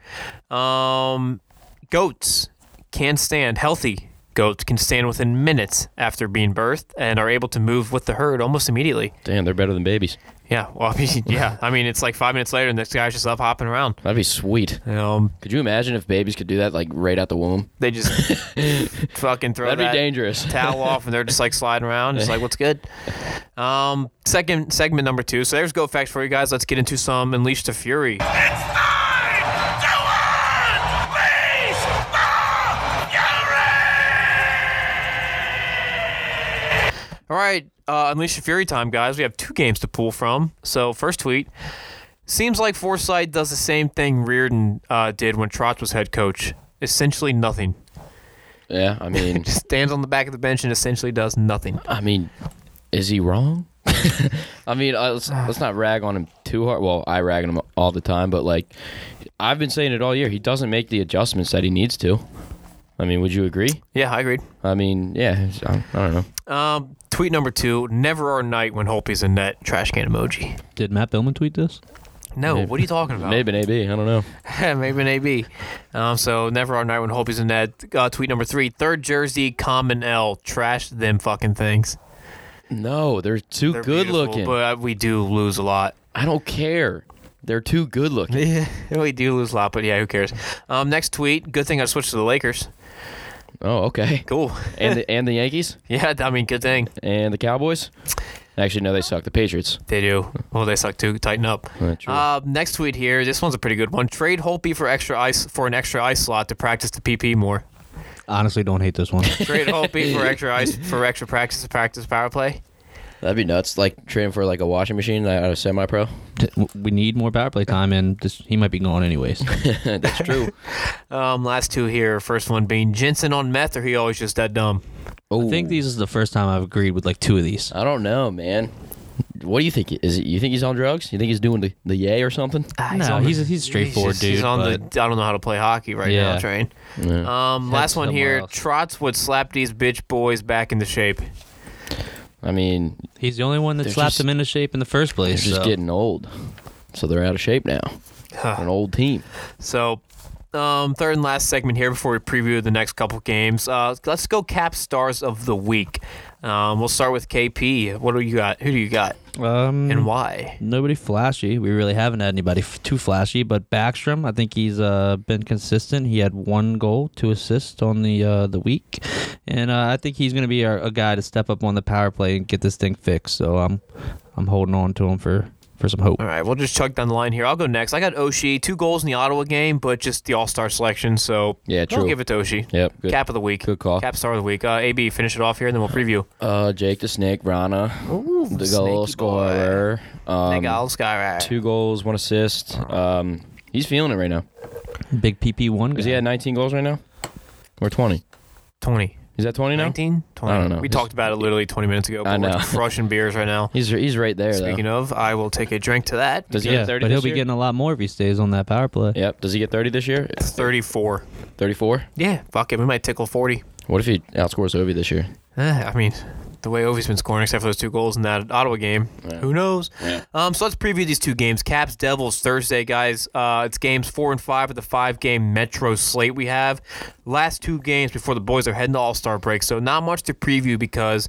Speaker 2: um, goats can stand healthy. Goats can stand within minutes after being birthed and are able to move with the herd almost immediately.
Speaker 3: Damn, they're better than babies.
Speaker 2: Yeah, well, [LAUGHS] I mean, yeah, I mean, it's like five minutes later, and this guy's just up hopping around.
Speaker 3: That'd be sweet.
Speaker 2: Um,
Speaker 3: Could you imagine if babies could do that like right out the womb?
Speaker 2: they
Speaker 3: [LAUGHS]
Speaker 2: just fucking throw
Speaker 3: That'd be
Speaker 2: that
Speaker 3: dangerous.
Speaker 2: towel off, and they're just like sliding around. It's like, what's good? Um, second segment number two. So there's go facts for you guys. Let's get into some unleash the fury. All right, uh, Unleash the Fury time, guys. We have two games to pull from. So, first tweet. Seems like Forsythe does the same thing Reardon uh, did when Trotz was head coach. Essentially nothing.
Speaker 3: Yeah, I mean,
Speaker 2: Just stands on the back of the bench and essentially does nothing.
Speaker 3: I mean, is he wrong? [LAUGHS] I mean, uh, let's, let's not rag on him too hard. Well, I rag on him all the time, but like, I've been saying it all year. He doesn't make the adjustments that he needs to. I mean, would you agree?
Speaker 2: Yeah, I agreed.
Speaker 3: I mean, yeah, I, I don't know.
Speaker 2: Um, tweet number two. Never our night when Holpe's in net. Trash can emoji.
Speaker 6: Did Matt Billman tweet this?
Speaker 2: No, what are you talking about? [LAUGHS]
Speaker 3: Maybe, maybe. I don't know.
Speaker 2: Maybe an AB. Um, so never our night when Holpe's in net. Uh, tweet number three. Third jersey, common L. Trash them fucking things.
Speaker 3: No, they're too
Speaker 2: They're
Speaker 3: good
Speaker 2: beautiful,
Speaker 3: looking.
Speaker 2: but uh, we do lose a lot. [LAUGHS]
Speaker 3: I don't care. They're too good looking.
Speaker 2: Yeah, we do lose a lot, but yeah, who cares? Um, next tweet. Good thing I switched to the Lakers.
Speaker 3: Oh, okay.
Speaker 2: Cool. [LAUGHS]
Speaker 3: And the, and the Yankees
Speaker 2: Yeah, I mean, good thing
Speaker 3: and the Cowboys. Actually, no, they suck. The Patriots.
Speaker 2: they do. Well, they suck too. Tighten up.
Speaker 3: Uh, true.
Speaker 2: Uh, next tweet here. This one's a pretty good one. Trade Holpe for extra ice for an extra ice slot to practice the PP more.
Speaker 6: Honestly, don't hate
Speaker 2: [LAUGHS]
Speaker 6: this one.
Speaker 2: Trade Holpe
Speaker 6: [LAUGHS]
Speaker 2: for extra ice for extra practice to practice power play.
Speaker 3: That'd be nuts. Like trading for like a washing machine out of semi-pro.
Speaker 6: we need more power play time, and this, he might be gone anyways.
Speaker 3: [LAUGHS] That's true.
Speaker 2: Um, last two here. First one being Jensen on meth, or he always just that dumb.
Speaker 3: Oh,
Speaker 6: I think this is the first time I've agreed with like two of these.
Speaker 3: [LAUGHS] I don't know, man. What do you think? Is it you think he's on drugs? You think he's doing the, the yay or something?
Speaker 2: Ah,
Speaker 6: No,
Speaker 2: on the-
Speaker 6: he's a- he's a straightforward
Speaker 2: just- He's
Speaker 6: dude,
Speaker 2: on
Speaker 6: but-
Speaker 2: the I don't know how to play hockey right now
Speaker 6: Yeah.
Speaker 2: train.
Speaker 3: Yeah.
Speaker 2: Um, last one
Speaker 6: somewhere
Speaker 2: here.
Speaker 6: else.
Speaker 2: Trots would slap these bitch boys back into shape.
Speaker 3: I mean,
Speaker 6: He's the only one that
Speaker 3: They're
Speaker 6: slapped
Speaker 3: just-
Speaker 6: him into shape in the first
Speaker 3: they're
Speaker 6: place.
Speaker 3: just
Speaker 6: so.
Speaker 3: getting old, so they're out of shape now. They're an old team.
Speaker 2: So, um, third and last segment here before we preview the next couple games. Uh, let's go cap stars of the week. Um, we'll start with KP. What do you got? Who do you got
Speaker 6: um,
Speaker 3: Mm.
Speaker 2: and why?
Speaker 6: Nobody flashy. We really haven't had anybody f- too flashy, but Backstrom, I think he's uh, been consistent. He had one goal, two assists on the uh, the week, and uh, I think he's going to be our, a guy to step up on the power play and get this thing fixed. So I'm I'm holding on to him for, for some hope.
Speaker 2: All right, we'll just chug down the line here. I'll go next. I got Oshie. Two goals in the Ottawa game, but just the All Star selection. So
Speaker 3: Yeah,
Speaker 2: I'll
Speaker 3: true.
Speaker 2: give it to Oshie.
Speaker 3: Yep, good-
Speaker 2: Cap of the week.
Speaker 3: good call.
Speaker 2: Cap star of the week. Uh, AB, finish it off here, and then we'll preview.
Speaker 3: Uh, Jake the Snake, Rana, the goal
Speaker 2: sneaky
Speaker 3: scorer.
Speaker 2: Big
Speaker 3: Um,
Speaker 2: Al Skyrat.
Speaker 3: two goals, one assist. Um, he's feeling it right now.
Speaker 6: Big PP one guy.
Speaker 3: Is he at 19 goals right now? Or 20?
Speaker 2: 20.
Speaker 3: Is that 20 now?
Speaker 2: 19? 20.
Speaker 3: I don't know.
Speaker 2: We
Speaker 3: It's-
Speaker 2: talked about it literally 20 minutes ago, but
Speaker 3: I
Speaker 2: we're
Speaker 3: know.
Speaker 2: [LAUGHS] crushing beers right now.
Speaker 3: He's he's right there
Speaker 2: Speaking
Speaker 3: though.
Speaker 2: of, I will take a drink to that.
Speaker 3: Does he
Speaker 6: yeah,
Speaker 3: get 30
Speaker 6: but he'll
Speaker 3: this
Speaker 6: be
Speaker 3: year?
Speaker 6: getting a lot more if he stays on that power play.
Speaker 3: Yep. Does he get 30 this year?
Speaker 2: 34.
Speaker 3: 34.
Speaker 2: Yeah, fuck it. We might tickle 40.
Speaker 3: What if he outscores Ovi this year?
Speaker 2: Eh, I mean, the way Ovi's been scoring, except for those two goals in that Ottawa game. Who knows? Um, so let's preview these two games. Caps Devils Thursday, guys. Uh, it's games four and five of the five game Metro slate we have. Last two games before the boys are heading to All Star break, so not much to preview because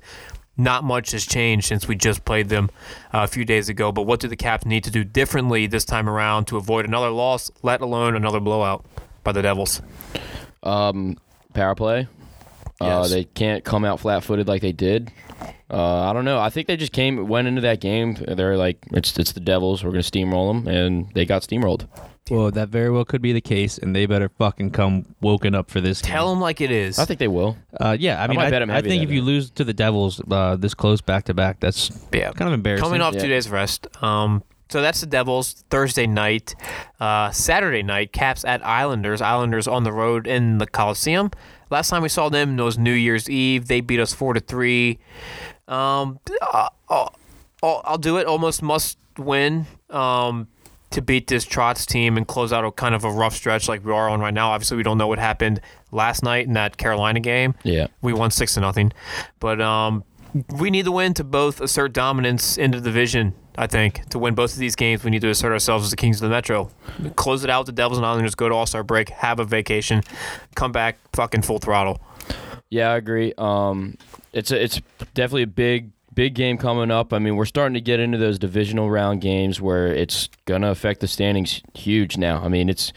Speaker 2: not much has changed since we just played them uh, a few days ago. But what do the Caps need to do differently this time around to avoid another loss, let alone another blowout by the Devils?
Speaker 3: Um, power play. Uh,
Speaker 2: Yes.
Speaker 3: they can't come out flat-footed like they did. Uh, I don't know. I think they just came went into that game. They're like, it's it's the Devils. We're gonna steamroll them, and they got steamrolled.
Speaker 6: Well, that very well could be the case, and they better fucking come woken up for this.
Speaker 2: Tell them like it is.
Speaker 3: I think they will.
Speaker 6: Uh, yeah, I mean,
Speaker 3: might
Speaker 6: I,
Speaker 3: bet 'em
Speaker 6: I
Speaker 3: heavy
Speaker 6: think
Speaker 3: that
Speaker 6: if you
Speaker 3: day.
Speaker 6: lose to the Devils uh, this close back to back, that's
Speaker 2: yeah.
Speaker 6: kind of embarrassing.
Speaker 2: Coming off
Speaker 3: Yeah.
Speaker 2: two days rest. Um, so that's the Devils Thursday night, uh, Saturday night Caps at Islanders. Islanders on the road in the Coliseum. Last time we saw them was New Year's Eve. They beat us four to three. Um, uh, I'll, I'll I'll do it. Almost must win. Um, to beat this Trots team and close out a kind of a rough stretch like we are on right now. Obviously, we don't know what happened last night in that Carolina game.
Speaker 3: Yeah.
Speaker 2: We won six to nothing, but um, we need the win to both assert dominance in the division. I think to win both of these games, we need to assert ourselves as the kings of the Metro. Close it out, the Devils and Islanders go to All Star break, have a vacation, come back fucking full throttle.
Speaker 3: Yeah, I agree. Um, it's a, it's definitely a big big game coming up. I mean, we're starting to get into those divisional round games where it's gonna affect the standings huge now. I mean, it's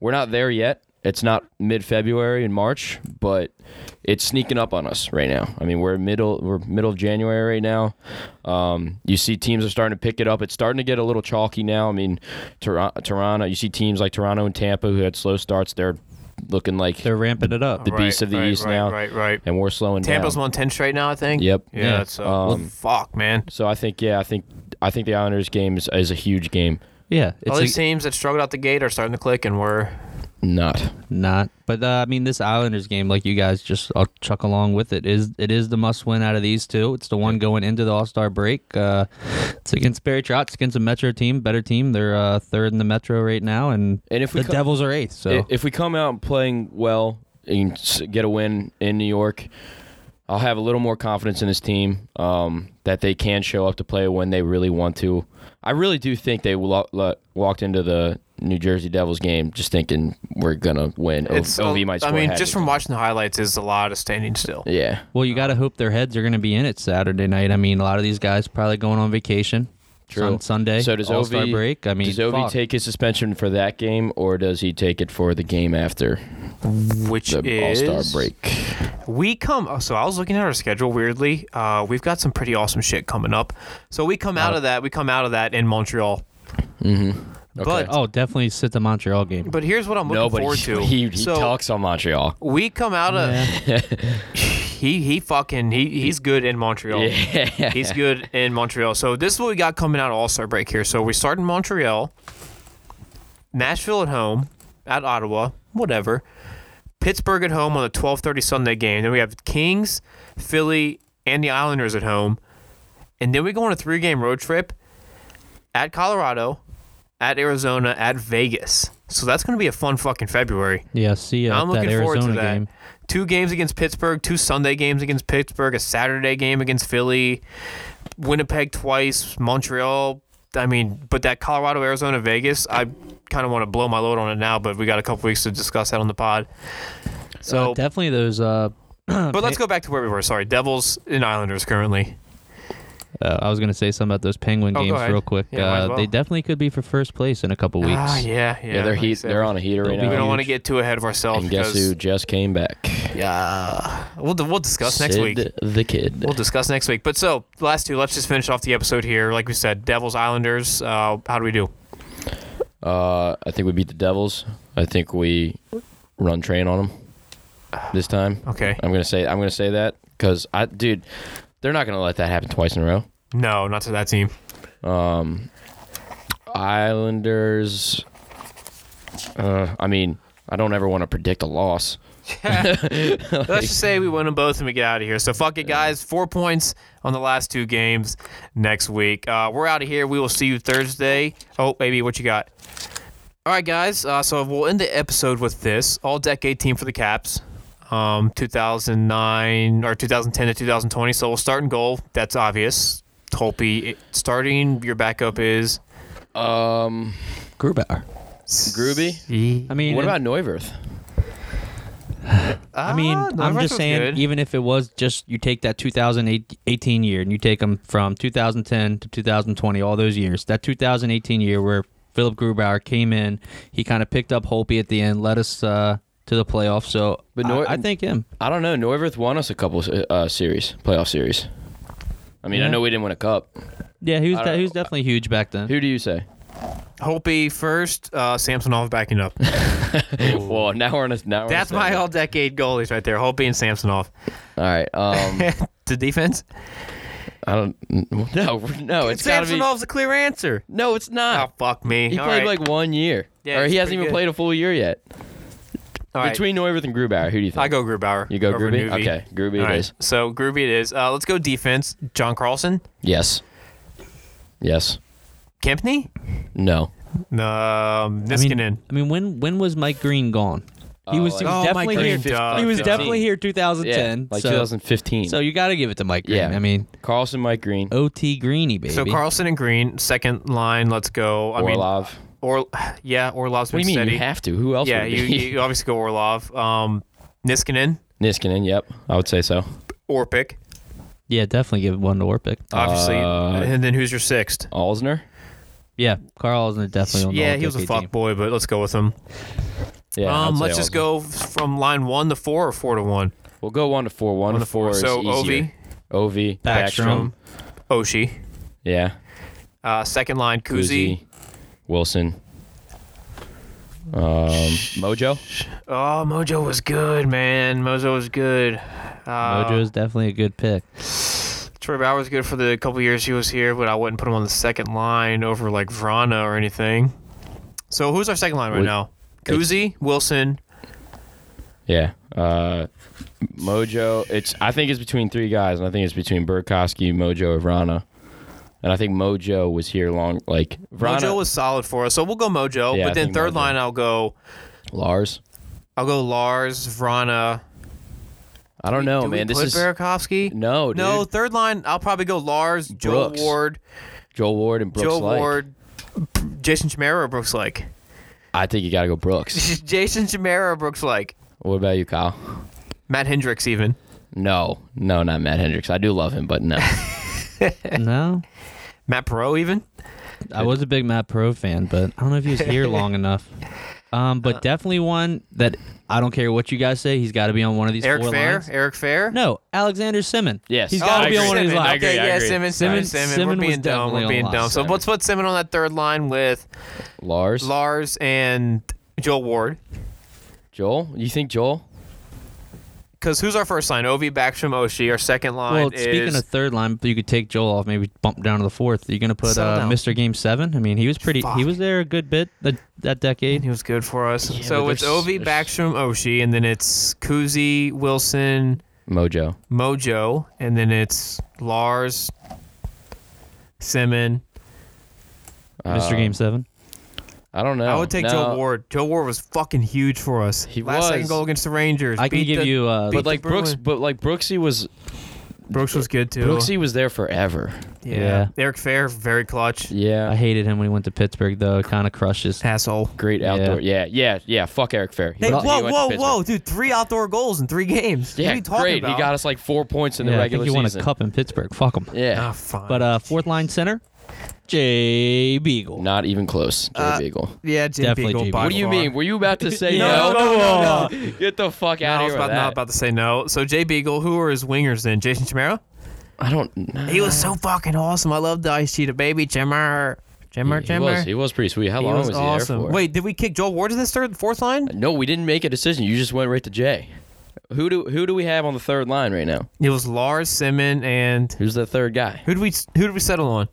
Speaker 3: we're not there yet. It's not mid February and March, but it's sneaking up on us right now. I mean, we're middle we're middle of January right now. Um, you see teams are starting to pick it up. It's starting to get a little chalky now. I mean, Tor- Toronto. You see teams like Toronto and Tampa who had slow starts. They're looking like
Speaker 6: they're ramping it up.
Speaker 3: the beast of the
Speaker 2: right,
Speaker 3: East
Speaker 2: right,
Speaker 3: now.
Speaker 2: Right, right.
Speaker 3: and we're slowing
Speaker 2: Tampa's
Speaker 3: down.
Speaker 2: won ten straight now, I think.
Speaker 3: Yep. Um,
Speaker 2: Yeah. So fuck, man.
Speaker 3: So I think yeah, I think I think the Islanders game is, is a huge game.
Speaker 6: yeah, it's
Speaker 2: All
Speaker 6: a-
Speaker 2: these teams that struggled out the gate are starting to click, and we're
Speaker 3: Not.
Speaker 6: not. But uh, I mean, this Islanders game, like you guys just I'll chuck along with it. Is it is the must win out of these two? It's the one going into the All Star break. Uh, it's against Barry Trotz, against a Metro team, better team. They're uh, third in the Metro right now, and,
Speaker 3: And if we
Speaker 6: the
Speaker 3: co-
Speaker 6: Devils are eighth. So
Speaker 3: I- if we come out and playing well and s- get a win in New York, I'll have a little more confidence in this team um, that they can show up to play when they really want to. I really do think they lo- lo- walked into the New Jersey Devils game just thinking we're gonna win. O-
Speaker 2: it's.
Speaker 3: OV might
Speaker 2: I
Speaker 3: score a
Speaker 2: mean,
Speaker 3: hat
Speaker 2: just
Speaker 3: trick.
Speaker 2: from watching the highlights, is a lot of standing still.
Speaker 3: yeah.
Speaker 6: Well, you got to hope their heads are going to be in it Saturday night. I mean, a lot of these guys probably going on vacation.
Speaker 3: True.
Speaker 6: Sun- Sunday.
Speaker 3: So does
Speaker 6: All-Star
Speaker 3: Ovi
Speaker 6: break. I mean,
Speaker 3: does Ovi
Speaker 6: fuck.
Speaker 3: take his suspension for that game, or does he take it for the game after
Speaker 2: Which
Speaker 3: the
Speaker 2: is
Speaker 3: All Star break?
Speaker 2: We come. oh, So I was looking at our schedule. Weirdly, uh, we've got some pretty awesome shit coming up. So we come
Speaker 3: Oh.
Speaker 2: out of that. We come out of that in Montreal. But
Speaker 6: oh, definitely sit the Montreal game.
Speaker 2: but here's what I'm looking
Speaker 3: Nobody.
Speaker 2: forward
Speaker 3: [LAUGHS]
Speaker 2: to.
Speaker 3: He, he
Speaker 2: so
Speaker 3: talks
Speaker 2: [LAUGHS]
Speaker 3: on Montreal.
Speaker 2: we come out of. [LAUGHS] he he fucking he he's good in Montreal. [LAUGHS] He's good in Montreal. So this is what we got coming out of All Star break here. So we start in Montreal, Nashville at home, at Ottawa, whatever. Pittsburgh at home on the 12:30 Sunday game. Then we have Kings, Philly, and the Islanders at home. And then we go on a three-game road trip at Colorado, at Arizona, at Vegas. So that's going to be a fun fucking February.
Speaker 6: Yeah, see you
Speaker 2: I'm
Speaker 6: at that
Speaker 2: looking forward
Speaker 6: Arizona
Speaker 2: to that.
Speaker 6: game.
Speaker 2: Two games against Pittsburgh, two Sunday games against Pittsburgh, a Saturday game against Philly, Winnipeg twice, Montreal. I mean, but that Colorado, Arizona, Vegas, I kind of want to blow my load on it now, but we got a couple weeks to discuss that on the pod.
Speaker 4: Uh,
Speaker 2: So,
Speaker 6: Definitely those.
Speaker 4: [CLEARS THROAT]
Speaker 6: Uh,
Speaker 2: but let's go back to where we were. Sorry, Devils and Islanders currently.
Speaker 6: uh, I was going to say something about those Penguin
Speaker 2: Oh, go
Speaker 6: games
Speaker 2: ahead.
Speaker 6: real quick.
Speaker 2: Yeah, might as
Speaker 6: uh, They
Speaker 2: well.
Speaker 6: definitely could be for first place in a couple weeks.
Speaker 2: Ah, yeah, yeah.
Speaker 3: Yeah, they're
Speaker 2: like I
Speaker 3: heat.
Speaker 2: said,
Speaker 3: They're on a heater right
Speaker 6: They'll
Speaker 3: now.
Speaker 6: be
Speaker 2: We don't
Speaker 6: huge.
Speaker 2: want to get too ahead of ourselves.
Speaker 3: And guess
Speaker 2: because,
Speaker 3: who just came back?
Speaker 2: Yeah, we'll we'll discuss next
Speaker 3: Sid
Speaker 2: week.
Speaker 3: The kid.
Speaker 2: We'll discuss next week. But so, last two, let's just finish off the episode here. Like we said, Devils, Islanders, uh, how do we do?
Speaker 3: Uh, I think we beat the Devils. I think we run train on them this time.
Speaker 2: Okay.
Speaker 3: I'm gonna say I'm gonna say that because I, dude, they're not gonna let that happen twice in a row.
Speaker 2: No, not to that team.
Speaker 3: Islanders. Uh, I mean, I don't ever want to predict a loss.
Speaker 2: Let's just say we win them both and we get out of here. So fuck it, guys. Four points on the last two games next week. Uh, we're out of here. We will see you Thursday. Oh, baby, what you got? All right, guys. Uh, so we'll end the episode with this all decade team for the Caps. um, 2009 or 2010 to 2020. So we'll start in goal. That's obvious. Holpe it- starting. Your backup is
Speaker 3: Um,
Speaker 4: Grubauer.
Speaker 3: Gruby.
Speaker 4: I mean,
Speaker 3: What about Neuwirth?
Speaker 4: I mean,
Speaker 2: Ah,
Speaker 4: I'm
Speaker 2: Neuwirth
Speaker 4: just
Speaker 2: was
Speaker 4: saying,
Speaker 2: good.
Speaker 4: even if it was just you take that 2018 year and you take them from 2010 to 2020, all those years, that 2018 year where Philip Grubauer came in, he kind of picked up Holpe at the end, led us uh, to the playoffs. So
Speaker 3: But
Speaker 4: but
Speaker 3: Nor-
Speaker 4: I, I think him.
Speaker 3: I don't know. Neuwirth won us a couple uh, series, playoff series. I mean, I
Speaker 4: Yeah.
Speaker 3: know we didn't win a cup.
Speaker 4: Yeah, he was
Speaker 3: I
Speaker 4: de-
Speaker 3: don't-
Speaker 4: he was definitely huge back then.
Speaker 3: Who do you say?
Speaker 2: Holpe first. Uh, Samsonov backing up.
Speaker 3: [LAUGHS] well, now we're on a now. We're on a
Speaker 2: That's my
Speaker 3: stand.
Speaker 2: all decade goalies right there. Holpe and
Speaker 3: [LAUGHS]
Speaker 2: Samsonov.
Speaker 3: All right.
Speaker 2: [LAUGHS]
Speaker 3: Um,
Speaker 2: the defense.
Speaker 3: I don't. No, no, it's gotta be.
Speaker 2: Samsonov's a clear answer.
Speaker 3: No, it's not.
Speaker 2: Oh fuck me.
Speaker 3: He
Speaker 2: All
Speaker 3: played
Speaker 2: right.
Speaker 3: like one year,
Speaker 2: Yeah,
Speaker 3: or he
Speaker 2: he's
Speaker 3: hasn't
Speaker 2: pretty
Speaker 3: even
Speaker 2: good.
Speaker 3: played a full year yet.
Speaker 2: All right.
Speaker 3: Between Neuwirth and Grubauer, who do you think?
Speaker 2: I go Grubauer.
Speaker 3: You go
Speaker 2: over
Speaker 3: Gruby.
Speaker 2: Nuvi.
Speaker 3: Okay, Gruby it
Speaker 2: All right,
Speaker 3: is.
Speaker 2: So Groovy it is. Uh, let's go defense. John Carlson,
Speaker 3: Yes. Yes.
Speaker 2: Kempney,
Speaker 3: No.
Speaker 2: um,
Speaker 4: I mean,
Speaker 2: Niskanen.
Speaker 4: I mean, when when was Mike Green gone? He
Speaker 3: Oh,
Speaker 4: was, he
Speaker 3: like-
Speaker 4: was
Speaker 2: Oh, Mike
Speaker 4: definitely
Speaker 2: Green,
Speaker 4: here.
Speaker 2: duh.
Speaker 4: He was
Speaker 2: 15.
Speaker 4: definitely here
Speaker 3: Yeah,
Speaker 4: 2010.
Speaker 3: like
Speaker 4: so,
Speaker 3: 2015.
Speaker 4: so you got to give it to Mike Green.
Speaker 3: Yeah.
Speaker 4: I mean, Oh,
Speaker 3: Carlson, Mike Green,
Speaker 4: OT Greeny baby.
Speaker 2: so Carlson and Green, second line. Let's go. I
Speaker 3: Orlov.
Speaker 2: mean, or yeah, Orlov's
Speaker 3: what
Speaker 2: been
Speaker 3: do you mean?
Speaker 2: steady.
Speaker 3: You have to. Who else?
Speaker 2: yeah,
Speaker 3: would it
Speaker 2: you,
Speaker 3: be?
Speaker 2: you obviously go Orlov, um, Niskanen,
Speaker 3: [LAUGHS] Niskanen. Yep, I would say so.
Speaker 2: Orpik,
Speaker 4: yeah, definitely give one to Orpik.
Speaker 2: obviously,
Speaker 3: Uh,
Speaker 2: and then who's your sixth?
Speaker 3: Alsner.
Speaker 4: Yeah, Carl Osner definitely. On the
Speaker 2: Yeah, he was a
Speaker 4: all-decade
Speaker 2: fuck
Speaker 4: team.
Speaker 2: boy, but let's go with him.
Speaker 3: Yeah. I'd
Speaker 2: um,
Speaker 3: say
Speaker 2: let's just
Speaker 3: Alsner.
Speaker 2: go from line one to four or four to one.
Speaker 3: We'll go one to four. One,
Speaker 2: One
Speaker 3: to four. is
Speaker 2: So
Speaker 3: easier.
Speaker 2: Ovi,
Speaker 3: Ovi.
Speaker 4: Backstrom.
Speaker 2: Oshi,
Speaker 3: Yeah.
Speaker 2: uh, second line Kuzi.
Speaker 3: Kuzi. Wilson. Um, Mojo.
Speaker 2: Oh, Mojo was good, man. Mojo was good. Uh,
Speaker 4: Mojo is definitely a
Speaker 2: [LAUGHS]
Speaker 4: good pick.
Speaker 2: Troy Bauer was good for the couple years he was here, but I wouldn't put him on the second line over like Vrana or anything. So who's our second line right
Speaker 3: Would-
Speaker 2: now? Kuzi, Wilson.
Speaker 3: Yeah. Uh, Mojo. It's. I think it's between three guys, and I think it's between Burkowski, Mojo, and Vrana. And I think Mojo was here long. Like Vrana,
Speaker 2: Mojo was solid for us, so we'll go Mojo.
Speaker 3: Yeah, I
Speaker 2: but then
Speaker 3: think
Speaker 2: third
Speaker 3: Mojo.
Speaker 2: line, I'll go.
Speaker 3: Lars.
Speaker 2: I'll go Lars, Vrana.
Speaker 3: I don't know,
Speaker 2: Do
Speaker 3: Oh, man.
Speaker 2: we
Speaker 3: This
Speaker 2: put
Speaker 3: is
Speaker 2: Burakovsky?
Speaker 3: no,
Speaker 2: no.
Speaker 3: dude.
Speaker 2: Third line, I'll probably go Lars, Joe
Speaker 3: Brooks.
Speaker 2: Ward,
Speaker 3: Joel Ward and Brooks.
Speaker 2: Joe
Speaker 3: Like.
Speaker 2: Ward, Jason Chimera, or Brooks like. [LAUGHS]
Speaker 3: I think you gotta go Brooks.
Speaker 2: Jason Chimera, or Brooks like.
Speaker 3: what about you, Kyle?
Speaker 2: Matt Hendricks even.
Speaker 3: No, no, not Matt Hendricks. I do love him,
Speaker 2: [LAUGHS]
Speaker 3: but no.
Speaker 4: no,
Speaker 2: Matt Perot even.
Speaker 4: I was a big Matt Pro fan, but I don't know if he was here long enough. Um,
Speaker 2: Uh,
Speaker 4: but definitely one that I don't care what you guys say, he's got to be on one of these
Speaker 2: Eric
Speaker 4: four
Speaker 2: Fair.
Speaker 4: lines.
Speaker 2: Eric Fair.
Speaker 4: No, Alexander Simmon.
Speaker 3: Yes.
Speaker 4: he's
Speaker 3: Oh,
Speaker 4: got to
Speaker 3: I
Speaker 4: be on
Speaker 3: agree.
Speaker 4: one of these
Speaker 2: Simmons.
Speaker 4: lines.
Speaker 2: Okay,
Speaker 3: I
Speaker 2: yeah,
Speaker 3: agree.
Speaker 2: Simmons.
Speaker 4: Simmon-
Speaker 2: Simmons. Simmons.
Speaker 4: Simmon
Speaker 2: We're being
Speaker 4: was
Speaker 2: dumb. We're
Speaker 4: definitely
Speaker 2: being
Speaker 4: on
Speaker 2: dumb.
Speaker 4: last
Speaker 2: So
Speaker 4: night.
Speaker 2: let's put Simmon on that third line with
Speaker 3: Lars,
Speaker 2: Lars and Joel Ward.
Speaker 3: Joel. You think Joel?
Speaker 2: Because who's our first line? Ovi, Backstrom, Oshie. Our second line
Speaker 4: Well,
Speaker 2: is
Speaker 4: speaking of third line, you could take Joel off, maybe bump down to the fourth. You're gonna put
Speaker 2: Settle
Speaker 4: uh,
Speaker 2: down.
Speaker 4: Mr. Game Seven. I mean, he was pretty.
Speaker 2: Fuck.
Speaker 4: He was there a good bit that that
Speaker 2: [LAUGHS]
Speaker 4: decade.
Speaker 2: he was good for us.
Speaker 3: but
Speaker 2: so it's
Speaker 3: there's-
Speaker 2: Ovi,
Speaker 3: there's-
Speaker 2: Backstrom, Oshie, and then it's Kuzi, Wilson,
Speaker 3: Mojo.
Speaker 2: Mojo, and then it's Lars, Simmon.
Speaker 4: Mr. Game Seven.
Speaker 3: Uh, I don't know.
Speaker 2: I would take
Speaker 3: Oh, No.
Speaker 2: Joe Ward. Joe Ward was fucking huge for us.
Speaker 3: He
Speaker 2: Last
Speaker 3: was.
Speaker 2: second goal against the Rangers.
Speaker 4: I can
Speaker 2: Beat
Speaker 4: give
Speaker 2: the-
Speaker 4: you. Uh,
Speaker 2: beat
Speaker 3: But like
Speaker 2: the
Speaker 3: Brooks,
Speaker 2: Bruins.
Speaker 3: but like Brooksy was
Speaker 2: Brooks was good too.
Speaker 3: Brooksy was there forever.
Speaker 2: Yeah.
Speaker 4: Yeah.
Speaker 2: Eric Fair, very clutch.
Speaker 4: I
Speaker 3: Yeah,
Speaker 4: hated him when he went to Pittsburgh, though. Kind of crushes.
Speaker 2: Asshole.
Speaker 3: great outdoor. Yeah, yeah, yeah. Fuck Eric Fair. He
Speaker 2: Hey,
Speaker 3: went- he
Speaker 2: whoa,
Speaker 3: went to
Speaker 2: whoa,
Speaker 3: Pittsburgh.
Speaker 2: whoa, dude. Three outdoor goals in three games. what
Speaker 3: Yeah,
Speaker 2: are you talking
Speaker 3: great.
Speaker 2: about?
Speaker 3: He got us like four points in the
Speaker 4: yeah, I
Speaker 3: regular
Speaker 4: think he won
Speaker 3: season.
Speaker 4: a cup in Pittsburgh. Fuck him.
Speaker 2: Ah,
Speaker 3: Yeah,
Speaker 2: fine.
Speaker 4: But uh, fourth line center, Jay Beagle.
Speaker 3: not even close. Jay
Speaker 2: Uh,
Speaker 3: Beagle.
Speaker 2: yeah, Jim
Speaker 4: definitely
Speaker 2: Beagle,
Speaker 4: Jim
Speaker 2: by
Speaker 4: Beagle.
Speaker 3: What do you
Speaker 2: far.
Speaker 3: mean? Were you
Speaker 2: [LAUGHS]
Speaker 3: about to say
Speaker 2: No, no, no, no.
Speaker 3: [LAUGHS] Get the fuck
Speaker 2: No,
Speaker 3: out
Speaker 2: I
Speaker 3: of
Speaker 2: was
Speaker 3: here.
Speaker 2: about,
Speaker 3: with
Speaker 2: not
Speaker 3: that.
Speaker 2: about to say no. So Jay Beagle, who are his wingers then? Jason Chimera?
Speaker 3: I don't. know.
Speaker 2: He was so fucking awesome. I love the ice cheetah baby, Jimmer. Jimmer,
Speaker 3: He
Speaker 2: Jimmer.
Speaker 3: was. He was pretty sweet. How
Speaker 2: He
Speaker 3: long
Speaker 2: was
Speaker 3: was he
Speaker 2: awesome.
Speaker 3: there for?
Speaker 2: Wait, did we kick Joel Ward in this third, fourth line?
Speaker 3: No, we didn't make a decision. You just went right to Jay. Who do who do we have on the third line right now?
Speaker 2: It was Lars Simon and
Speaker 3: Who's the third guy?
Speaker 2: who did we who did we settle on?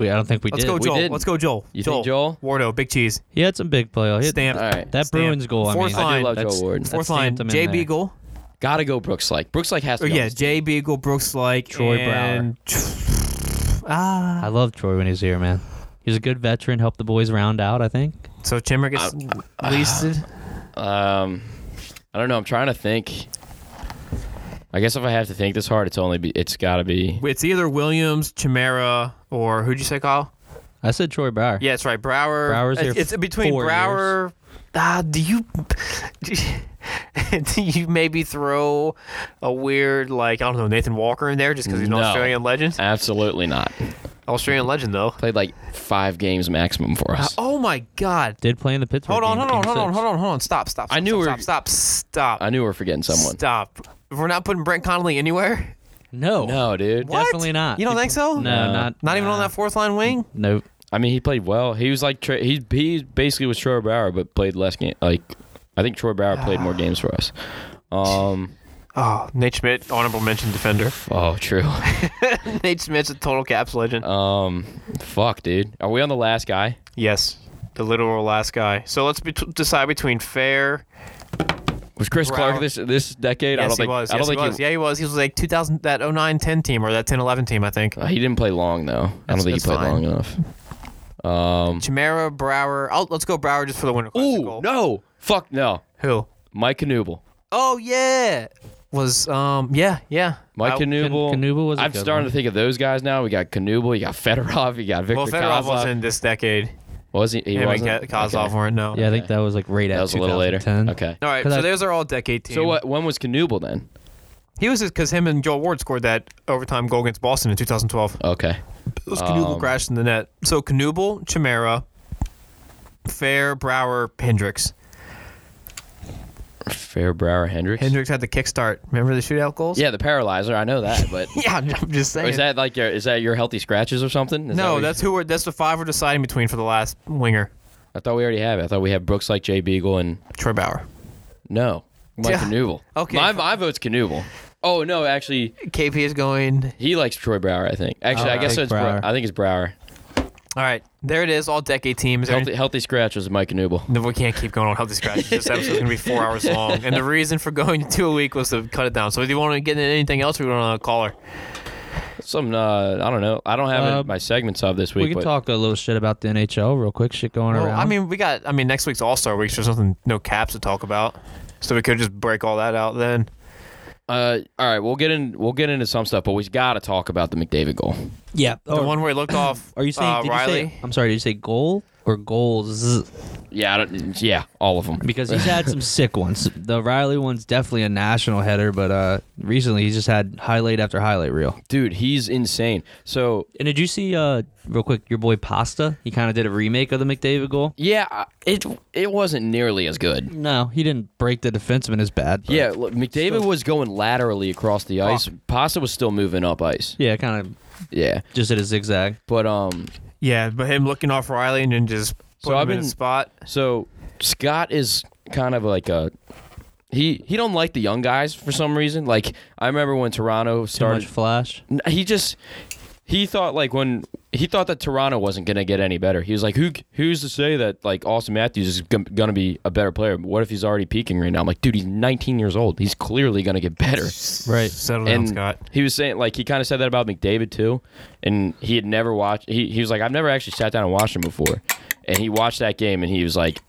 Speaker 4: Wait, I don't think we
Speaker 2: Let's
Speaker 4: did.
Speaker 2: go,
Speaker 3: we
Speaker 2: Joel.
Speaker 3: didn't.
Speaker 2: Let's go, Joel.
Speaker 3: You
Speaker 2: Joel.
Speaker 3: think Joel?
Speaker 2: Wardo, big cheese.
Speaker 4: He had some big play. He had-
Speaker 2: Stamp.
Speaker 3: All right.
Speaker 4: That
Speaker 2: Stamp.
Speaker 4: Bruins goal. I
Speaker 2: Fourth
Speaker 4: mean,
Speaker 2: line.
Speaker 3: I do love
Speaker 4: that's-
Speaker 3: Joel Ward.
Speaker 2: Fourth
Speaker 4: That
Speaker 2: line.
Speaker 4: stamped him in
Speaker 2: Jay
Speaker 4: there.
Speaker 2: Beagle.
Speaker 3: Gotta go Brooks like. Brooks like has to
Speaker 2: Or
Speaker 3: be on
Speaker 2: Oh, yeah,
Speaker 3: this
Speaker 2: Jay Beagle, Brooks like
Speaker 4: Troy
Speaker 2: and Ah.
Speaker 4: I love Troy when he's here, man. He's a good veteran. Helped the boys round out. I think.
Speaker 2: So Chimmer gets leased.
Speaker 3: Um, I don't know. I'm trying to think. I guess if I have to think this hard, it's only be, it's got to be.
Speaker 2: It's either Williams, Chimera, or who'd you say, Kyle?
Speaker 4: I said Troy Bauer.
Speaker 2: Yeah, it's right. Brower.
Speaker 4: Brower's here
Speaker 2: it's, it's between
Speaker 4: four
Speaker 2: Brower. Ah, do you [LAUGHS] do you maybe throw a weird like I don't know Nathan Walker in there just because he's an
Speaker 3: No.
Speaker 2: Australian legend?
Speaker 3: Absolutely not.
Speaker 2: Australian legend though.
Speaker 3: Played like five games maximum for us.
Speaker 2: Oh my God!
Speaker 4: Did play in the Pittsburgh.
Speaker 2: Hold on,
Speaker 4: game,
Speaker 2: hold on,
Speaker 4: game
Speaker 2: hold on,
Speaker 4: six.
Speaker 2: hold on, hold on. Stop, stop.
Speaker 3: I
Speaker 2: stop,
Speaker 3: knew we
Speaker 2: Stop,
Speaker 3: were-
Speaker 2: stop, stop.
Speaker 3: I knew we were forgetting someone.
Speaker 2: Stop. We're not putting Brent Connolly anywhere.
Speaker 4: No,
Speaker 3: No, dude.
Speaker 2: What?
Speaker 4: Definitely not.
Speaker 2: You don't think so?
Speaker 4: No, not
Speaker 2: Not even on that fourth line wing.
Speaker 4: Nope.
Speaker 3: I mean, he played well. He was like Tra- he he basically was Troy Brower, but played less game. Like I think Troy Brower played more games for us.
Speaker 2: [SIGHS]
Speaker 3: Um.
Speaker 2: Oh, Nate Schmidt, honorable mention defender.
Speaker 3: [LAUGHS] Oh, true.
Speaker 2: Nate Schmidt's a total caps legend.
Speaker 3: Um. Fuck, dude. Are we on the last guy?
Speaker 2: yes, the literal last guy. So let's be- decide between fair.
Speaker 3: Was Chris
Speaker 2: Brower.
Speaker 3: Clark this this decade? I
Speaker 2: yes,
Speaker 3: don't think.
Speaker 2: he was.
Speaker 3: I
Speaker 2: yes,
Speaker 3: don't
Speaker 2: he
Speaker 3: think
Speaker 2: was. yeah, he was. He was like 2000 that 09-10 team or that 10-11 team, I think.
Speaker 3: Uh, he didn't play long though. I
Speaker 2: That's-
Speaker 3: don't think he
Speaker 2: that's
Speaker 3: played
Speaker 2: fine.
Speaker 3: long enough. Um.
Speaker 2: Chimera, Brower. Oh, let's go Brower just for the winter.
Speaker 3: Ooh,
Speaker 2: Classical.
Speaker 3: no. Fuck no.
Speaker 2: Who?
Speaker 3: Mike Knuble.
Speaker 2: Oh yeah. Was um yeah yeah.
Speaker 3: Mike
Speaker 2: I-
Speaker 3: Knuble.
Speaker 4: Kn- Knuble was a
Speaker 3: I'm
Speaker 4: good
Speaker 3: starting to think of those guys now. We got Knuble. You got Fedorov. You got Victor
Speaker 2: Well, Fedorov
Speaker 3: Kozlov.
Speaker 2: was in this decade.
Speaker 3: Was he? He
Speaker 2: Him
Speaker 3: wasn't?
Speaker 2: and Ka- Kozlov
Speaker 3: Okay.
Speaker 2: weren't no.
Speaker 4: Yeah, I think that was like right at
Speaker 3: That was a little later.
Speaker 4: 2010.
Speaker 3: Okay.
Speaker 2: All right,
Speaker 4: 'Cause
Speaker 2: so
Speaker 4: I-
Speaker 2: those are all decade teams.
Speaker 3: So what? When was Knuble then?
Speaker 2: He was because him and Joel Ward scored that overtime goal against Boston in 2012.
Speaker 3: Okay.
Speaker 2: It was
Speaker 3: Um,
Speaker 2: Knuble crashed in the net. So Knuble, Chimera, Fair, Brower, Hendricks.
Speaker 3: Fair Brower Hendricks.
Speaker 2: Hendricks had the kickstart. Remember the shootout goals?
Speaker 3: Yeah, the paralyzer. I know that, but
Speaker 2: [LAUGHS] yeah. I'm just saying.
Speaker 3: is that like your is that your healthy scratches or something? Is that what
Speaker 2: no,
Speaker 3: you-
Speaker 2: that's who we're. That's the five we're deciding between for the last winger,
Speaker 3: I thought we already have. it. I thought we had Brooks like Jay Beagle and
Speaker 2: Troy Bauer.
Speaker 3: no Mike
Speaker 2: Yeah.
Speaker 3: Knuble.
Speaker 2: Okay.
Speaker 3: My my vote's Knuble. Oh no, actually
Speaker 2: KP is going.
Speaker 3: he likes Troy Brower. I think. Actually, I
Speaker 4: I'll
Speaker 3: guess
Speaker 4: take
Speaker 3: it's Bro-
Speaker 4: Oh, Brower.
Speaker 3: I think it's Brower.
Speaker 2: All right, there it is. All decade teams. There-
Speaker 3: Healthy, healthy scratches, Mike Knuble.
Speaker 2: No, we can't keep going on healthy scratches. This episode's gonna be four hours long,
Speaker 3: [LAUGHS]
Speaker 2: and the reason for going [LAUGHS] to two a week was to cut it down. So, do you want to get into anything else? Or we want to call her.
Speaker 3: Some uh, I don't know. I don't have
Speaker 4: Uh,
Speaker 3: it my segments of this week.
Speaker 4: We can
Speaker 3: but
Speaker 4: talk a little shit about the NHL real quick. Shit going
Speaker 2: Well,
Speaker 4: around.
Speaker 2: Oh, I mean, we got. I mean, next week's All Star week, so there's nothing, no caps to talk about. So we could just break all that out then.
Speaker 3: Uh, all right, we'll get in. We'll get into some stuff, but we've got to talk about the McDavid goal.
Speaker 4: yeah.
Speaker 2: the one where he looked off.
Speaker 4: Oh. [CLEARS THROAT] Are you saying?
Speaker 2: uh,
Speaker 4: did
Speaker 2: Riley?
Speaker 4: You say, I'm sorry. Did you say goal or goals?
Speaker 3: Yeah, I don't, yeah, all of them.
Speaker 4: Because he's had [LAUGHS] some sick ones. The Riley one's definitely a national header, but uh, recently he's just had highlight after highlight reel.
Speaker 3: Dude, he's insane. So
Speaker 4: And did you see, uh, real quick, your boy Pasta? He kind of did a remake of the McDavid goal.
Speaker 3: yeah, I- it it wasn't nearly as good.
Speaker 4: No, he didn't break the defenseman as bad. but-
Speaker 3: Yeah, look, McDavid was going laterally across the ice. Pasta was still moving up ice.
Speaker 4: yeah, kind of
Speaker 3: Yeah,
Speaker 4: just did a zigzag.
Speaker 3: but um,
Speaker 2: Yeah, but him looking off Riley and then just
Speaker 3: So
Speaker 2: put him
Speaker 3: I've
Speaker 2: in
Speaker 3: been-
Speaker 2: his spot.
Speaker 3: so Scott is kind of like a he he don't like the young guys for some reason. Like I remember when Toronto
Speaker 4: Too
Speaker 3: started
Speaker 4: much flash.
Speaker 3: N- he just he thought like when he thought that Toronto wasn't gonna get any better. He was like, who who's to say that like Austin Matthews is g- gonna be a better player? What if he's already peaking right now? I'm like, dude, he's 19 years old. He's clearly gonna get better.
Speaker 4: Right.
Speaker 2: Settle down,
Speaker 3: And
Speaker 2: Scott.
Speaker 3: he was saying like he kind of said that about McDavid too, and he had never watched. He he was like, I've never actually sat down and watched him before, and he watched that game and he was like.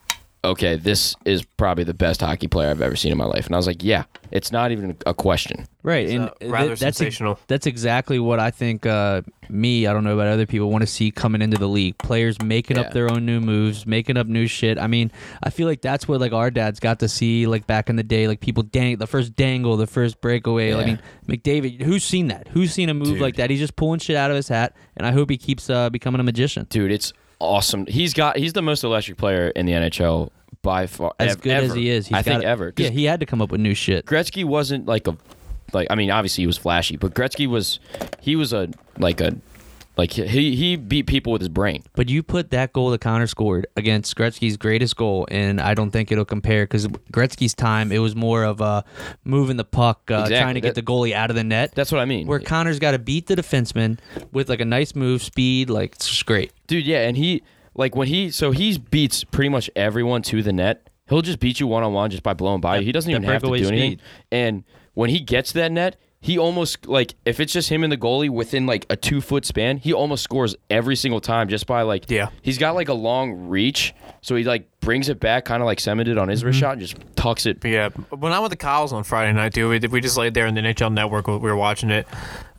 Speaker 3: Okay, this is probably the best hockey player I've ever seen in my life, and I was like, "Yeah, it's not even a question."
Speaker 4: Right,
Speaker 2: It's,
Speaker 4: and
Speaker 2: uh,
Speaker 4: th-
Speaker 2: rather
Speaker 4: that's ex-
Speaker 2: sensational.
Speaker 4: that's exactly what I think. Uh, me, I don't know about other people, want to see coming into the league. Players making
Speaker 3: Yeah.
Speaker 4: up their own new moves, making up new shit. I mean, I feel like that's what like our dads got to see like back in the day, like people dang the first dangle, the first breakaway. I
Speaker 3: Yeah.
Speaker 4: mean, McDavid, who's seen that? Who's seen a move like that? He's just pulling shit out of his hat, and I hope he keeps uh, becoming a magician.
Speaker 3: dude, it's awesome. He's got he's the most electric player in the NHL by far.
Speaker 4: As
Speaker 3: ev-
Speaker 4: good as
Speaker 3: ever.
Speaker 4: he is, he's
Speaker 3: I
Speaker 4: got
Speaker 3: think ever. 'Cause
Speaker 4: Yeah, he had to come up with new shit.
Speaker 3: Gretzky wasn't like a like I mean, obviously he was flashy, but Gretzky was he was a like a like he he beat people with his brain.
Speaker 4: But you put that goal that Connor scored against Gretzky's greatest goal, and I don't think it'll compare because Gretzky's time it was more of uh, moving the puck, uh,
Speaker 3: Exactly.
Speaker 4: trying to get
Speaker 3: That-
Speaker 4: the goalie out of the net.
Speaker 3: That's what I mean.
Speaker 4: where Connor's got to beat the defenseman with like a nice move, speed, like it's just great.
Speaker 3: dude, yeah, and he like when he so he beats pretty much everyone to the net. He'll just beat you one on one just by blowing by you. He doesn't
Speaker 4: that
Speaker 3: even have to do
Speaker 4: breakaway
Speaker 3: anything.
Speaker 4: speed.
Speaker 3: And when he gets to that net, he almost like if it's just him and the goalie within like a two foot span, he almost scores every single time just by like
Speaker 2: Yeah.
Speaker 3: He's got like a long reach, so he like brings it back, kind of like Semen did on his wrist shot, and just tucks it.
Speaker 2: Yeah, when I went to Kyle's on Friday night, dude, we, we just laid there in the NHL Network. We were watching it.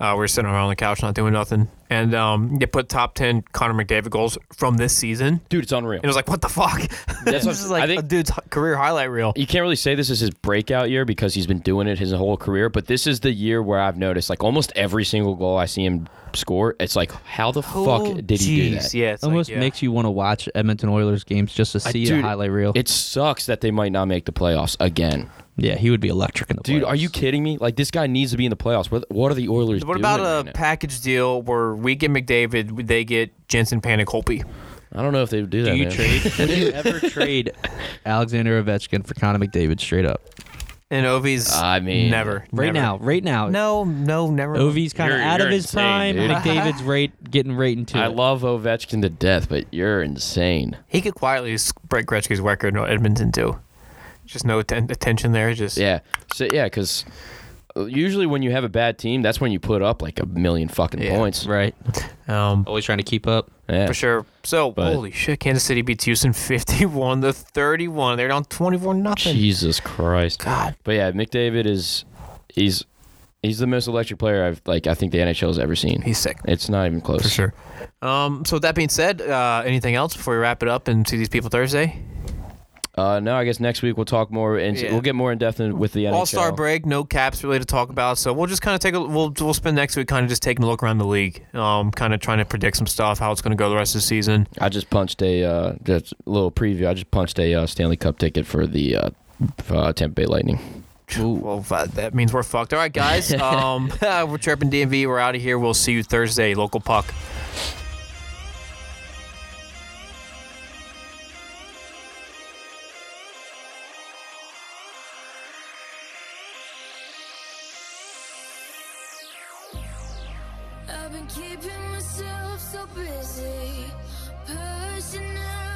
Speaker 2: Uh, we were sitting around the couch, not doing nothing, and um, they put top ten Connor McDavid goals from this season.
Speaker 3: Dude, it's unreal.
Speaker 2: And it was like, what the fuck? [LAUGHS] this
Speaker 3: That's what-
Speaker 2: is like
Speaker 3: I think-
Speaker 2: a dude's h- career highlight reel.
Speaker 3: you can't really say this is his breakout year because he's been doing it his whole career, but this is the year where I've noticed like almost every single goal I see him score, it's like how the
Speaker 2: Oh,
Speaker 3: fuck did he do
Speaker 2: jeez,
Speaker 3: that?
Speaker 2: Yeah, it's like,
Speaker 6: Almost
Speaker 2: yeah.
Speaker 6: makes you want to watch Edmonton Oilers games just to
Speaker 3: I-
Speaker 6: see a
Speaker 3: dude,
Speaker 6: highlight reel.
Speaker 3: It sucks that they might not make the playoffs again.
Speaker 6: yeah, he would be electric in the
Speaker 3: Dude,
Speaker 6: playoffs.
Speaker 3: are you kidding me? Like this guy needs to be in the playoffs. What, what are the Oilers
Speaker 2: What
Speaker 3: doing
Speaker 2: about uh,
Speaker 3: right
Speaker 2: a
Speaker 3: now?
Speaker 2: package deal where we get McDavid, they get Jensen Panic Holpe?
Speaker 3: I don't know if they would do that.
Speaker 6: Do you
Speaker 3: man.
Speaker 6: trade?
Speaker 4: [LAUGHS]
Speaker 6: Would you ever trade Alexander Ovechkin for Connor McDavid straight up?
Speaker 2: And Ovi's
Speaker 3: I mean,
Speaker 2: never
Speaker 6: Right
Speaker 2: never.
Speaker 6: now, right now.
Speaker 2: No, no, never.
Speaker 6: Ovi's kind of
Speaker 5: You're-
Speaker 6: out of
Speaker 5: you're
Speaker 6: his
Speaker 5: insane,
Speaker 6: prime.
Speaker 3: dude.
Speaker 6: McDavid's rate getting right into
Speaker 3: I
Speaker 6: it.
Speaker 3: love Ovechkin to death, but you're insane.
Speaker 2: He could quietly s- break Gretzky's record in Edmonton too. Just no atten- attention there. Just
Speaker 3: Yeah. So yeah, because usually when you have a bad team, that's when you put up like a million fucking
Speaker 2: Yeah.
Speaker 3: points.
Speaker 6: right.
Speaker 2: um,
Speaker 6: Always trying to keep up.
Speaker 3: Oh, Yeah.
Speaker 2: for sure. So
Speaker 3: But-
Speaker 2: holy shit, Kansas City beats Houston [LAUGHS] fifty-one to thirty-one. They're down twenty-four nothing.
Speaker 3: Jesus Christ.
Speaker 2: God,
Speaker 3: But yeah, McDavid is he's he's the most electric player I've like I think the NHL has ever seen.
Speaker 2: he's sick
Speaker 3: it's not even close.
Speaker 2: for sure. Um, so with that being said, uh, anything else before we wrap it up and see these people Thursday?
Speaker 3: Uh, no, I guess next week we'll talk more and
Speaker 2: Yeah.
Speaker 3: we'll get more in depth in- with the NHL.
Speaker 2: All Star break, no caps really to talk about. So we'll just kind of take a we'll we'll spend next week kind of just taking a look around the league, um, kind of trying to predict some stuff, how it's going to go the rest of the season.
Speaker 3: I just punched a uh, just a little preview. I just punched a uh, Stanley Cup ticket for the uh, uh, Tampa Bay Lightning.
Speaker 2: Well, that, that means we're fucked. All right, guys. Um, [LAUGHS] we're chirping DMV. We're out of here. We'll see you Thursday, local puck.
Speaker 7: I've been keeping myself so busy, personal